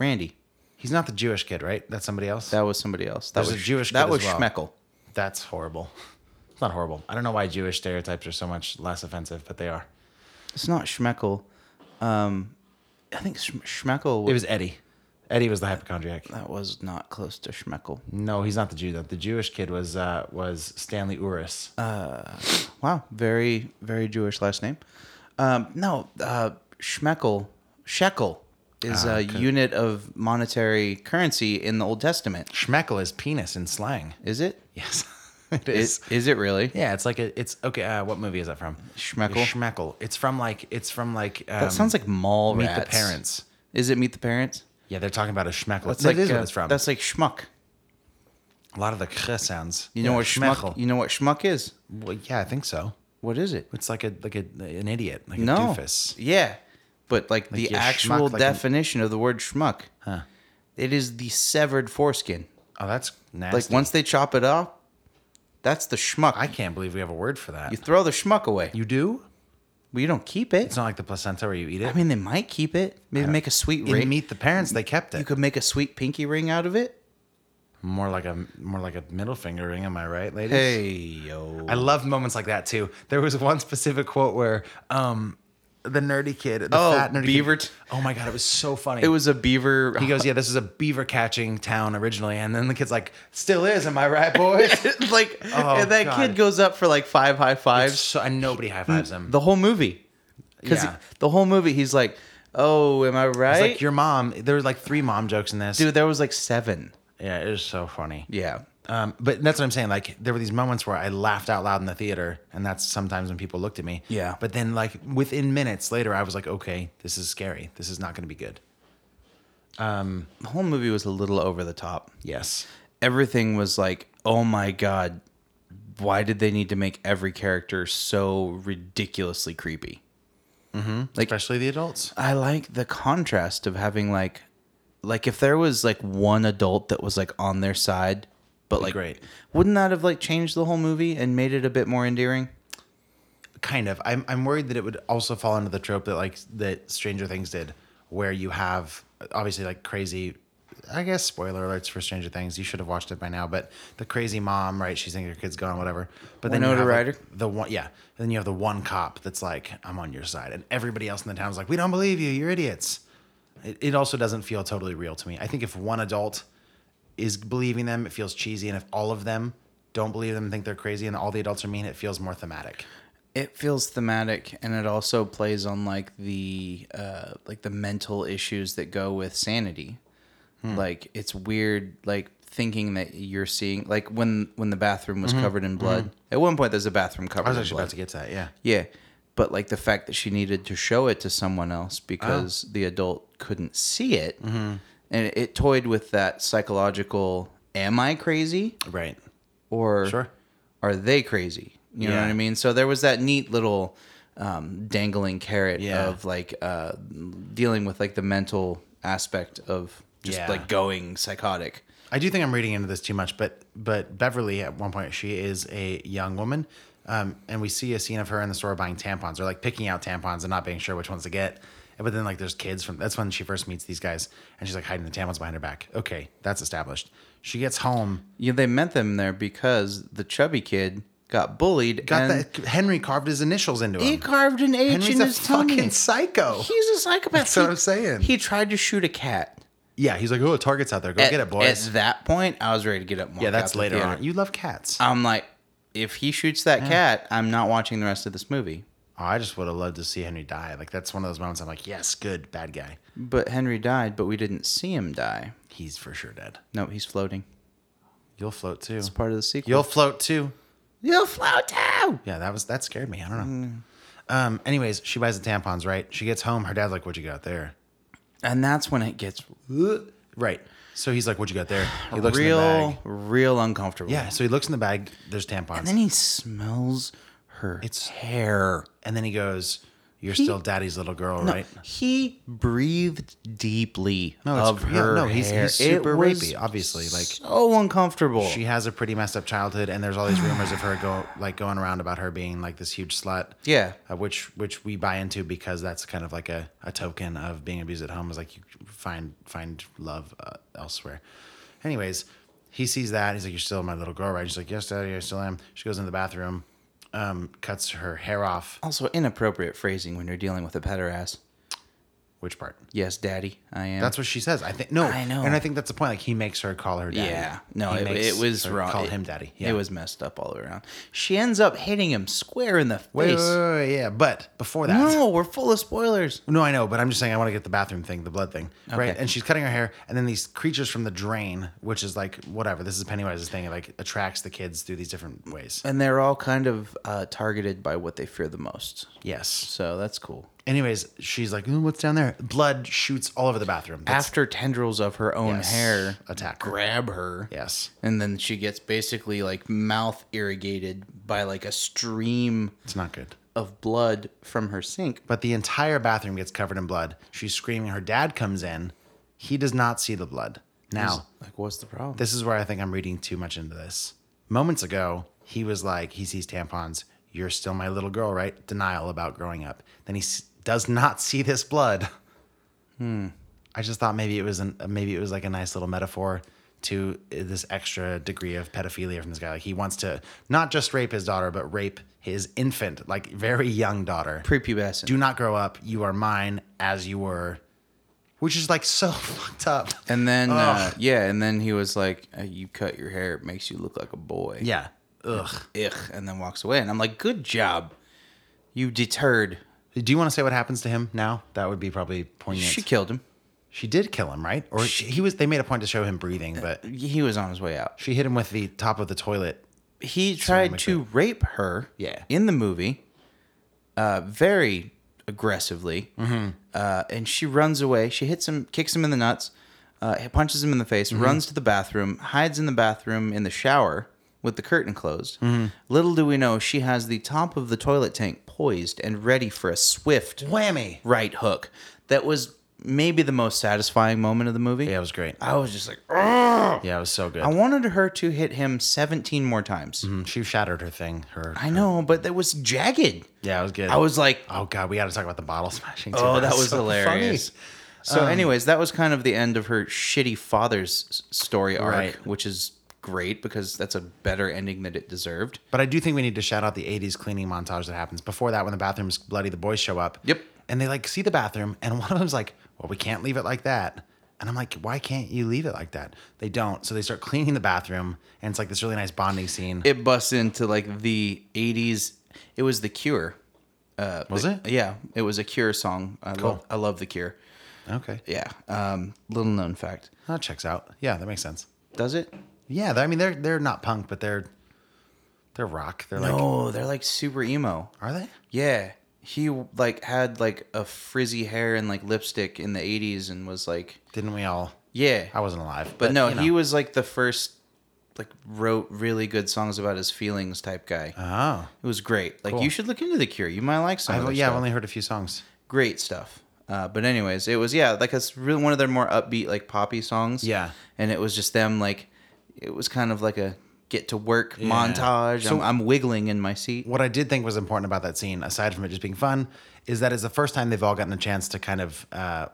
B: Randy.
I: He's not the Jewish kid, right? That's somebody else.
B: That was somebody else. That
I: There's
B: was
I: a Jewish
B: That
I: kid
B: was
I: as well.
B: Schmeckel.
I: That's horrible. It's not horrible. I don't know why Jewish stereotypes are so much less offensive, but they are.
B: It's not Schmeckel. Um, I think Sch- Schmeckel. Was,
I: It was Eddie. Eddie was the hypochondriac.
B: that was not close to Schmeckel.
I: No, he's not the Jew. Though. The Jewish kid was uh, was Stanley Uh, Uris.
B: Wow, very very Jewish last name. Um, no, uh, Schmeckel shekel is
I: Ah,
B: a unit of monetary currency in the Old Testament.
I: Schmeckel is penis in slang.
B: Is it?
I: Yes, it
B: Is
I: is.
B: is it really?
I: yeah, it's like a, it's okay. Uh, what movie is that from?
B: Schmeckel?
I: Schmeckel. It's from like it's from like. Um,
B: That sounds like mall
I: Meet
B: rats.
I: the Parents.
B: Is it Meet the Parents?
I: Yeah, they're talking about a schmeckel. That's
B: like,
I: that is
B: uh,
I: what it's from.
B: That's like schmuck.
I: a lot of the k sounds.
B: You know
I: Yeah,
B: what schmuck? You know what schmuck is?
I: Well, yeah, I think so.
B: What is it?
I: It's like a like a an idiot, like a
B: no.
I: doofus.
B: Yeah, but like, the
I: you
B: actual
I: schmuck like an-
B: definition of the word schmuck, it is the severed foreskin.
I: Oh, that's nasty.
B: Like once they chop it off, that's the schmuck.
I: I can't believe we have a word for that.
B: you throw the schmuck away.
I: You do?
B: Well, you don't keep it.
I: It's not like the placenta where you eat it.
B: I mean, they might keep it. Maybe make a sweet
I: in
B: ring.
I: Meet the Parents, they kept it.
B: you could make a sweet pinky ring out of it.
I: more like a more like a middle finger ring. Am I right, ladies?
B: yo.
I: I love moments like that too. There was one specific quote where um, the nerdy kid, the
B: Oh,
I: fat nerdy kid-
B: beaver t-
I: oh my god, it was so funny.
B: It was a beaver.
I: He goes, yeah, this is a beaver catching town originally, and then the kid's like, still is. Am I right, boys?
B: like,
I: Oh,
B: and that
I: God.
B: kid goes up for like five high fives.
I: so, and nobody high fives him.
B: the whole movie. Because
I: Yeah.
B: the whole movie, he's like, "Oh, am I
I: It's
B: right?"
I: like your mom. There were like three mom jokes in this.
B: Dude, there was like seven.
I: Yeah, it was so funny.
B: Yeah,
I: Um, but that's what I'm saying. Like there were these moments where I laughed out loud in the theater, and that's sometimes when people looked at me.
B: Yeah.
I: But then, like within minutes later, I was like, okay, this is scary. This is not going to be good.
B: the whole movie was a little over the top.
I: Yes.
B: Everything was like, "Oh my god, why did they need to make every character so ridiculously creepy?"
I: Especially the adults.
B: I like the contrast of having like, like if there was like one adult that was like on their side, but like,
I: great.
B: wouldn't that have like changed the whole movie and made it a bit more endearing?
I: Kind of. I'm I'm worried that it would also fall into the trope that like that Stranger Things did, where you have obviously like crazy. I guess spoiler alerts for Stranger Things. You should have watched it by now. But the crazy mom, right? She's thinking her kid's gone, whatever. But then you
B: Winona
I: have, like,
B: Ryder?
I: the one, yeah. And then you have the one cop that's like, "I'm on your side," and everybody else in the town's like, "We don't believe you. You're idiots." It, it also doesn't feel totally real to me. I think if one adult is believing them, it feels cheesy, and if all of them don't believe them, and think they're crazy, and all the adults are mean, it feels more thematic.
B: it feels thematic and it also plays on like the uh like the mental issues that go with sanity
I: Hmm.
B: like it's weird like thinking that you're seeing like when when the bathroom was covered in blood at one point there's a bathroom covered
I: Mm-hmm. I was
B: in
I: actually
B: blood
I: about to get to that. Yeah.
B: yeah but like the fact that she needed to show it to someone else because
I: Ah.
B: the adult couldn't see it
I: Mm-hmm.
B: and it, it toyed with that psychological am i crazy
I: Right.
B: or
I: Sure.
B: are they crazy? You know what
I: Yeah.
B: I mean? So there was that neat little um, dangling carrot
I: Yeah.
B: of like uh, dealing with like the mental aspect of just
I: Yeah.
B: like going psychotic.
I: I do think I'm reading into this too much, but but Beverly at one point she is a young woman, um, and we see a scene of her in the store buying tampons or like picking out tampons and not being sure which ones to get. And- But then like there's kids from that's when she first meets these guys, and she's like hiding the tampons behind her back. Okay, that's established. She gets home,
B: You know, they meant them there because the chubby kid got bullied
I: got
B: and
I: that Henry carved his initials into
B: he
I: him.
B: carved an H
I: Henry's
B: in
I: a
B: his tummy.
I: fucking psycho.
B: He's a psychopath.
I: That's what
B: He-
I: I'm saying.
B: He tried to shoot a cat.
I: yeah, he's like, oh, a Target's out there. Go
B: At-
I: get it, boys.
B: At that point, I was ready to get up. and
I: yeah,
B: walk out
I: that's
B: the
I: later
B: theater.
I: on. You love cats.
B: I'm like, if he shoots that cat, I'm not watching the rest of this movie.
I: Oh, I just would have loved to see Henry die. Like that's one of those moments I'm like, yes, good, bad guy.
B: But Henry died, but we didn't see him die.
I: He's for sure dead.
B: No, he's floating.
I: You'll float too.
B: It's part of the sequel.
I: You'll float too.
B: You'll float too.
I: Yeah, that was that scared me. I don't know.
B: Mm.
I: Um, anyways, she buys the tampons, right? She gets home, her dad's like, What you got there?
B: And that's when it gets
I: Right. So he's like, What you got there? He looks in the
B: real,
I: bag.
B: real uncomfortable.
I: Yeah, so he looks in the bag, there's tampons.
B: And then he smells her
I: It's-
B: hair.
I: and then he goes, You're still daddy's little girl, right?
B: He breathed deeply
I: No, it's-
B: of
I: yeah,
B: her.
I: no, he's-
B: hair.
I: he's super
B: It was
I: rapey, obviously, like-
B: so uncomfortable.
I: She has a pretty messed up childhood, and there's all these rumors of her go like going around about her being like this huge slut.
B: Yeah.
I: uh, which which we buy into because that's kind of like a, a token of being abused at home is like you find find love uh, elsewhere. Anyways, he sees that he's like, "You're still my little girl, right?" She's like, "Yes, daddy, I still am." She goes in the bathroom, um, cuts her hair off.
B: also inappropriate phrasing when you're dealing with a pederast.
I: Which part?
B: Yes, daddy, I am.
I: That's what she says. I think no,
B: I know.
I: and I think that's the point. Like he makes her call her daddy.
B: Yeah. No,
I: He
B: it,
I: makes
B: it was
I: her
B: wrong.
I: Call
B: It-
I: him daddy.
B: It was messed up all the way around. She ends up hitting him square in the face.
I: Wait, wait, wait, wait, "Oh, yeah, but before that,
B: No, we're full of spoilers.
I: No, I know, but I'm just saying I want to get the bathroom thing, the blood thing, right?
B: Okay.
I: And she's cutting her hair, and then these creatures from the drain, which is like whatever. This is Pennywise's thing. It like attracts the kids through these different ways.
B: And they're all kind of uh, targeted by what they fear the most.
I: Yes.
B: So that's cool.
I: Anyways, she's like, "Ooh, "What's down there?" Blood shoots all over the bathroom. That's-
B: After tendrils of her own
I: Yes.
B: hair
I: Attack her.
B: grab her.
I: Yes.
B: And then she gets basically like mouth irrigated by like a stream
I: It's not good.
B: of blood from her sink.
I: But the entire bathroom gets covered in blood. She's screaming. Her dad comes in. He does not see the blood. Now,
B: Like, what's the problem?
I: this is where I think I'm reading too much into this. Moments ago, he was like, he sees tampons. You're still my little girl, right? Denial about growing up. Then he s- does not see this blood. Hmm. I just thought maybe it was an maybe it was like a nice little metaphor to uh, this extra degree of pedophilia from this guy. Like he wants to not just rape his daughter, but rape his infant, like very young daughter.
B: Prepubescent.
I: Do not grow up. You are mine as you were, which is like so fucked up.
B: And then, uh,
I: Ugh.
B: yeah, and then he was like, uh, "You cut your hair; it makes you look like a boy."
I: yeah. Ugh.
B: Ugh. And then walks away, and I'm like, "Good job, you deterred."
I: Do you want to say what happens to him now? That would be probably poignant.
B: She
I: She,
B: killed him.
I: did kill him, right? Or he was. They made a point to show him breathing, but
B: He was on his way out.
I: she hit him with the top of the toilet.
B: He tried
I: make
B: to rape her.
I: Yeah.
B: In the movie, uh, very aggressively,
I: Mm-hmm.
B: uh, and she runs away. She hits him, kicks him in the nuts, uh, punches him in the face,
I: Mm-hmm.
B: runs to the bathroom, hides in the bathroom in the shower with the curtain closed.
I: Mm-hmm.
B: Little do we know, she has the top of the toilet tank poised and ready for a swift
I: Whammy!
B: right hook. That was maybe the most satisfying moment of the movie.
I: Yeah, it was great.
B: I was just like,
I: Yeah, it was so good.
B: Oh. I wanted her to hit him 17 more times.
I: she shattered her thing. Her.
B: I know, but that was jagged.
I: yeah, it was good.
B: I was like,
I: Oh god, we got to talk about the bottle smashing. Too.
B: oh, that
I: was
B: was
I: so
B: hilarious.
I: funny.
B: So, anyways, that was kind of the end of her shitty father's s- story arc,
I: Right.
B: which is great because that's a better ending that it deserved.
I: But I do think we need to shout out the '80s cleaning montage that happens before that when the bathroom's bloody. The boys show up.
B: Yep.
I: And they like see the bathroom, and one of them's like, "Well, we can't leave it like that." And I'm like, "Why can't you leave it like that?" They don't. So they start cleaning the bathroom, and it's like this really nice bonding scene.
B: It busts into like the 80s. It was The Cure.
I: was it?
B: Yeah, it was a Cure song. I, love, I love The Cure.
I: Okay.
B: Yeah. Um, little known fact.
I: That checks out. Yeah, that makes sense.
B: Does it?
I: Yeah, they're- I mean they're they're not punk, but they're they're rock. They're like,
B: No, they're like super emo.
I: are they?
B: Yeah. He like had like a frizzy hair and like lipstick in the 80s and was like,
I: Didn't we all?
B: yeah.
I: I wasn't alive,
B: but, no,
I: you know.
B: he was like the first like wrote really good songs about his feelings type guy.
I: Oh,
B: it was great. Like you should look into The Cure. You might like some of
I: I've,
B: their
I: yeah, I've
B: stuff.
I: only heard a few songs.
B: great stuff. Uh, but anyways, it was yeah, like it's really one of their more upbeat like poppy songs.
I: Yeah.
B: and it was just them like it was kind of like a get to work montage. I'm, I'm wiggling in my seat.
I: what I did think was important about that scene, aside from it just being fun, is that it's the first time they've all gotten a chance to kind of uh,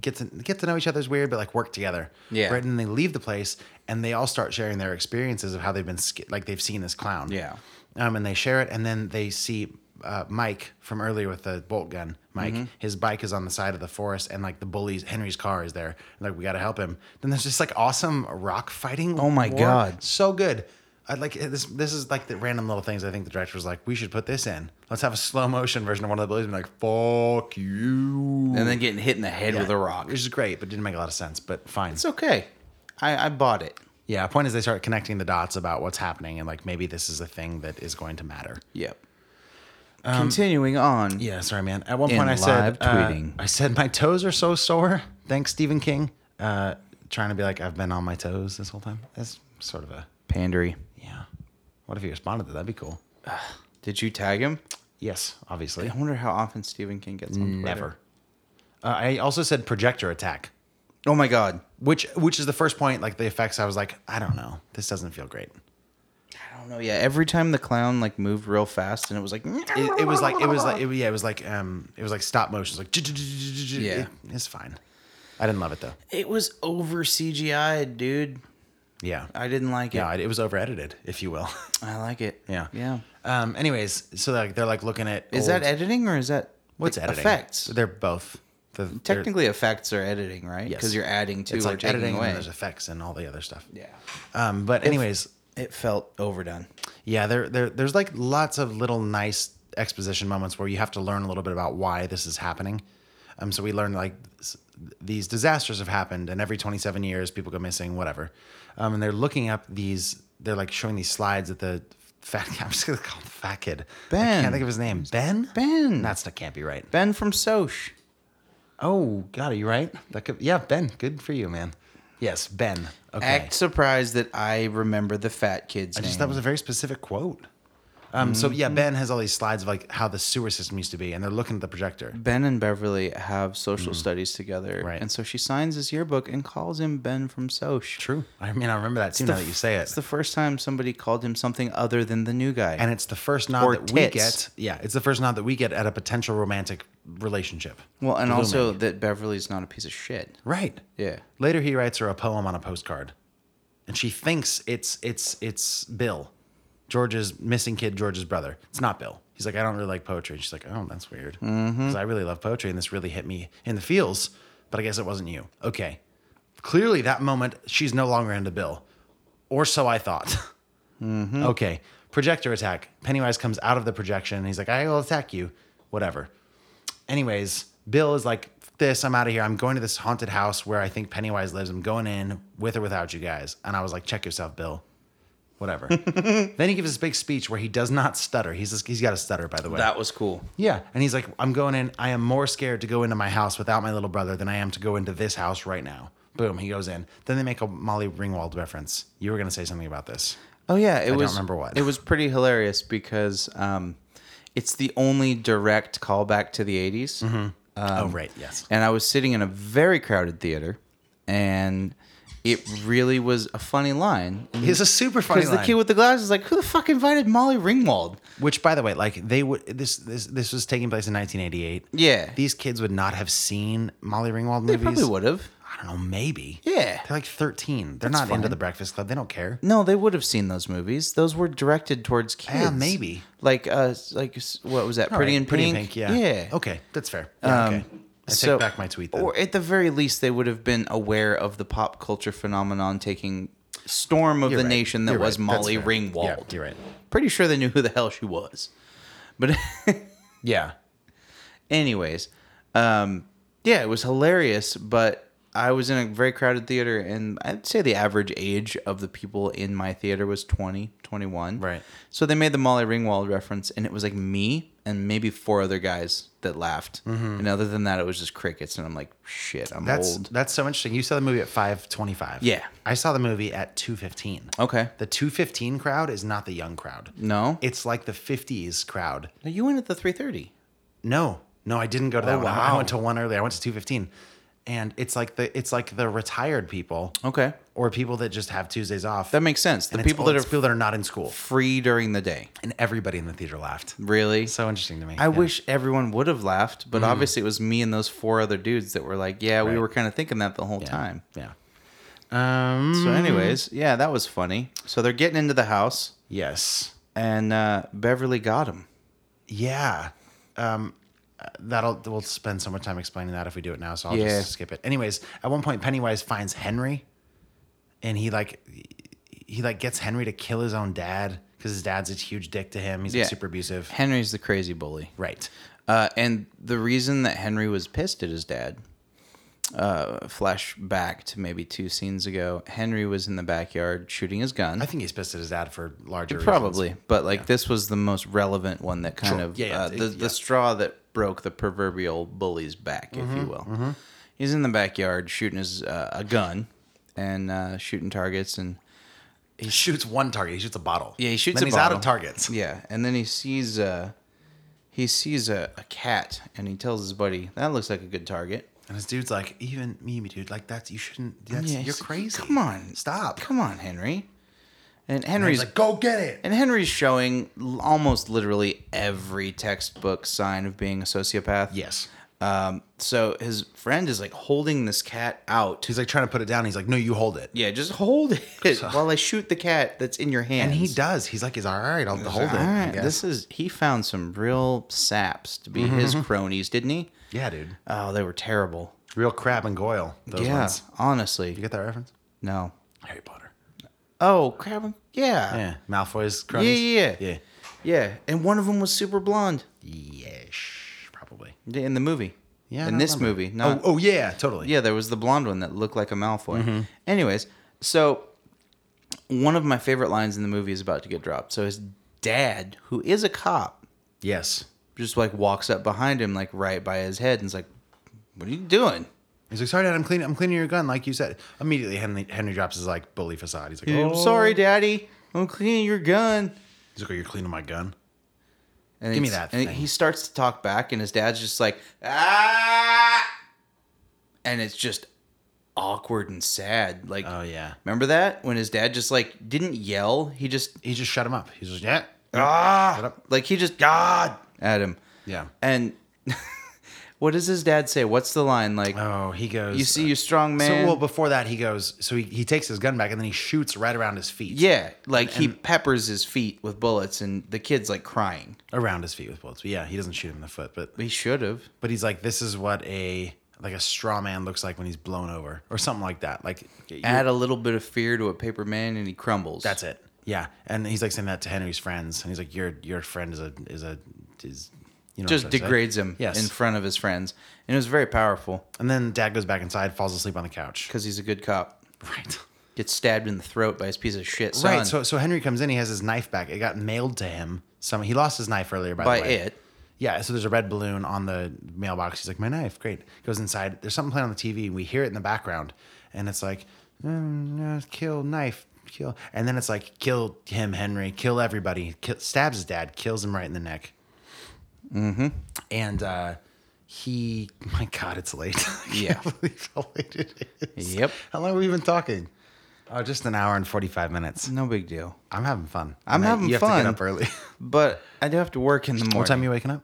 I: get to get to know each other's weird, but like work together.
B: Yeah.
I: Right, and they leave the place, and they all start sharing their experiences of how they've been sca- like they've seen this clown.
B: Yeah.
I: Um, and they share it, and then they see uh, Mike from earlier with the bolt gun. Mike,
B: Mm-hmm.
I: his bike is on the side of the forest, and like the bullies, Henry's car is there. And, like we got to help him. Then there's just like awesome rock fighting.
B: Oh my
I: war.
B: God.
I: so good. I like this. This is like the random little things. I think the director was like, "We should put this in. Let's have a slow motion version of one of the bullies." And be like, "Fuck you,"
B: And then getting hit in the head with a rock.
I: which
B: It's
I: is great, but didn't make a lot of sense. But fine.
B: okay. I, I bought it.
I: yeah. Point is, they start connecting the dots about what's happening, and like maybe this is a thing that is going to matter.
B: Yep. Um, Continuing on.
I: Yeah, sorry, man. At one
B: In
I: point, I
B: live
I: said, uh,
B: tweeting.
I: I said, my toes are so sore. Thanks, Stephen King. Uh, trying to be like, I've been on my toes this whole time. That's sort of a,
B: Pandery.
I: yeah. What if he responded to that? That'd be cool.
B: Did you tag him?
I: Yes, obviously.
B: I wonder how often Stephen King gets on Twitter.
I: Never. Uh, I also said projector attack,
B: Oh my god.
I: which which is the first point. Like the effects, I was like, I don't know, this doesn't feel great.
B: I don't know. Yeah, every time the clown like moved real fast and it was like
I: It, it was like it was like it, yeah, it was like um, it was like stop motion. It was like yeah,
B: Yeah.
I: it's fine. I didn't love it though.
B: it was over CGI, dude.
I: Yeah,
B: I didn't like it.
I: yeah, it was over edited, if you will.
B: I like it.
I: yeah,
B: Yeah.
I: Um, anyways, so like they're like looking at
B: Is
I: old-
B: that editing or is that
I: what's
B: like,
I: editing?
B: effects?
I: They're both The- they're-
B: Technically, effects are editing, right?
I: Yes.
B: Because you're adding to
I: it's
B: or
I: like
B: taking
I: editing
B: away.
I: and there's effects and all the other stuff.
B: yeah.
I: Um, but anyways,
B: It felt overdone.
I: Yeah, there, there, there's like lots of little nice exposition moments where you have to learn a little bit about why this is happening. Um, so we learn like s- these disasters have happened, and every 27 years people go missing, whatever. Um, and they're looking up these, they're like showing these slides at the fat. I'm just gonna call him fat kid. I
B: Ben.
I: can't think of his name. Ben.
B: Ben.
I: That's that can't be right.
B: Ben from Soch.
I: Oh God, are you right? That could. Yeah, Ben. Good for you, man. Yes, Ben. Okay.
B: Act surprised that I remember the fat kid's
I: I
B: name.
I: just that was a very specific quote. Um, So yeah,
B: Mm-hmm.
I: Ben has all these slides of like how the sewer system used to be, and they're looking at the projector.
B: Ben and Beverly have social studies together,
I: Mm. Right.
B: and so she signs his yearbook and calls him Ben from Soch.
I: True. I mean, I remember that too. now that you say it,
B: It's the first time somebody called him something other than the new guy.
I: and it's the first nod
B: Or
I: that we
B: tits.
I: get. Yeah, it's the first nod that we get at a potential romantic relationship.
B: well, and
I: Blooming.
B: also that Beverly's not a piece of shit.
I: right.
B: Yeah.
I: Later, he writes her a poem on a postcard, and she thinks it's it's it's Bill, George's missing kid, George's brother. It's not Bill. He's like, I don't really like poetry. And she's like, Oh, that's weird, because I really love poetry, and this really hit me in the feels. But I guess it wasn't you. Okay, clearly that moment she's no longer into Bill, or so I thought. Okay, projector attack. Pennywise comes out of the projection, and he's like, I will attack you. Whatever anyways, Bill is like, "F- this, I'm out of here. I'm going to this haunted house where I think Pennywise lives. I'm going in with or without you guys. And I was like, check yourself, Bill. Whatever. then he gives this big speech where he does not stutter. He's just, he's got a stutter, by the way.
B: That was cool.
I: yeah. And he's like, I'm going in. I am more scared to go into my house without my little brother than I am to go into this house right now. Boom, he goes in. Then they make a Molly Ringwald reference. You were going to say something about this.
B: Oh yeah, it
I: don't
B: was.
I: remember what.
B: It was pretty hilarious because um, it's the only direct callback to the '80s. Um,
I: oh, right. Yes.
B: and I was sitting in a very crowded theater, and it really was a funny line.
I: He's a super funny
B: Because the
I: line.
B: kid with the glasses is like, who the fuck invited Molly Ringwald?
I: Which, by the way, like they would this this this was taking place in 1988.
B: Yeah.
I: these kids would not have seen Molly Ringwald
B: They
I: movies.
B: probably would have.
I: I don't know, maybe.
B: Yeah.
I: they're like 13. They're
B: That's
I: not into
B: fine.
I: the Breakfast Club. They don't care.
B: No, they would have seen those movies. Those were directed towards kids.
I: Yeah, maybe.
B: Like, uh, like s- what was that?
I: All
B: Pretty
I: right,
B: and Pink.
I: yeah,
B: Yeah. Um,
I: Okay, that's fair. Yeah, okay, I take
B: So-
I: back my tweet. Then.
B: Or at the very least, they would have been aware of the pop culture phenomenon taking storm of
I: You're
B: the
I: right.
B: nation that
I: You're
B: was
I: right. That's
B: Molly
I: fair.
B: Ringwald.
I: Yeah, you're right.
B: Pretty sure they knew who the hell she was. But
I: Yeah,
B: anyways, um, yeah, it was hilarious. But I was in a very crowded theater, and I'd say the average age of the people in my theater was 20, 21.
I: Right.
B: So they made the Molly Ringwald reference, and it was like me and maybe four other guys that laughed. And other than that, it was just crickets. And I'm like, shit, I'm
I: Mm-hmm. that's
B: old.
I: that's so interesting. You saw the movie at 5:25.
B: Yeah.
I: I saw the movie at 2:15.
B: Okay.
I: The 2:15 crowd is not the young crowd.
B: No.
I: it's like the 50s crowd.
B: No, you went at the 3:30.
I: No, no, I didn't go to that
B: Oh,
I: one. I- I
B: wow.
I: went to one earlier. I went to two fifteen, and it's like the it's like the retired people
B: Okay.
I: or people that just have Tuesdays off.
B: That makes sense. Oh. The
I: and
B: people that are
I: people that are not in school,
B: free during the day.
I: and everybody in the theater laughed.
B: Really?
I: So interesting to me.
B: I
I: Yeah.
B: wish everyone would have laughed, but obviously it was me and those four other dudes that were like, yeah, we
I: Right.
B: were kind of thinking that the whole time.
I: Yeah. Um.
B: So, anyways, yeah, that was funny. So they're getting into the house,
I: Yes.
B: and uh, Beverly got him.
I: Yeah. Um. uh, That'll we'll spend so much time explaining that if we do it now, so I'll
B: Yeah.
I: just skip it. Anyways, at one point Pennywise finds Henry, and he like he like gets Henry to kill his own dad because his dad's a huge dick to him. He's
B: Yeah.
I: like super abusive.
B: Henry's the crazy bully.
I: Right.
B: Uh, and the reason that Henry was pissed at his dad, uh, flashback to maybe two scenes ago, Henry was in the backyard shooting his gun.
I: I think he's pissed at his dad for larger reasons.
B: Probably, but like this was the most relevant one that kind
I: Sure.
B: of
I: Yeah, yeah,
B: uh,
I: it-
B: the,
I: yeah.
B: the straw that broke the proverbial bully's back, if
I: Mm-hmm,
B: you will. He's in the backyard shooting his uh, a gun and uh, shooting targets, and
I: He shoots one target. He shoots a bottle.
B: yeah, he shoots.
I: Then
B: a
I: he's out
B: bottle.
I: of targets.
B: Yeah, and then he sees uh, he sees a, a cat and he tells his buddy, "That looks like a good target."
I: And this dude's like, even me, dude, like that's you shouldn't. That's
B: Yeah,
I: you're
B: he's like,
I: crazy.
B: Come on,
I: stop.
B: Come on, Henry. And
I: And he's
B: Henry's
I: like, go get it.
B: And Henry's showing l- almost literally every textbook sign of being a sociopath.
I: Yes.
B: Um, so his friend is like holding this cat out.
I: He's like trying to put it down. He's like, no, you hold it.
B: yeah, just hold it while I shoot the cat that's in your hand.
I: And he does. He's like, he's all right. I'll hold it.
B: All
I: I
B: right,
I: guess.
B: this is he found some real saps to be his
I: Mm-hmm.
B: cronies, didn't he?
I: yeah, dude.
B: Oh, they were terrible.
I: Real crab and goyle. Those
B: yeah,
I: ones.
B: honestly,
I: You get that reference?
B: no.
I: Harry Potter.
B: Oh, crab. Yeah.
I: Yeah. Malfoy's
B: yeah,
I: cronies.
B: yeah,
I: Yeah.
B: Yeah, and one of them was super blonde
I: Yes. Probably.
B: in the movie.
I: Yeah. I
B: in
I: don't
B: this
I: remember.
B: movie. Not,
I: oh, oh, yeah. Totally.
B: Yeah, there was the blonde one that looked like a Malfoy.
I: Mm-hmm.
B: Anyways, so one of my favorite lines in the movie is about to get dropped. So his dad, who is a cop,
I: Yes.
B: just like walks up behind him, like right by his head, and is like, "What are you doing?"
I: He's like, sorry, Dad, I'm cleaning. I'm cleaning your gun, like you said. Immediately, Henry, Henry drops his like bully facade. He's like,
B: "Yeah,
I: oh,
B: I'm sorry, Daddy. I'm cleaning your gun.
I: He's like, oh, you're cleaning my gun.
B: And
I: Give me
B: it's-
I: that
B: And
I: thing.
B: he starts to talk back, and his dad's just like, ah, and it's just awkward and sad. Like,
I: Oh yeah.
B: remember that when his dad just like didn't yell, he just
I: He just shut him up. He's just yeah, shut
B: ah,
I: up.
B: like he just ah at him.
I: yeah.
B: And what does his dad say? What's the line like?
I: Oh, he goes.
B: you see, you strong
I: So
B: man.
I: well, before that, he goes. So he, he takes his gun back and then he shoots right around his feet.
B: yeah, like he peppers his feet with bullets, and the kid's like crying.
I: around his feet with bullets. But yeah, he doesn't shoot him in the foot, but
B: He should have.
I: but he's like, this is what a like a straw man looks like when he's blown over or something like that. Like you-
B: Add a little bit of fear to a paper man, and he crumbles.
I: that's it. Yeah, and he's like saying that to Henry's friends, and he's like, your your friend is a is a is you know what I'm
B: just
I: trying to say.
B: degrades him
I: Yes,
B: in front of his friends, and it was very powerful
I: and then dad goes back inside, falls asleep on the couch.
B: because he's a good cop.
I: Right.
B: Gets stabbed in the throat by his piece of shit son.
I: Right. So so Henry comes in. He has his knife back. It got mailed to him. Some he lost his knife earlier. By,
B: by
I: the way.
B: it,
I: Yeah. So there's a red balloon on the mailbox. He's like, my knife. Great. Goes inside. There's something playing on the TV, and we hear it in the background. And it's like, "Mm, uh, kill knife, kill. And then it's like, kill him, Henry. Kill everybody. Kill, stabs his dad. Kills him right in the neck. Mm-hmm. And uh, he, my God, it's late. I can't
B: Yeah.
I: believe how late it is.
B: Yep.
I: How long have we been talking? Oh, just an hour and forty-five minutes.
B: no big deal.
I: I'm having fun.
B: I'm
I: And I-
B: having
I: you You have to
B: fun.
I: get up early.
B: But I do have to work in the morning.
I: what time are you waking up?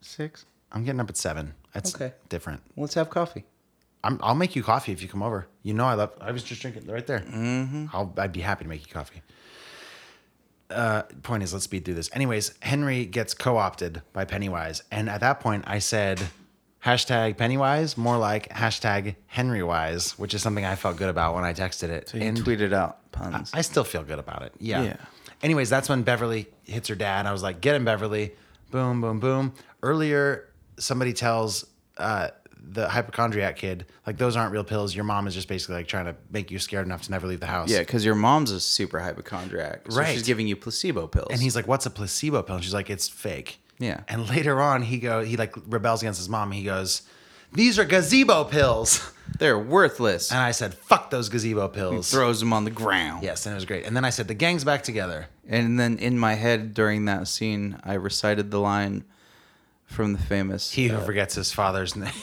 B: Six.
I: I'm getting up at seven. That's
B: Okay.
I: different.
B: Let's have coffee.
I: I'm, I'll make you coffee if you come over. You know I love. I was just drinking right there. Mm-hmm. I'll, I'd be happy to make you coffee. Uh, point is, let's speed through this. Anyways, Henry gets co-opted by Pennywise, and at that point, I said hashtag Pennywise, more like hashtag Henrywise, which is something I felt good about when I texted it.
B: And
I: And-
B: tweeted out puns.
I: I still feel good about it. Yeah.
B: Yeah.
I: Anyways, that's when Beverly hits her dad. I was like, get him, Beverly. Boom, boom, boom. Earlier, somebody tells uh, the hypochondriac kid, like, those aren't real pills. Your mom is just basically like trying to make you scared enough to never leave the house.
B: yeah, because your mom's a super hypochondriac, so
I: Right.
B: She's giving you placebo pills.
I: And he's like, "What's a placebo pill?" And she's like, "It's fake."
B: Yeah.
I: And later on, he go he like rebels against his mom. He goes, "These are gazebo pills."
B: they're worthless.
I: And I said, "Fuck those gazebo pills."
B: Throws him on the ground.
I: yes, and it was great. And then I said, "The gang's back together."
B: And then in my head during that scene, I recited the line from the famous.
I: He who forgets his father's name.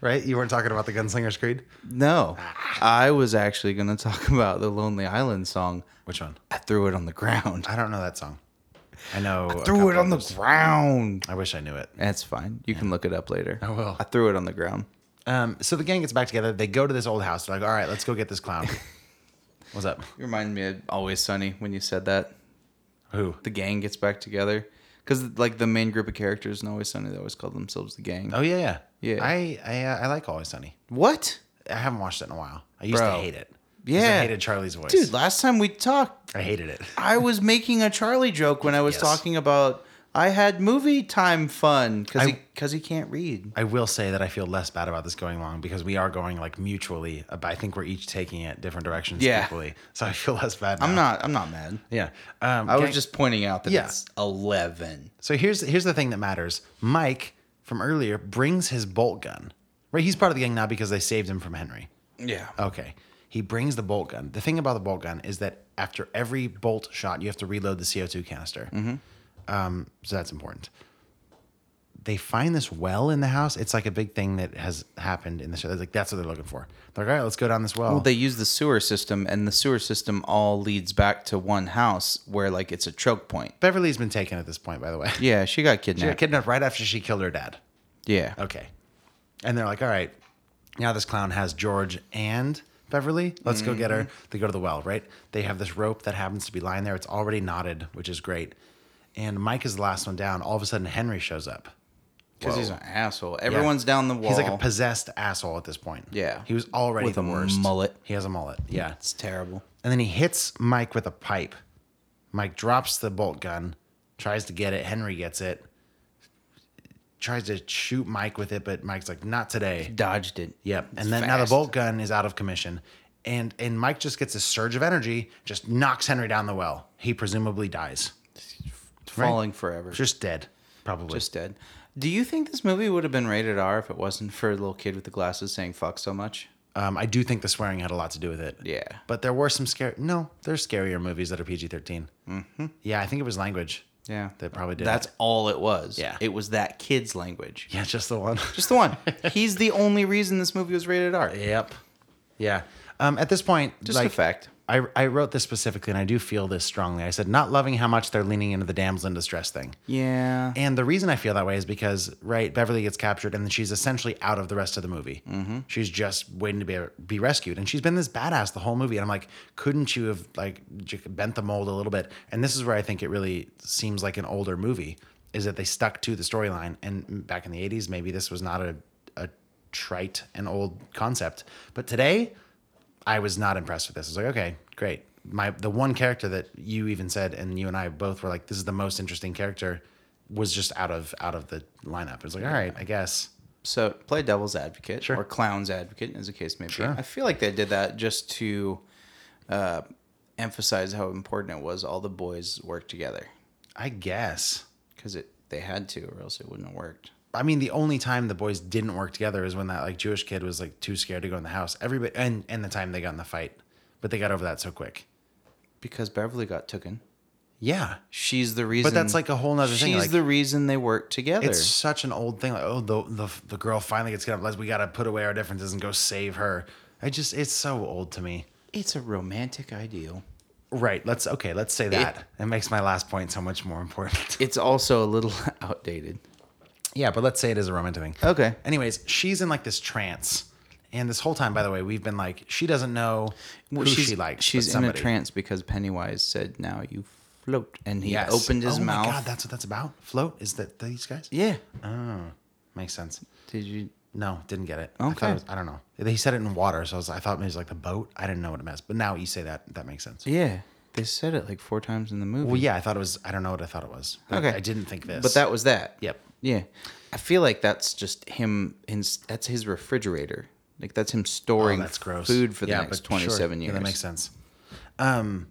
I: right? You weren't talking about the Gunslinger's Creed?
B: no,
I: Ah.
B: I was actually going to talk about the Lonely Island song.
I: Which one?
B: I threw it on the ground.
I: I don't know that song. I know. a
B: threw it
I: couple
B: on the
I: others.
B: ground.
I: I wish I knew it.
B: That's fine. You can look it up later. I
I: will.
B: I threw it on the ground.
I: Um, so the gang gets back together. They go to this old house. They're like, all right, let's go get this clown. What's up?
B: You remind me of Always Sunny when you said that.
I: Who?
B: The gang gets back together. Because, like, the main group of characters in Always Sunny, they always call themselves the gang.
I: Oh, yeah, yeah.
B: Yeah.
I: I I, uh, I like Always Sunny.
B: What?
I: I haven't watched it in a while. I used to
B: Bro.
I: hate it. 'Cause
B: Yeah.
I: I hated Charlie's voice.
B: Dude, last time we talked,
I: I hated it.
B: I was making a Charlie joke when I was
I: Yes.
B: talking about I had movie time fun because
I: I-
B: he, 'cause he can't read.
I: I will say that I feel less bad about this going along because we are going like mutually. uh, but I think we're each taking it different directions
B: Yeah.
I: equally. So I feel less bad.
B: I'm
I: now.
B: not. I'm not mad.
I: Yeah. Um,
B: I
I: gang-
B: was just pointing out that
I: Yeah.
B: it's eleven.
I: So here's here's the thing that matters. Mike from earlier brings his bolt gun. Right. He's part of the gang now because they saved him from Henry.
B: Yeah.
I: Okay. He He brings the bolt gun. The thing about the bolt gun is that after every bolt shot, you have to reload the CO2 canister.
B: Mm-hmm.
I: Um, so that's important. They find this well in the house. It's like a big thing that has happened in the show. They're like, that's what they're looking for. They're like, all right, let's go down this well.
B: Well, they use the sewer system, and the sewer system all leads back to one house where like it's a choke point.
I: Beverly's been taken at this point, by the way.
B: Yeah, she got
I: She got
B: kidnapped.
I: kidnapped right after she killed her dad.
B: yeah.
I: Okay. And they're like, all right, now this clown has George and Beverly. Let's go get her.
B: Mm-hmm.
I: They go to the well, right? They have this rope that happens to be lying there. It's already knotted, which is great. And Mike is the last one down. All of a sudden, Henry shows up.
B: Because he's an asshole. Everyone's down the wall.
I: He's like a possessed asshole at this point.
B: Yeah.
I: He was already
B: With
I: the
B: a
I: worst.
B: mullet.
I: He has a mullet. Yeah.
B: it's terrible.
I: And then he hits Mike with a pipe. Mike drops the bolt gun, tries to get it. Henry gets it, tries to shoot Mike with it, but Mike's like, not today.
B: Dodged it.
I: Yep.
B: It's
I: And then now the
B: fast.
I: bolt gun is out of commission. And and Mike just gets a surge of energy, just knocks Henry down the well. He presumably dies.
B: falling forever. Just,
I: Just dead, probably.
B: dead. Do you think this movie would have been rated R if it wasn't for a little kid with the glasses saying fuck so much?
I: um, I do think the swearing had a lot to do with it.
B: Yeah.
I: But there were some scary no, there's scarier movies that are PG 13 Mm-hmm. Yeah, I think it was language.
B: Yeah.
I: That probably did.
B: That's
I: it.
B: all it was.
I: Yeah.
B: It was that kid's language.
I: yeah, just the one.
B: Just the one. He's the only reason this movie was rated R.
I: yep. Yeah. Um, at this point,
B: Just
I: like,
B: a fact.
I: I, I wrote this specifically, and I do feel this strongly. I said, not loving how much they're leaning into the damsel in distress thing.
B: Yeah.
I: And the reason I feel that way is because, right, Beverly gets captured and then she's essentially out of the rest of the movie. She's just waiting to be, be rescued. And she's been this badass the whole movie. And I'm like, couldn't you have like j- bent the mold a little bit? And this is where I think it really seems like an older movie is that they stuck to the storyline. And back in the 80s, maybe this was not a, a trite and old concept. But today, I was not impressed with this. I was like, okay, great. My the one character that you even said and you and I both were like, this is the most interesting character, was just out of out of the lineup. It was like, all right, I guess.
B: So play devil's advocate
I: Sure.
B: or clown's advocate, as the case may be.
I: Sure.
B: I feel like they did that just to uh, emphasize how important it was all the boys worked together
I: I guess.
B: because it they had to, or else it wouldn't have worked.
I: I mean, the only time the boys didn't work together is when that like Jewish kid was like too scared to go in the house. Everybody and and the time they got in the fight, but they got over that so quick.
B: Because Beverly got taken.
I: Yeah,
B: She's the reason.
I: that's like a whole nother
B: she's
I: thing, like-
B: She's the reason they work together.
I: It's such an old thing. Like, oh, the the, the girl finally gets kidnapped. Let's we gotta put away our differences and go save her. I just it's so old to me.
B: It's a romantic ideal.
I: Right. Let's okay. Let's say that. It, makes my last point so much more important.
B: It's also a little outdated.
I: yeah, but let's say it is a romantic thing.
B: Okay.
I: Anyways, she's in like this trance, and this whole time, by the way, we've been like, she doesn't know
B: Well,
I: who
B: she's,
I: she likes.
B: She's
I: but
B: in a
I: somebody.
B: trance because Pennywise said, "Now you float," and he
I: Yes.
B: opened his
I: oh
B: mouth.
I: My God, that's what that's about. Float is that these guys?
B: yeah.
I: makes sense.
B: Did you?
I: No, didn't get it. I, thought
B: Okay.
I: it was, I don't know. They said it in water, so I, was, I thought maybe it was like the boat. I didn't know what it meant, but now you say that, that makes sense.
B: Yeah, they said it like four times in the movie.
I: Well, yeah, I thought it was. I don't know what I thought it was. but
B: Okay.
I: I didn't think this.
B: but that was that.
I: Yep.
B: Yeah, I feel like that's just him. His that's his refrigerator. Like that's him storing
I: Oh, that's gross.
B: food for the
I: Yeah,
B: next
I: but sure.
B: twenty seven
I: Yeah,
B: years.
I: that makes sense. Um.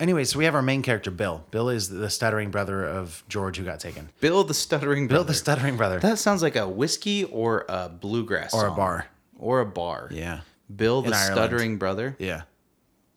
I: Anyway, so we have our main character, Bill. Bill is the stuttering brother of George, who got taken.
B: Bill the stuttering.
I: Bill,
B: Brother.
I: the stuttering brother.
B: That sounds like a whiskey or a bluegrass
I: Or a
B: song.
I: bar.
B: Or a bar.
I: yeah.
B: Bill
I: In
B: the
I: Ireland.
B: stuttering brother.
I: Yeah.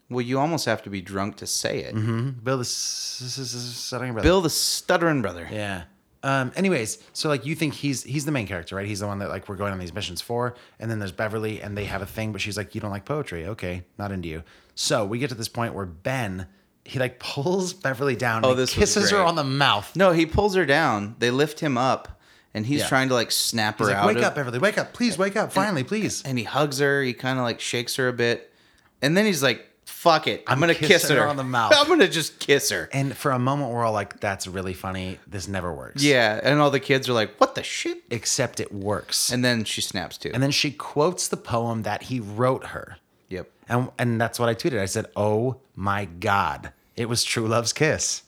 B: Well, you almost have to be drunk to say it.
I: Bill the s- s- s- stuttering brother.
B: Bill the stuttering brother.
I: Yeah. Um, anyways, so like you think he's he's the main character, right? He's the one that like we're going on these missions for, and then there's Beverly, and they have a thing, but she's like, you don't like poetry, okay? Not into you. So we get to this point where Ben he like pulls Beverly down,
B: Oh,
I: and
B: this was
I: kisses her
B: great.
I: on the mouth.
B: No, he pulls her down. They lift him up, and he's
I: Yeah.
B: trying to like snap
I: He's
B: her
I: like,
B: out.
I: wake
B: of-
I: up, Beverly, wake up, please wake up, finally, please.
B: and he hugs her. He kind of like shakes her a bit, and then he's like, "Fuck it, I'm,
I: I'm
B: gonna kiss
I: kissing
B: her.
I: her on the mouth.
B: I'm gonna just kiss her."
I: And for a moment, we're all like, that's really funny. This never works.
B: yeah, and all the kids are like, "What the shit?"
I: Except it works. And,
B: And then she snaps too.
I: then she quotes the poem that he wrote her.
B: yep,
I: And, and that's what I tweeted. I said, oh my God. It was True Love's Kiss.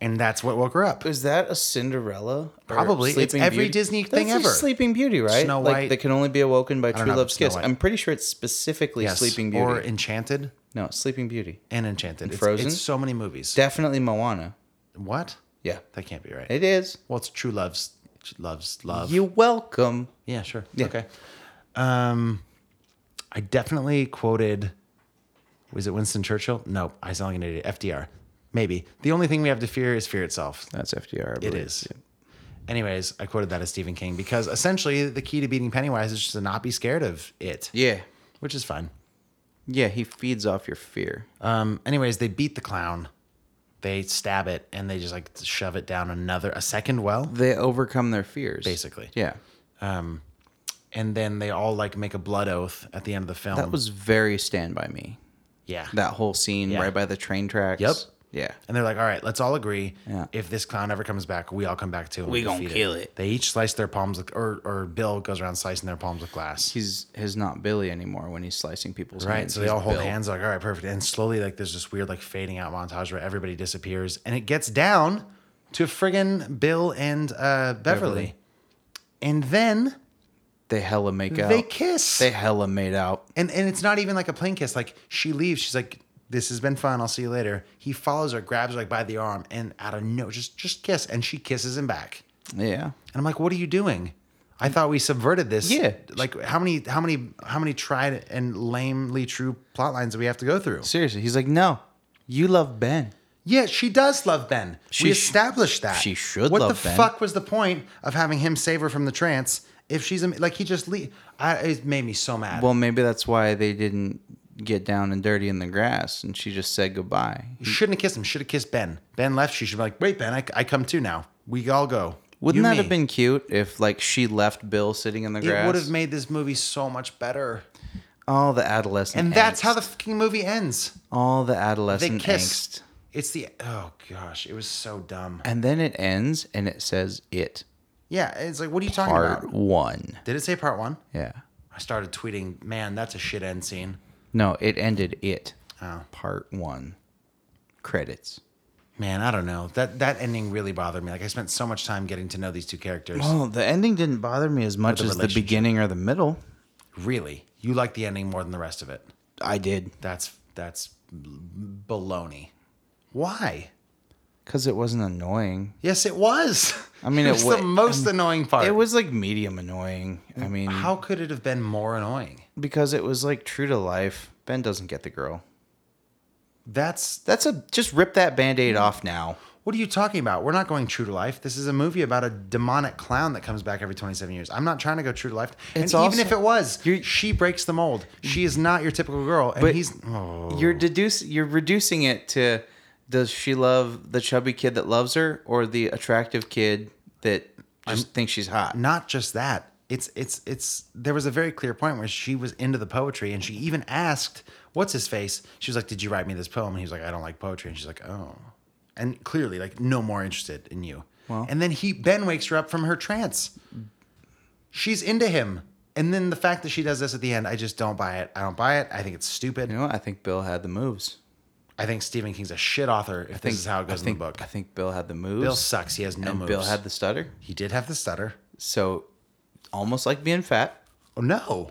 I: And that's what woke her up.
B: is that a Cinderella? or
I: Probably. It's every Disney
B: That's
I: thing
B: just
I: ever.
B: Sleeping Beauty, right?
I: Snow
B: like,
I: White.
B: They can only be awoken by
I: don't
B: true
I: know if
B: love's
I: Snow
B: kiss.
I: White.
B: I'm pretty sure it's specifically
I: Yes.
B: Sleeping Beauty.
I: Or Enchanted
B: no, Sleeping Beauty.
I: and Enchanted. It's,
B: Frozen?
I: it's so many movies.
B: Definitely Moana.
I: what?
B: Yeah,
I: That can't be right.
B: it is.
I: well, it's True Love's Love's Love.
B: You're welcome.
I: Yeah, sure. Okay. Um, I definitely quoted Was it Winston Churchill? No, I sound like an idiot. FDR. Maybe. The only thing we have to fear is fear itself.
B: That's FDR. I
I: It
B: believe.
I: is. Anyways, I quoted that as Stephen King because essentially the key to beating Pennywise is just to not be scared of it,
B: Yeah.
I: which is fun.
B: Yeah, he feeds off your fear.
I: Um, anyways, they beat the clown, they stab it, and they just like shove it down another a second well,
B: They overcome their fears.
I: basically.
B: Yeah.
I: And then they all like make a blood oath at the end of the film.
B: That was very Stand By Me.
I: yeah.
B: That whole scene
I: Yeah.
B: right by the train tracks.
I: Yep.
B: Yeah.
I: And they're like, all right, let's all agree.
B: Yeah.
I: If this clown ever comes back, we all come back to it. and
B: We gonna
I: defeat
B: kill it.
I: They each slice their palms, with, or or Bill goes around slicing their palms with glass.
B: He's he's not Billy anymore when he's slicing people's
I: Right.
B: hands.
I: So they
B: He's
I: all hold
B: Bill.
I: hands, like, all right, perfect. And slowly, like, there's this weird, like, fading out montage where everybody disappears and it gets down to friggin' Bill and uh, Beverly.
B: Beverly.
I: And then
B: They hella make out.
I: they kiss.
B: They hella made out.
I: and, and it's not even like a plain kiss. Like, she leaves. She's like, this has been fun. I'll see you later. He follows her, grabs her, like, by the arm, and out of no, just, just kiss. And she kisses him back.
B: Yeah.
I: And I'm like, what are you doing? I thought we subverted this.
B: Yeah.
I: Like, how many, how many, how many tried and lamely true plot lines do we have to go through?
B: Seriously. He's like, No, you love Ben.
I: Yeah, she does love Ben.
B: She
I: we
B: sh-
I: established that.
B: she should
I: What
B: love
I: the
B: Ben.
I: fuck was the point of having him save her from the trance if she's a, like he just le- I It made me so mad.
B: Well, maybe that's why they didn't get down and dirty in the grass and she just said goodbye.
I: you shouldn't have kissed him. Should have kissed Ben. Ben left. She should be like, wait, Ben, I, I come too now. We all go.
B: Wouldn't
I: You,
B: that
I: me.
B: have been cute if like she left Bill sitting in the grass?
I: It would have made this movie so much better.
B: all the adolescent
I: And that's
B: angst.
I: how the fucking movie ends.
B: all the
I: They
B: adolescent
I: kiss.
B: angst.
I: It's the oh gosh, it was so dumb.
B: And then it ends and it says it.
I: Yeah, it's like, what are you talking
B: Part
I: about?
B: one.
I: Did it say part one?
B: Yeah.
I: I started tweeting, man, that's a shit end scene.
B: No, it ended it.
I: Oh.
B: Part one. Credits.
I: Man, I don't know. That that ending really bothered me. Like I spent so much time getting to know these two characters.
B: Well, the ending didn't bother me as much
I: the
B: as the
I: relationship.
B: beginning or the middle.
I: Really, you like the ending more than the rest of it.
B: I did.
I: That's that's baloney. Why?
B: Because it wasn't annoying.
I: Yes, it was.
B: I mean,
I: it
B: it
I: was the
B: wa-
I: most annoying part.
B: It was like medium annoying. I mean,
I: How could it have been more annoying?
B: because it was like true to life. Ben doesn't get the girl.
I: That's
B: That's a just rip that band aid off now.
I: what are you talking about? We're not going true to life. This is a movie about a demonic clown that comes back every 27 years. I'm not trying to go true to life.
B: It's
I: and
B: also-
I: even if it was,
B: you're-
I: she breaks the mold. She is not your typical girl, and
B: But-
I: he's oh.
B: You're deduce you're reducing it to does she love the chubby kid that loves her or the attractive kid that just thinks she's hot?
I: not just that it's it's it's there was a very clear point where she was into the poetry and she even asked what's his face she was like did you write me this poem and he was like i don't like poetry and she's like oh and clearly like no more interested in you and then he ben wakes her up from her trance she's into him and then the fact that she does this at the end i just don't buy it i don't buy it i think it's stupid
B: You know, what? I think Bill had the moves.
I: i think stephen king's a shit author if
B: I think,
I: this is how it goes
B: I think,
I: in the book
B: I think Bill had the moves.
I: bill sucks he has no
B: and
I: moves
B: Bill had the stutter.
I: he did have the stutter
B: So almost like being fat.
I: oh no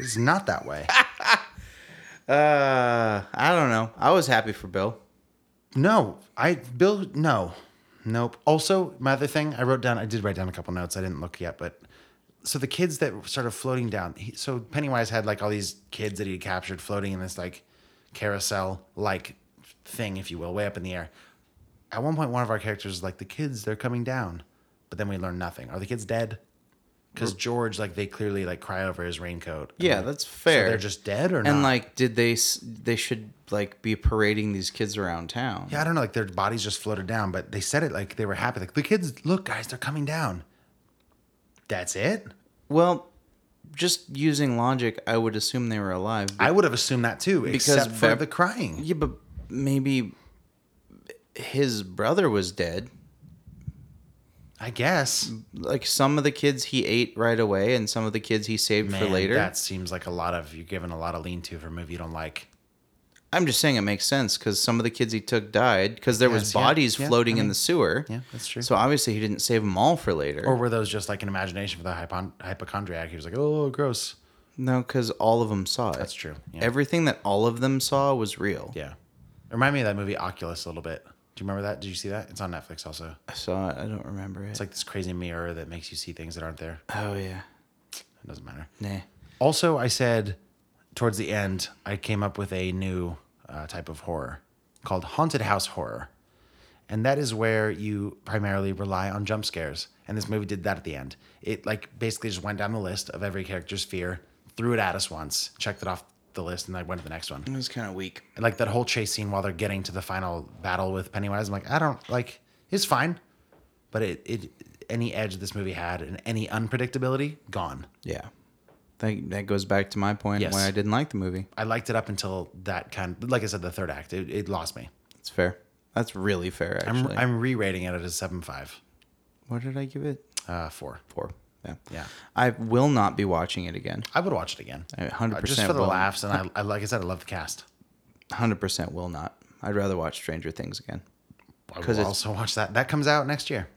I: it's not that way
B: Uh, I don't know. I was happy for Bill.
I: No, I Bill. No, nope. Also, my other thing, I wrote down. I did write down a couple notes. I didn't look yet, but so the kids that started floating down. He, so Pennywise had like all these kids that he had captured floating in this like carousel like thing, if you will, way up in the air. At one point, one of our characters was like, "The kids, they're coming down," but then we learn nothing. Are the kids dead? Because George, like, they clearly like cry over his raincoat.
B: Yeah,
I: Like,
B: that's fair.
I: So they're just dead, or not?
B: And like, did they? s- They should like be parading these kids around town.
I: Yeah, I don't know. Like their bodies just floated down, but they said it like they were happy. Like the kids, look, guys, they're coming down. That's it.
B: Well, just using logic, I would assume they were alive.
I: I would have assumed that too,
B: Because
I: except for
B: Bev-
I: the crying.
B: yeah, but maybe his brother was dead.
I: I guess.
B: Like some of the kids he ate right away, and some of the kids he saved
I: Man,
B: for later.
I: That seems like a lot of you're giving a lot of lean to for a movie you don't like.
B: I'm just saying it makes sense because some of the kids he took died because there was
I: Yes, yeah,
B: bodies
I: yeah,
B: floating
I: I
B: in
I: mean,
B: the sewer.
I: yeah, that's true.
B: So obviously he didn't save them all for later.
I: Or were those just like an imagination for the hypo- hypochondriac? He was like, oh, gross.
B: no, because all of them saw it.
I: That's true, yeah.
B: Everything that all of them saw was real.
I: Yeah. Remind me of that movie Oculus a little bit. Do you remember that? Did you see that? It's on Netflix also.
B: I saw it. I don't remember it.
I: It's like this crazy mirror that makes you see things that aren't there.
B: oh yeah,
I: It doesn't matter.
B: nah.
I: Also, I said towards the end, I came up with a new uh, type of horror called haunted house horror. And that is where you primarily rely on jump scares. And this movie did that at the end. It like basically just went down the list of every character's fear, threw it at us once, checked it off the list, and then went to the next one.
B: It was kind of weak.
I: And like that whole chase scene while they're getting to the final battle with Pennywise, I'm like, I don't like it's fine. But it it any edge this movie had and any unpredictability, gone.
B: Yeah. That, that goes back to my point
I: Yes.
B: why I didn't like the movie.
I: I liked it up until that kind like I said, the third act. It, it lost me.
B: It's fair. That's really fair,
I: I'm
B: actually.
I: I'm re-rating it at a seven five.
B: what did I give it?
I: Uh four.
B: Four. Yeah.
I: Yeah.
B: I will not be watching it again.
I: I would watch it again.
B: I 100%
I: Uh, Just for the
B: will.
I: laughs and I, I like I said, I love the cast.
B: 100% will not. I'd rather watch Stranger Things again.
I: I
B: 'Cause
I: will
B: it's-
I: also watch that. That comes out next year.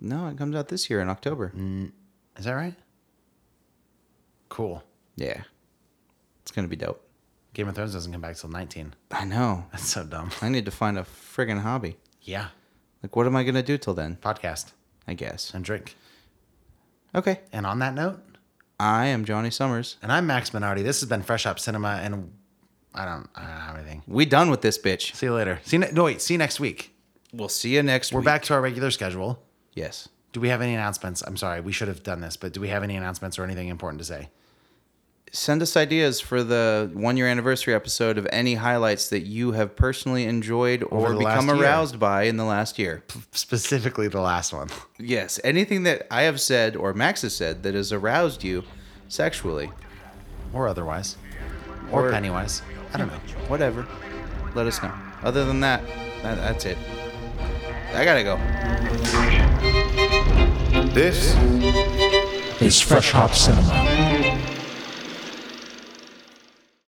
B: No, it comes out this year in October.
I: Mm. Is that right? Cool.
B: Yeah. It's going to be dope.
I: Game of Thrones doesn't come back till nineteen.
B: I know.
I: That's so dumb.
B: I need to find a friggin' hobby.
I: Yeah.
B: Like, what am I going to do till then?
I: Podcast
B: I guess.
I: and drink.
B: Okay.
I: And on that note,
B: I am Johnny Summers.
I: and I'm Max Minardi. This has been Fresh Up Cinema, and I don't, I don't have anything.
B: We done with this bitch.
I: See you later. See you ne- no wait. See you next week.
B: We'll see you next
I: We're
B: week.
I: back to our regular schedule.
B: Yes.
I: Do we have any announcements? I'm sorry, we should have done this, but do we have any announcements or anything important to say?
B: Send us ideas for the one year anniversary episode of any highlights that you have personally enjoyed or
I: the
B: become
I: last year.
B: aroused by in the last year.
I: Specifically, the last one.
B: Yes. Anything that I have said or Max has said that has aroused you sexually.
I: or otherwise, or, Pennywise. I don't know.
B: Whatever. Let us know. Other than that, that that's it. I gotta go.
G: This
H: is Fresh Hop Cinema.